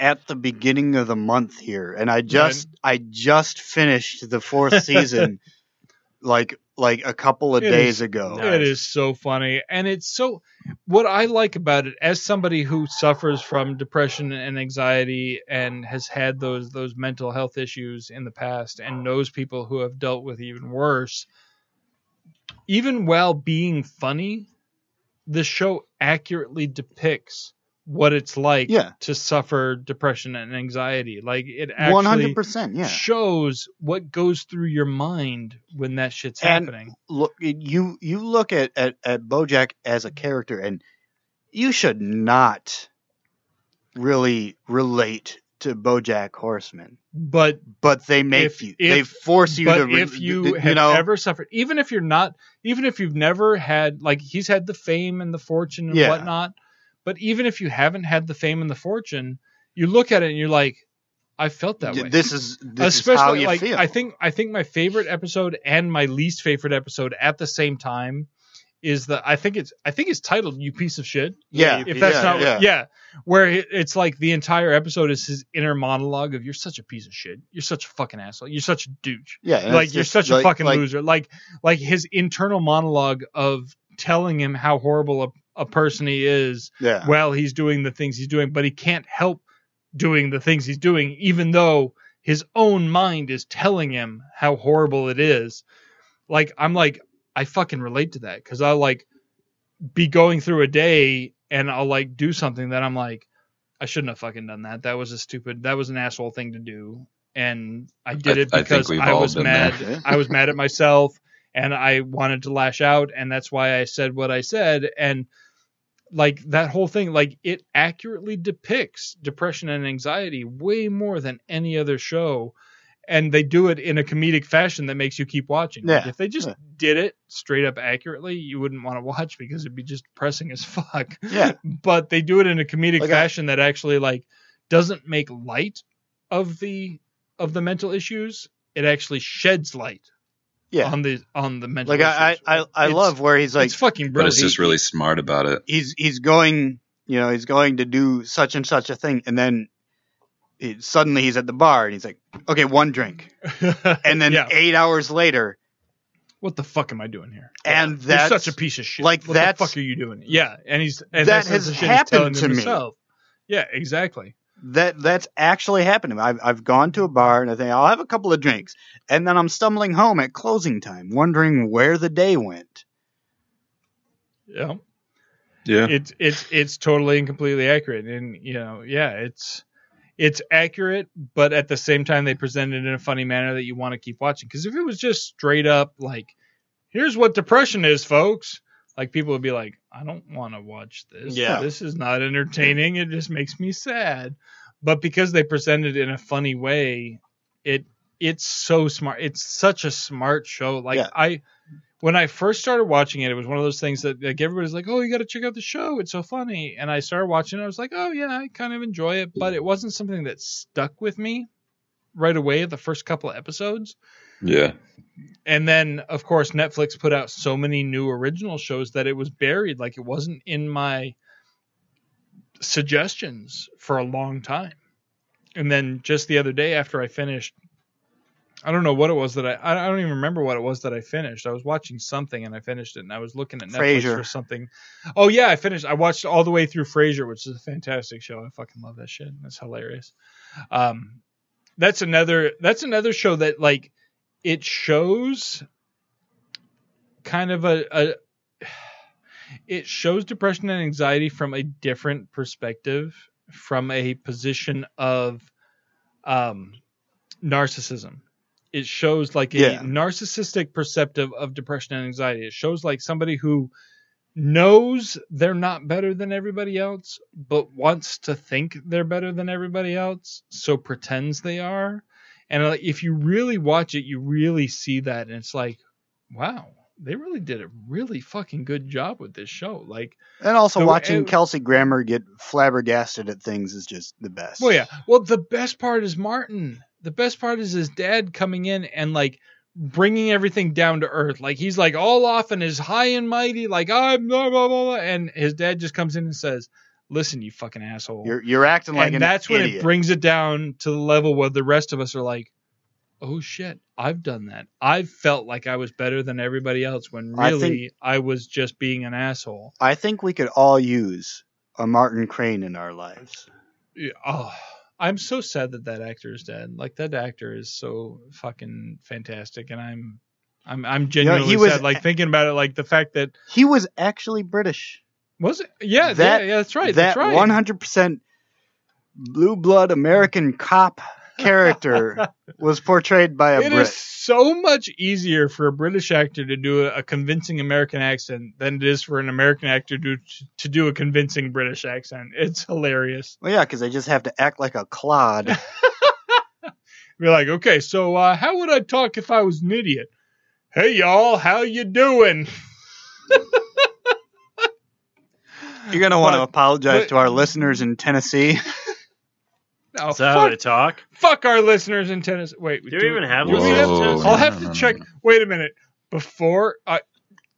G: at the beginning of the month here and I just I just finished the fourth season like like a couple of
E: It
G: days
E: is-
G: ago.
E: It is so funny. And it's so what I like about it as somebody who suffers from depression and anxiety and has had those those mental health issues in the past and knows people who have dealt with even worse. Even while being funny, the show accurately depicts what it's like
G: Yeah.
E: to suffer depression and anxiety. Like it
G: One
E: actually
G: hundred percent, yeah.
E: shows what goes through your mind when that shit's
G: And-
E: happening.
G: Look, you you look at, at at BoJack as a character, and you should not really relate to BoJack Horseman,
E: But
G: but they make
E: If-
G: you,
E: if-
G: they force you
E: but
G: to. re-
E: if you
G: you
E: have
G: know,
E: ever suffered even if you're not even if you've never had like he's had the fame and the fortune and
G: Yeah.
E: whatnot but even if you haven't had the fame and the fortune you look at it and you're like i felt that
G: y-
E: way
G: this is this
E: especially
G: is how you
E: like
G: feel.
E: i think i think my favorite episode and my least favorite episode at the same time is the i think it's i think it's titled you piece of shit
G: yeah,
E: if that's
G: yeah,
E: not
G: yeah.
E: what, yeah where it- it's like the entire episode is his inner monologue of you're such a piece of shit you're such a fucking asshole you're such a douche
G: Yeah, and
E: like
G: it's
E: you're
G: just
E: such a
G: like-
E: fucking
G: like-
E: loser like like his internal monologue of telling him how horrible a, a person he is
G: Yeah.
E: while he's doing the things he's doing but he can't help doing the things he's doing even though his own mind is telling him how horrible it is like i'm like i fucking relate to that because i like be going through a day and I'll like do something that I'm like, I shouldn't have fucking done that. That was a stupid, that was an asshole thing to do. And I did
F: I-
E: it
F: I think
E: because
F: we've
E: I,
F: all
E: was
F: been
E: mad.
F: there.
E: I was mad at myself and I wanted to lash out. And that's why I said what I said. And like that whole thing, like it accurately depicts depression and anxiety way more than any other show. And they do it in a comedic fashion that makes you keep watching. Like,
G: Yeah,
E: if they just
G: yeah.
E: did it straight up accurately, you wouldn't want to watch because it'd be just depressing as fuck.
G: Yeah.
E: But they do it in a comedic
G: Like I-
E: fashion that actually like doesn't make light of the of the mental issues. It actually sheds light
G: yeah.
E: on the on the mental
G: Like I
E: issues.
G: I I, I
E: It's-
G: love where he's like
E: it's fucking
F: but
E: brilliant.
F: it's just really smart about it.
G: he's he's going you know he's going to do such and such a thing and then it, suddenly he's at the bar and he's like okay one drink and then
E: Yeah.
G: eight hours later
E: what the fuck am I doing here?
G: and
E: You're
G: that's
E: such a piece of shit.
G: like,
E: what
G: that's-
E: the fuck are you doing? Yeah, and he's and
G: That
E: that's the
G: has
E: shit he's telling
G: happened to me.
E: himself. Yeah, exactly.
G: that that's actually happened to me. I've, I've gone to a bar and I think I'll have a couple of drinks and then I'm stumbling home at closing time wondering where the day went.
E: Yeah.
F: Yeah.
E: it's it's it's totally and completely accurate and you know yeah it's it's accurate but at the same time they present it in a funny manner that you want to keep watching because if it was just straight up like here's what depression is folks like people would be like i don't want to watch this
A: Yeah.
E: this is not entertaining it just makes me sad but because they present it in a funny way it it's so smart it's such a smart show like
G: Yeah.
E: i when I first started watching it, it was one of those things that like everybody's like, "Oh, you got to check out the show; it's so funny." And I started watching, it, I was like, "Oh yeah, I kind of enjoy it," but it wasn't something that stuck with me right away at the first couple of episodes.
F: Yeah.
E: And then, of course, Netflix put out so many new original shows that it was buried, like it wasn't in my suggestions for a long time. And then just the other day, after I finished I don't know what it was that I I don't even remember what it was that I finished. I was watching something and I finished it and I was looking at Netflix
G: Frasier.
E: for something. Oh yeah, I finished. I watched all the way through Frasier, which is a fantastic show. I fucking love that shit. That's hilarious. Um that's another that's another show that like it shows kind of a, a it shows depression and anxiety from a different perspective from a position of um narcissism it shows like a
G: Yeah.
E: narcissistic perceptive of depression and anxiety it shows like somebody who knows they're not better than everybody else but wants to think they're better than everybody else so pretends they are and uh, if you really watch it you really see that and it's like wow they really did a really fucking good job with this show like
G: And also
E: So,
G: watching
E: uh,
G: Kelsey Grammer get flabbergasted at things is just the best.
E: Well, yeah. Well, the best part is Martin. The best part is his dad coming in and like bringing everything down to earth. Like he's like all off and is high and mighty, like I'm blah blah blah, blah. and his dad just comes in and says, "Listen, you fucking asshole."
G: You're you're acting like
E: and
G: an
E: that's when it
G: idiot.
E: brings it down to the level where the rest of us are like, "Oh shit, I've done that. I've felt like I was better than everybody else when
G: I think-
E: really I, was just being an asshole."
G: I think we could all use a Martin Crane in our lives.
E: Yeah, oh, I'm so sad that that actor is dead. Like that actor is so fucking fantastic, and I'm. I'm I'm genuinely
G: was-
E: sad, like thinking about it, like the fact that
G: He was actually British.
E: was it? Yeah,
G: That-
E: yeah, yeah, that's right.
G: that
E: that's right.
G: 100% blue blood American cop character was portrayed by a
E: It
G: Brit.
E: is so much easier for a British actor to do a, a convincing American accent than it is for an American actor to to do a convincing British accent. It's hilarious.
G: Well, yeah, because they just have to act like a clod.
E: You're like, okay, so uh, how would I talk if I was an idiot? Hey y'all, how you doing?
G: You're gonna want to
E: But-
G: apologize
E: but-
G: to our listeners in Tennessee.
E: Oh,
A: Is that how
E: fuck,
A: they talk?
E: fuck our listeners in Tennessee. Wait,
A: Do we even have
E: do we
F: listeners in Tennessee?
E: I'll have to
F: No, no, no,
E: check.
F: no.
E: Wait a minute. Before I.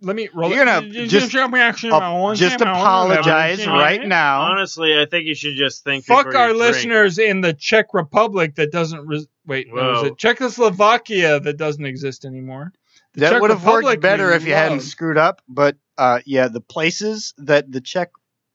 E: Let me roll.
G: You're gonna just-
E: just,
G: just apologize right now.
A: Honestly, I think you should just think.
E: Fuck
A: before
E: our
A: you drink.
E: listeners in the Czech Republic that doesn't res- wait. No, is
A: Whoa.
E: it Czechoslovakia that doesn't exist anymore? The
G: That
E: Czech
G: would have
E: Republic
G: worked better
E: we
G: if you hadn't
E: love.
G: screwed up, but uh, yeah, the places that the Czech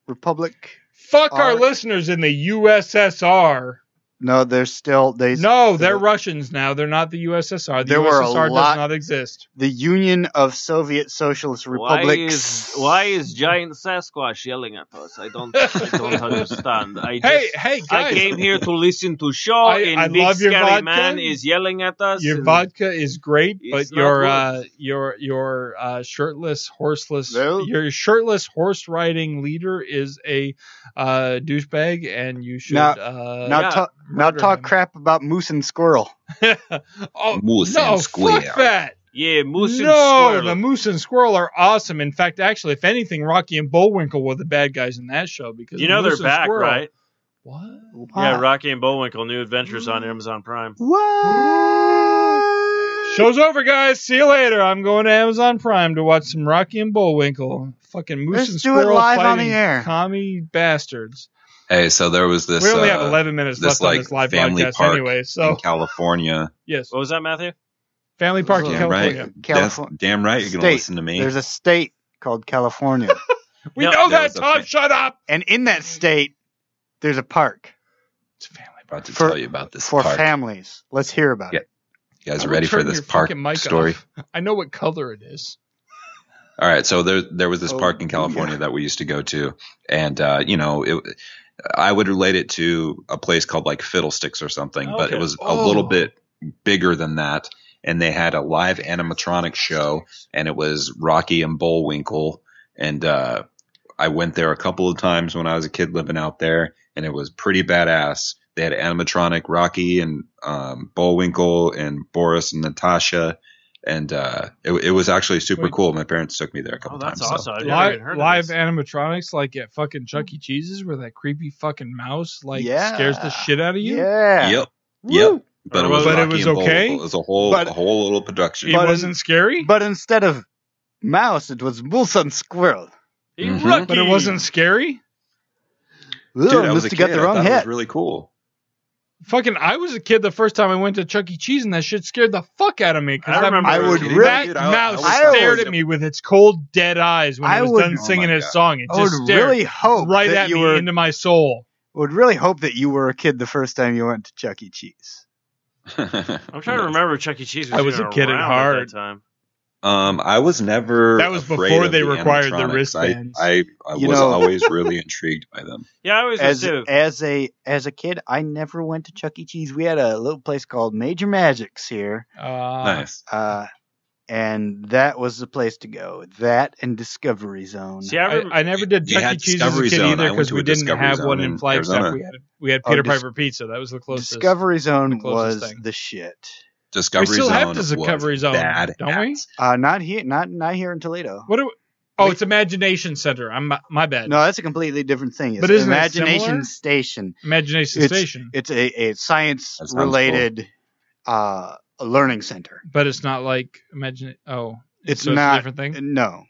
G: Republic.
E: Fuck our
G: are-
E: listeners in the USSR.
G: No, they're still they.
E: No, they're
G: the-
E: Russians now. They're not the USSR. The
G: There were a
E: USSR does
G: lot-
E: not exist.
G: The Union of Soviet Socialist
A: Why
G: Republics.
A: is, why is giant Sasquatch yelling at us? I don't I don't understand. I just,
E: Hey, hey
A: I
E: guys,
A: came here to listen to show,
E: I-
A: Oh, and
E: I
A: big
E: love your
A: scary
E: vodka.
A: man is yelling at us.
E: your
A: and-
E: vodka is great, but
A: It's not
E: your
A: worth
E: uh, your your uh, shirtless horseless
G: No.
E: your shirtless horse riding leader is a uh, douchebag, and you should
G: Now-
E: uh,
G: now
A: yeah,
G: talk now
E: murder
G: talk
E: him.
G: crap about moose and squirrel.
E: oh
F: Moose
E: no!
F: and squirrel.
E: Fuck that.
A: Yeah, moose and
E: no,
A: squirrel.
E: the moose and squirrel are awesome. In fact, actually, if anything, Rocky and Bullwinkle were the bad guys in that show because
A: you know
E: moose
A: they're
E: and
A: back,
E: squirrel-
A: right?
E: What?
A: Yeah, Rocky and Bullwinkle, New Adventures on Amazon Prime.
G: What?
E: Show's over, guys. See you later. I'm going to Amazon Prime to watch some Rocky and Bullwinkle. Fucking moose
G: Let's
E: and
G: do it
E: squirrel
G: live on
E: fighting
G: the air.
E: commie bastards.
F: Hey, so there was this.
E: we only
F: uh,
E: have 11 minutes left
F: this,
E: on
F: like,
E: this live
F: family
E: podcast
F: park
E: anyway.
F: in
E: So
F: California.
E: yes,
A: What was that, Matthew?
E: Family Park in
G: Yeah,
F: Damn right.
E: California.
F: That's,
G: California.
F: damn right. You're gonna
G: State.
F: listen to me.
G: There's a state called California,
E: We
A: No,
E: know
F: that
E: that.
F: was a
E: Tom,
F: fa-
E: shut up.
G: and in that state, there's a park
E: It's a family park.
F: about to
G: for-
F: tell you about this
G: for
F: park.
G: families. Let's hear about
F: Yeah.
G: it.
F: you guys
E: I
F: are
E: will
F: ready for
E: turn
F: this
E: your
F: park
E: fucking mic off.
F: story?
E: I know what color it is.
F: All right, so there there was this
G: Oh,
F: park in California
G: yeah.
F: that we used to go to, and uh, you know, it, I would relate it to a place called like Fiddlesticks or something, but it
A: Okay.
F: was
E: Oh.
F: a little bit bigger than that, and they had a live animatronic show, and it was Rocky and Bullwinkle, and uh, I went there a couple of times when I was a kid living out there, and it was pretty badass. They had animatronic Rocky and um, Bullwinkle and Boris and Natasha. And uh, it, it was actually super
E: Wait.
F: cool. My parents took me there a couple
A: Oh, that's
F: times. so-
A: awesome. I've never
E: Live,
A: even heard of
E: live
A: this.
E: animatronics like at fucking Chuck E. Cheese's, where that creepy fucking mouse like
G: Yeah.
E: scares the shit out of you.
G: Yeah.
F: Yep.
E: Woo.
F: Yep. But it
A: Or
F: was,
A: was it-
F: Rocky
E: But it was
F: and Bull.
E: okay?
F: It was a whole
G: But-
F: a whole little production.
E: It
G: But-
E: wasn't scary,
G: But instead of mouse, it was moose and squirrel.
F: Mhm.
E: but it wasn't scary.
F: Dude,
G: Ugh,
F: I was
G: must
F: a
G: have got
F: kid.
G: the
F: I
G: wrong
F: thought it was
G: head.
F: really cool.
E: Fucking, I was a kid the first time I went to Chuck E. Cheese, and that shit scared the fuck out of me. 'cause
A: I
E: that-
A: remember
G: I would
F: Dude,
G: really-
E: that
F: dude, I- I
E: mouse
F: was-
G: I
E: stared
F: was-
E: at me with its cold, dead eyes when
G: I
E: it was
G: would-
E: done
F: Oh
E: singing
F: my
E: its
F: God.
E: song. It
G: I
E: just
G: would
E: stared
G: really hope
E: right
G: that
E: at
G: you
E: me
G: were
E: into my soul.
G: would really hope that you were a kid the first time you went to Chuck E. Cheese.
A: I'm trying to remember if Chuck E. Cheese. Was
E: I was
A: even
E: a kid at
A: around
E: heart.
A: that time.
F: Um, I was never.
E: That was
F: afraid
E: before
F: of
E: they
F: the
E: required the
F: animatronics.
E: wristbands.
F: I, I, I was
G: You know-
F: always really intrigued by them.
A: Yeah, I always was
G: As
A: too.
G: as a as a kid, I never went to Chuck E. Cheese. We had a little place called Major Magic's here,
E: Uh,
F: nice.
G: uh, and that was the place to go. That and Discovery Zone.
A: See, I,
E: I,
A: remember,
E: I never did
F: You
E: Chuck E.
F: had
E: Cheese as a
F: Discovery
E: kid
F: Zone. I
E: either
F: went
E: because
F: to
E: we
F: a
E: didn't
F: Discovery
E: have
F: Zone
E: one in
F: in
E: Flagstaff.
F: Arizona.
E: We had we had
G: Oh,
E: Peter
G: Dis-
E: Piper Pizza. That was the closest.
G: Discovery Zone
E: the closest
G: was
E: thing.
G: the shit.
F: Discovery
E: we still have
F: Zone.
E: Discovery
F: was
E: Zone,
F: bad
E: don't we?
G: Uh, not here, not not here in Toledo.
E: What? Are we- oh,
G: We-
E: it's Imagination Center. I'm my bad.
G: No, that's a completely different thing. It's
E: But isn't it
G: Imagination
E: similar?
G: Station.
E: Imagination
G: It's-
E: Station.
G: It's a, a science
F: That sounds
G: related uh, a learning center.
E: But it's not like imagine. Oh,
G: It's
E: so
G: not
E: a different thing.
G: No,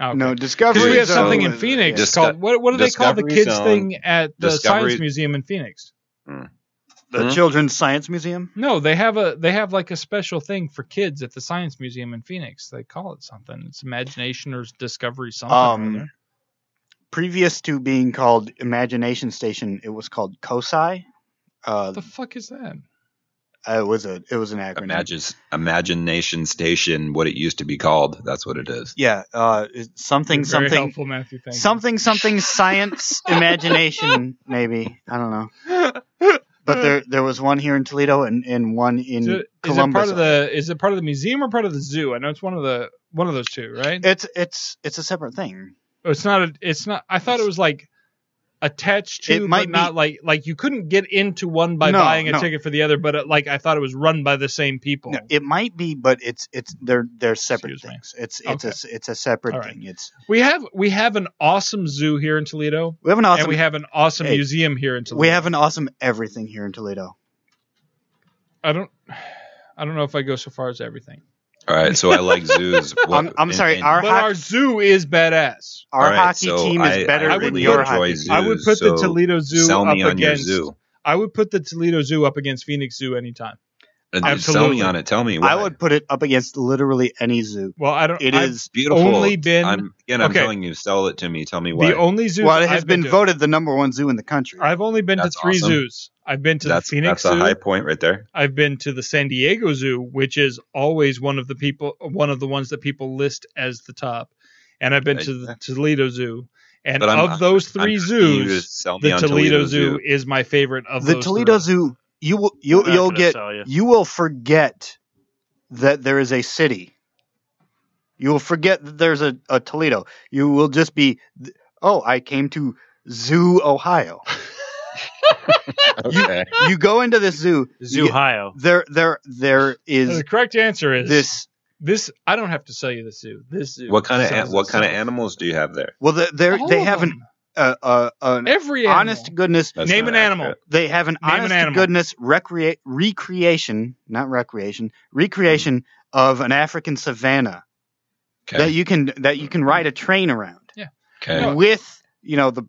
E: Oh, okay.
G: no
E: Because
G: discovery.
E: we have
G: Zone uh,
E: something in
G: is-
E: Phoenix
F: Disco-
E: called what? What do they call the
F: Discovery
E: kids
F: Zone.
E: thing at the
F: Discovery-
E: Science Museum in Phoenix?
G: the
F: Hmm?
G: Children's Science Museum.
E: No, they have a they have like a special thing for kids at the Science Museum in Phoenix. They call it something. It's imagination or discovery something. or
G: Um,
E: other.
G: Previous to being called Imagination Station, it was called COSI. Uh,
E: what the fuck is that?
G: it was a it was an acronym.
F: Imagine, imagination station, what it used to be called. That's what it is.
G: Yeah, uh, it's something
E: You're very
G: something
E: helpful, Matthew. Thank you.
G: something something science imagination maybe I don't know. But there there was one here in Toledo and, and one in
E: Is it, is it
G: Columbus.
E: part of the is it part of the museum or part of the zoo? I know it's one of the one of those two, right?
G: it's it's it's a separate thing.
E: Oh, it's not. A, it's not. I thought it was like attached to,
G: It might
E: but not
G: be-
E: like like you couldn't get into one by
G: No,
E: buying a
G: no.
E: ticket for the other. But it, like I thought it was run by the same people.
G: No, it might be, but it's it's they're they're separate
E: Excuse me.
G: things. It's it's a it's a separate
E: All right.
G: thing. It's
E: we have we have an awesome zoo here in Toledo,
G: we have an awesome
E: and we have an awesome
G: Hey,
E: museum here in Toledo.
G: we have an awesome everything here in Toledo.
E: I don't. I don't know if I go so far as everything,
F: All right, so I like zoos. What-
G: I'm- I'm sorry,
F: and-
G: our-
E: but our zoo is badass.
G: Our
F: All right,
G: hockey
F: so
G: team is
F: I-
G: better
F: I
G: than
F: really
G: your
F: enjoy
G: hockey.
F: zoos,
E: I would put
F: so
E: the Toledo Zoo
F: sell
E: up
F: me on
E: against.
F: your zoo.
E: I would put the Toledo Zoo up against Phoenix Zoo anytime.
F: And then Sell
E: Absolutely.
F: me on it. Tell me. Why.
G: I would put it up against literally any zoo.
E: Well, I don't.
G: It
E: I've
G: is
F: beautiful.
E: only been-
F: I'm, again, I'm
E: okay.
F: telling you, sell it to me. Tell me why.
E: the only zoo.
G: well, it has
E: I've
G: been,
E: to.
G: voted the number one zoo in the country.
E: I've only been
F: That's
E: to three
F: awesome.
E: zoos. I've been to
F: that's
E: the Phoenix
F: that's a
E: Zoo.
F: high point right there.
E: I've been to the San Diego Zoo, which is always one of the people, one of the ones that people list as the top. And I've been to the Toledo Zoo. And
F: But I'm-
E: of those three
F: I'm asking you to
E: zoos,
F: sell me
E: the Toledo,
F: on
E: Zoo is my favorite of
G: the
E: those
G: Toledo
E: three.
G: Zoo, you will you
A: Not
G: you'll
A: gonna
G: get
A: sell you.
G: you. will forget that there is a city. You will forget that there's a, a Toledo. You will just be th- oh, I came to Zoo Ohio.
F: Okay.
G: you go into this zoo. you get-
A: Zoohio.
G: There there there is
E: The correct answer is this.
G: this
E: This I don't have to sell you the zoo. This zoo.
F: what kind of
E: sells
F: an- what kind of
E: itself.
F: animals do you have there?
G: well the, there
E: All
G: they
E: of
G: have an
E: them.
G: uh, uh, an
E: every animal.
G: honest to goodness
F: That's
E: Name
F: not
E: an animal.
F: accurate.
G: they have an
E: Name an
G: honest to
E: animal.
G: goodness recrea- recreation, not recreation, recreation
E: Hmm.
G: of an African savannah
F: Okay.
G: that you can that you can ride a train around
F: okay.
G: with, you know, the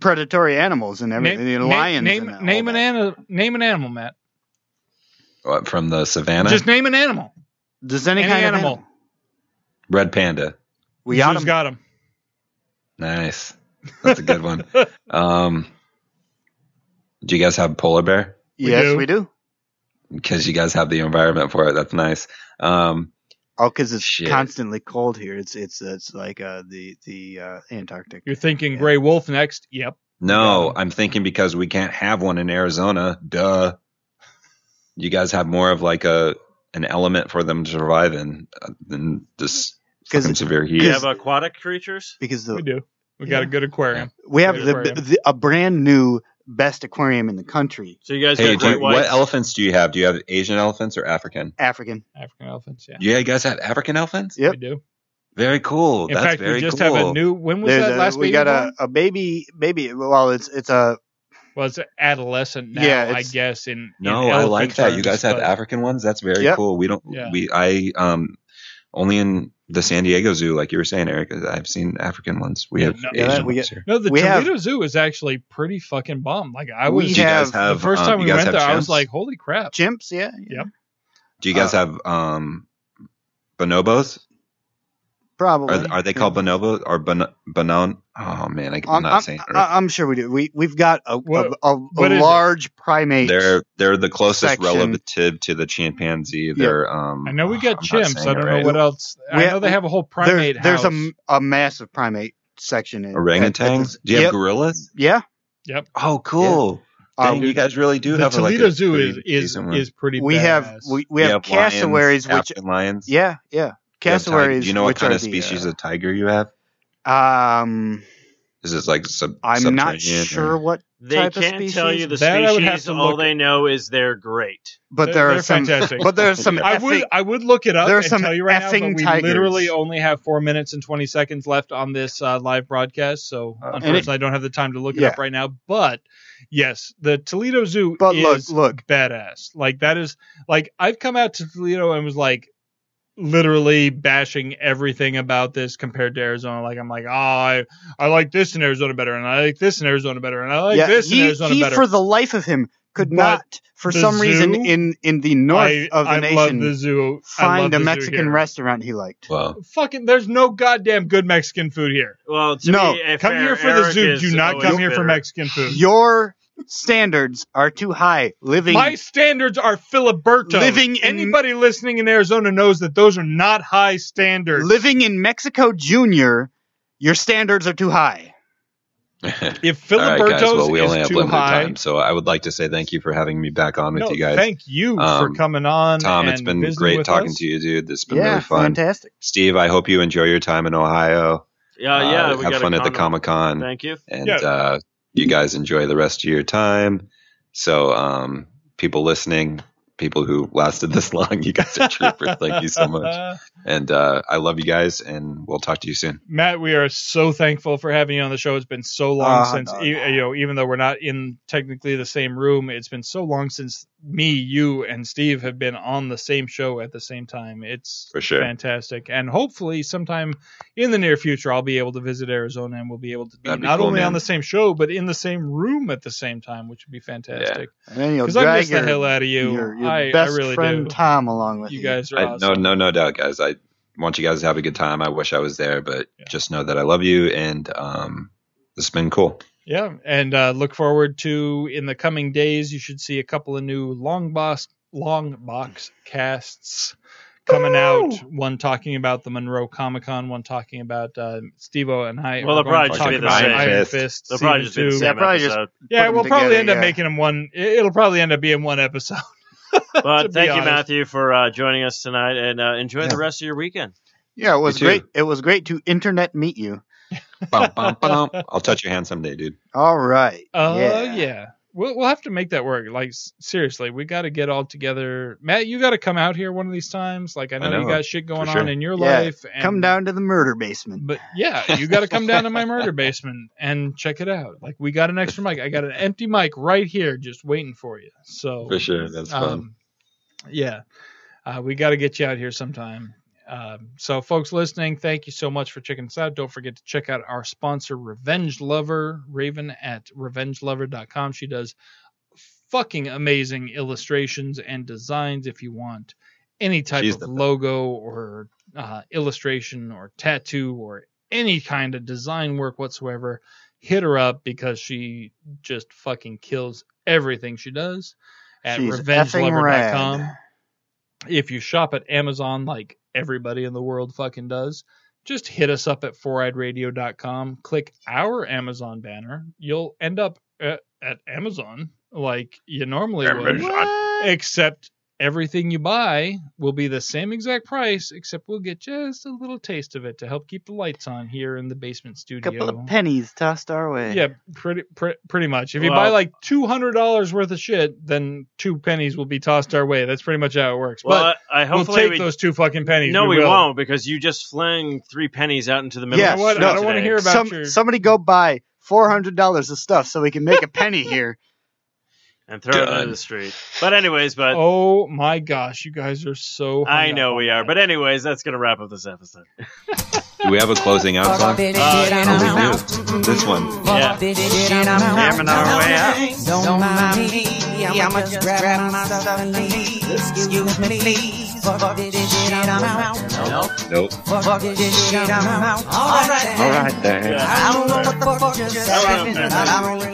G: predatory animals and
E: Name-
G: everything, the
E: name-
G: lions.
E: Name,
G: and all
E: name an
G: that.
E: animal. Name an animal, Matt.
F: What, from the savannah,
E: Just name an animal.
G: Does any,
E: any
G: kind
E: animal.
G: of animal?
F: red panda.
G: We
E: The
G: got
E: zoo's
G: 'em.
E: got him.
F: Nice. That's a good one. Um, do you guys have polar bear?
E: We
G: yes,
E: do.
G: we do.
F: Because you guys have the environment for it. That's nice. Um,
G: Oh, because it's
F: Shit.
G: constantly cold here. It's it's it's like uh, the the uh, Antarctic.
E: You're thinking Gray Wolf next. Yep.
F: no, I'm thinking because we can't have one in Arizona. Duh. You guys have more of like a an element for them to survive in uh, than this
G: 'Cause-
F: fucking severe heat.
A: You
G: Yeah,
A: have aquatic creatures.
G: Because the
E: We do. We got a good aquarium.
G: we have
E: Great
G: the,
E: aquarium.
G: the a brand new best aquarium in the country,
A: So you guys
F: Hey,
A: got
F: do you,
A: great
F: what
A: whites.
F: elephants do you have? Do you have Asian elephants or African?
G: African.
E: African elephants. Yeah.
F: Yeah, you guys have African elephants.
G: Yep.
E: We do.
F: Very cool.
E: In
F: That's
E: fact,
F: very
E: we just
F: cool.
E: have a new. When was
G: There's
E: that
G: a-
E: last
G: we
E: baby
G: got
E: born?
G: a, a baby baby well it's it's uh, a
E: Well, it's adolescent now,
G: Yeah,
E: I
G: it's-
E: guess. In
F: No,
E: in
F: I
E: elephant
F: like that. You
E: terms,
F: guys have
E: but-
F: African ones. That's very
G: Yep.
F: cool. We don't.
E: Yeah.
F: We I um only in the San Diego Zoo, like you were saying, Eric. uh, I've seen African ones. We
E: Yeah,
F: have
E: no-
F: Asian
G: Yeah, we
F: ones here.
E: No, the
G: We have-
E: Toledo Zoo is actually pretty fucking bomb. Like I
G: We
E: was
F: do you guys
G: have-
F: have
E: the first
F: um,
E: time
F: you
E: we
F: guys
E: went
F: have
E: there, I was
F: chimps?
E: like, uh, holy crap!
G: chimps yeah
E: Yep.
F: do you guys have um bonobos?
G: probably
F: Are, are they called bonobo or bon- bonon? Oh man, I, am
G: I'm,
F: not
G: I'm,
F: saying.
E: uh,
G: I- I'm sure we do we we've got a
E: What-
G: a, a,
E: what
G: a
E: is it?
G: large primate
F: They're they're the closest
G: Section.
F: relative to the chimpanzee. They're um.
E: I know we got
F: I'm not
E: chimps.
F: saying
E: I
F: it
E: don't
F: right.
E: know what else.
G: We
E: I know
G: have-
E: they have a whole
G: There-
E: primate
G: there's a,
E: house.
G: m- a massive primate section in
F: Orangutans? Do you have
G: yep,
F: gorillas?
G: yeah
F: Oh, cool.
G: Uh,
F: Dang, you guys really do
E: the
F: have like, a
E: Toledo Zoo
F: pretty
E: is is
F: decent one.
E: is pretty.
G: we have
E: badass.
G: we, we,
F: You
G: have,
F: lions,
G: cassowaries which
F: African lions.
G: yeah yeah
F: You have tig-
G: cassowaries
F: Do you know what
G: which
F: kind
G: are
F: of species
G: the,
F: of tiger you have?
G: uh, um
F: Is this like sub?
G: I'm not
F: subterranean or-
G: sure what
A: They
G: type of
A: can't
G: species.
A: tell you the
E: That I would have
A: species.
E: to
A: All
E: look-
A: they know is they're great.
G: but
E: They're-
G: there are
E: they're
G: some.
E: fantastic.
G: But there are some.
E: I would
G: effing-
E: I would look it up
G: there are
E: and
G: some
E: tell you right now, but
G: effing
E: we
G: tigers.
E: literally only have four minutes and twenty seconds left on this uh, live broadcast, so
F: Uh, and
E: unfortunately I don't have the time to look it
G: Yeah.
E: up right now. But yes, the Toledo Zoo
G: But look,
E: is
G: look.
E: badass. Like that is like I've come out to Toledo and was like literally bashing everything about this compared to Arizona. Like I'm like, oh, I, I like this in Arizona better, and I like this in Arizona better, and I like
G: yeah,
E: this in
G: he,
E: Arizona
G: he
E: better.
G: for the life of him could
E: But
G: not, for
E: the
G: some reason,
E: zoo,
G: in in the north
E: I,
G: of the
E: I
G: nation,
E: love the zoo. I love
G: find
E: the
G: a
E: zoo
G: Mexican
E: here.
G: restaurant he liked.
F: Well,
E: Fucking, there's no goddamn good Mexican food here.
A: Well, to
G: No,
A: me, if
E: Come here
A: Eric-
E: for the
A: Eric
E: zoo.
A: is
E: Do not
A: always
E: come here for
A: bitter.
E: Mexican food.
G: Your standards are too high. Living
E: My standards are Filiberto.
G: Living in-
E: Anybody listening in Arizona knows that those are not high standards.
G: living in Mexico Junior, your standards are too high.
E: if
F: all right, guys.
E: Filiberto's
F: Well, we only
E: is
F: have
E: too
F: limited
E: high,
F: time, so I would like to say thank you for having me back on with
E: no,
F: you guys.
E: thank you for
F: Um,
E: coming on.
F: Tom, it's
E: and
F: been
E: visiting
F: great
E: with
F: talking
E: us.
F: to you, dude. It's been
G: yeah,
F: really fun.
G: fantastic.
F: Steve, I hope you enjoy your time in Ohio.
A: Yeah, yeah.
F: Uh,
A: we got
F: have
A: a
F: fun at the
A: condom.
F: Comic Con,
A: Thank you.
F: and
E: Yeah.
F: uh, you guys enjoy the rest of your time. So, um, people listening, people who lasted this long, you guys are troopers. Thank you so much, and uh, I love you guys, and we'll talk to you soon.
E: Matt, we are so thankful for having you on the show. It's been so long
G: Ah,
E: since
G: no,
E: e-
G: no.
E: you know, even though we're not in technically the same room, it's been so long since me, you, and Steve have been on the same show at the same time. It's
F: For sure.
E: fantastic, and hopefully, sometime in the near future, I'll be able to visit Arizona and we'll be able to be,
F: That'd be
E: not
F: cool,
E: only on
F: man.
E: the same show but in the same room at the same time, which would be fantastic.
G: And then you'll
E: Because
G: drag
E: I miss
G: your,
E: the hell out of you.
G: your, your
E: I,
G: best
E: I really
G: friend
E: do.
G: Tom along with you.
E: You guys are
F: I,
E: awesome.
F: no, no, no doubt, guys. I want you guys to have a good time. I wish I was there, but
E: Yeah.
F: just know that I love you, and um, it's been cool.
E: Yeah, and uh, look forward to in the coming days. You should see a couple of new long box long box casts coming out. One talking about the Monroe Comic Con. One talking about uh, Stevo and I.
A: Well,
E: are
A: they'll
E: going to
A: probably
E: talk
F: be the
E: about
F: same.
E: Iron
F: Fist.
E: Fist.
A: They'll probably just
E: season
A: be the
E: two.
A: same
G: Yeah, probably just-
A: episode.
E: Yeah,
G: put 'em
E: we'll probably
G: together,
E: end up
G: yeah.
E: making them one. it- It'll probably end up being one episode. to
A: But
E: be
A: thank you,
E: honest.
A: Matthew, for uh, joining us tonight, and uh, enjoy the rest of your weekend.
G: Yeah, it was
F: too.
G: great. It was great to internet meet you.
F: Bum, bum, bum. I'll touch your hand someday, dude.
G: All right.
E: Oh yeah.
G: yeah.
E: We'll, we'll have to make that work. Like s- seriously, we got to get all together. Matt, you got to come out here one of these times. Like I know, you
F: know,
E: got shit going
F: sure.
E: on in your
G: Yeah,
E: life. And
G: Come down to the murder basement.
E: But yeah, you got to come down to my murder basement and check it out. Like we got an extra mic. I got an empty mic right here, just waiting for you. So
F: For sure, that's fun.
E: um, yeah, uh, we got to get you out here sometime. Um, so, folks listening, thank you so much for checking us out. Don't forget to check out our sponsor, Revenge Lover, Raven at revengelover.com. She does fucking amazing illustrations and designs if you want any type
F: She's
E: of
F: the best.
E: logo or uh, illustration or tattoo or any kind of design work whatsoever. Hit her up because she just fucking kills everything she does at
G: She's effing
E: revengelover.com
G: rad.
E: if you shop at Amazon like everybody in the world fucking does, just hit us up at foureyedradio.com, click our Amazon banner. You'll end up at, at Amazon like you normally would, except everything you buy will be the same exact price, except we'll get just a little taste of it to help keep the lights on here in the basement studio.
G: couple of pennies tossed our way.
E: Yeah, pretty pre- pretty much. If you buy
A: Well-
E: like two hundred dollars worth of shit, then two pennies will be tossed our way. That's pretty much how it works. but
A: Well, uh, I I
E: we'll
A: hopefully
E: take
A: we,
E: those two fucking pennies.
A: No, we,
E: will.
A: won't because you just flung three pennies out into the middle.
G: Yeah,
A: of
G: you know
A: the
G: what?
A: street
G: I
E: don't wanna
A: today.
E: hear about-
G: Some,
E: your-
G: Somebody go buy four hundred dollars of stuff so we can make a penny here.
A: and throw it
F: Done.
A: into the street. But anyways, but
E: Oh my gosh, you guys are so. hung
A: I
E: up
A: know
E: on
A: we are.
E: that.
A: But anyways, that's gonna wrap up this episode.
F: Do we have a closing out
A: Uh,
F: song? We do. This one.
A: yeah.
D: Uh-huh.
M: Jamming
A: our way out.
C: Uh-huh.
M: Don't mind me, I'ma just grab my stuff and leave. Excuse me, please. Fuck this shit, I'm out.
F: Nope.
M: Fuck this shit, I'm out. All right. then.
F: All right, there.
M: I don't know what the fuck just happened. I don't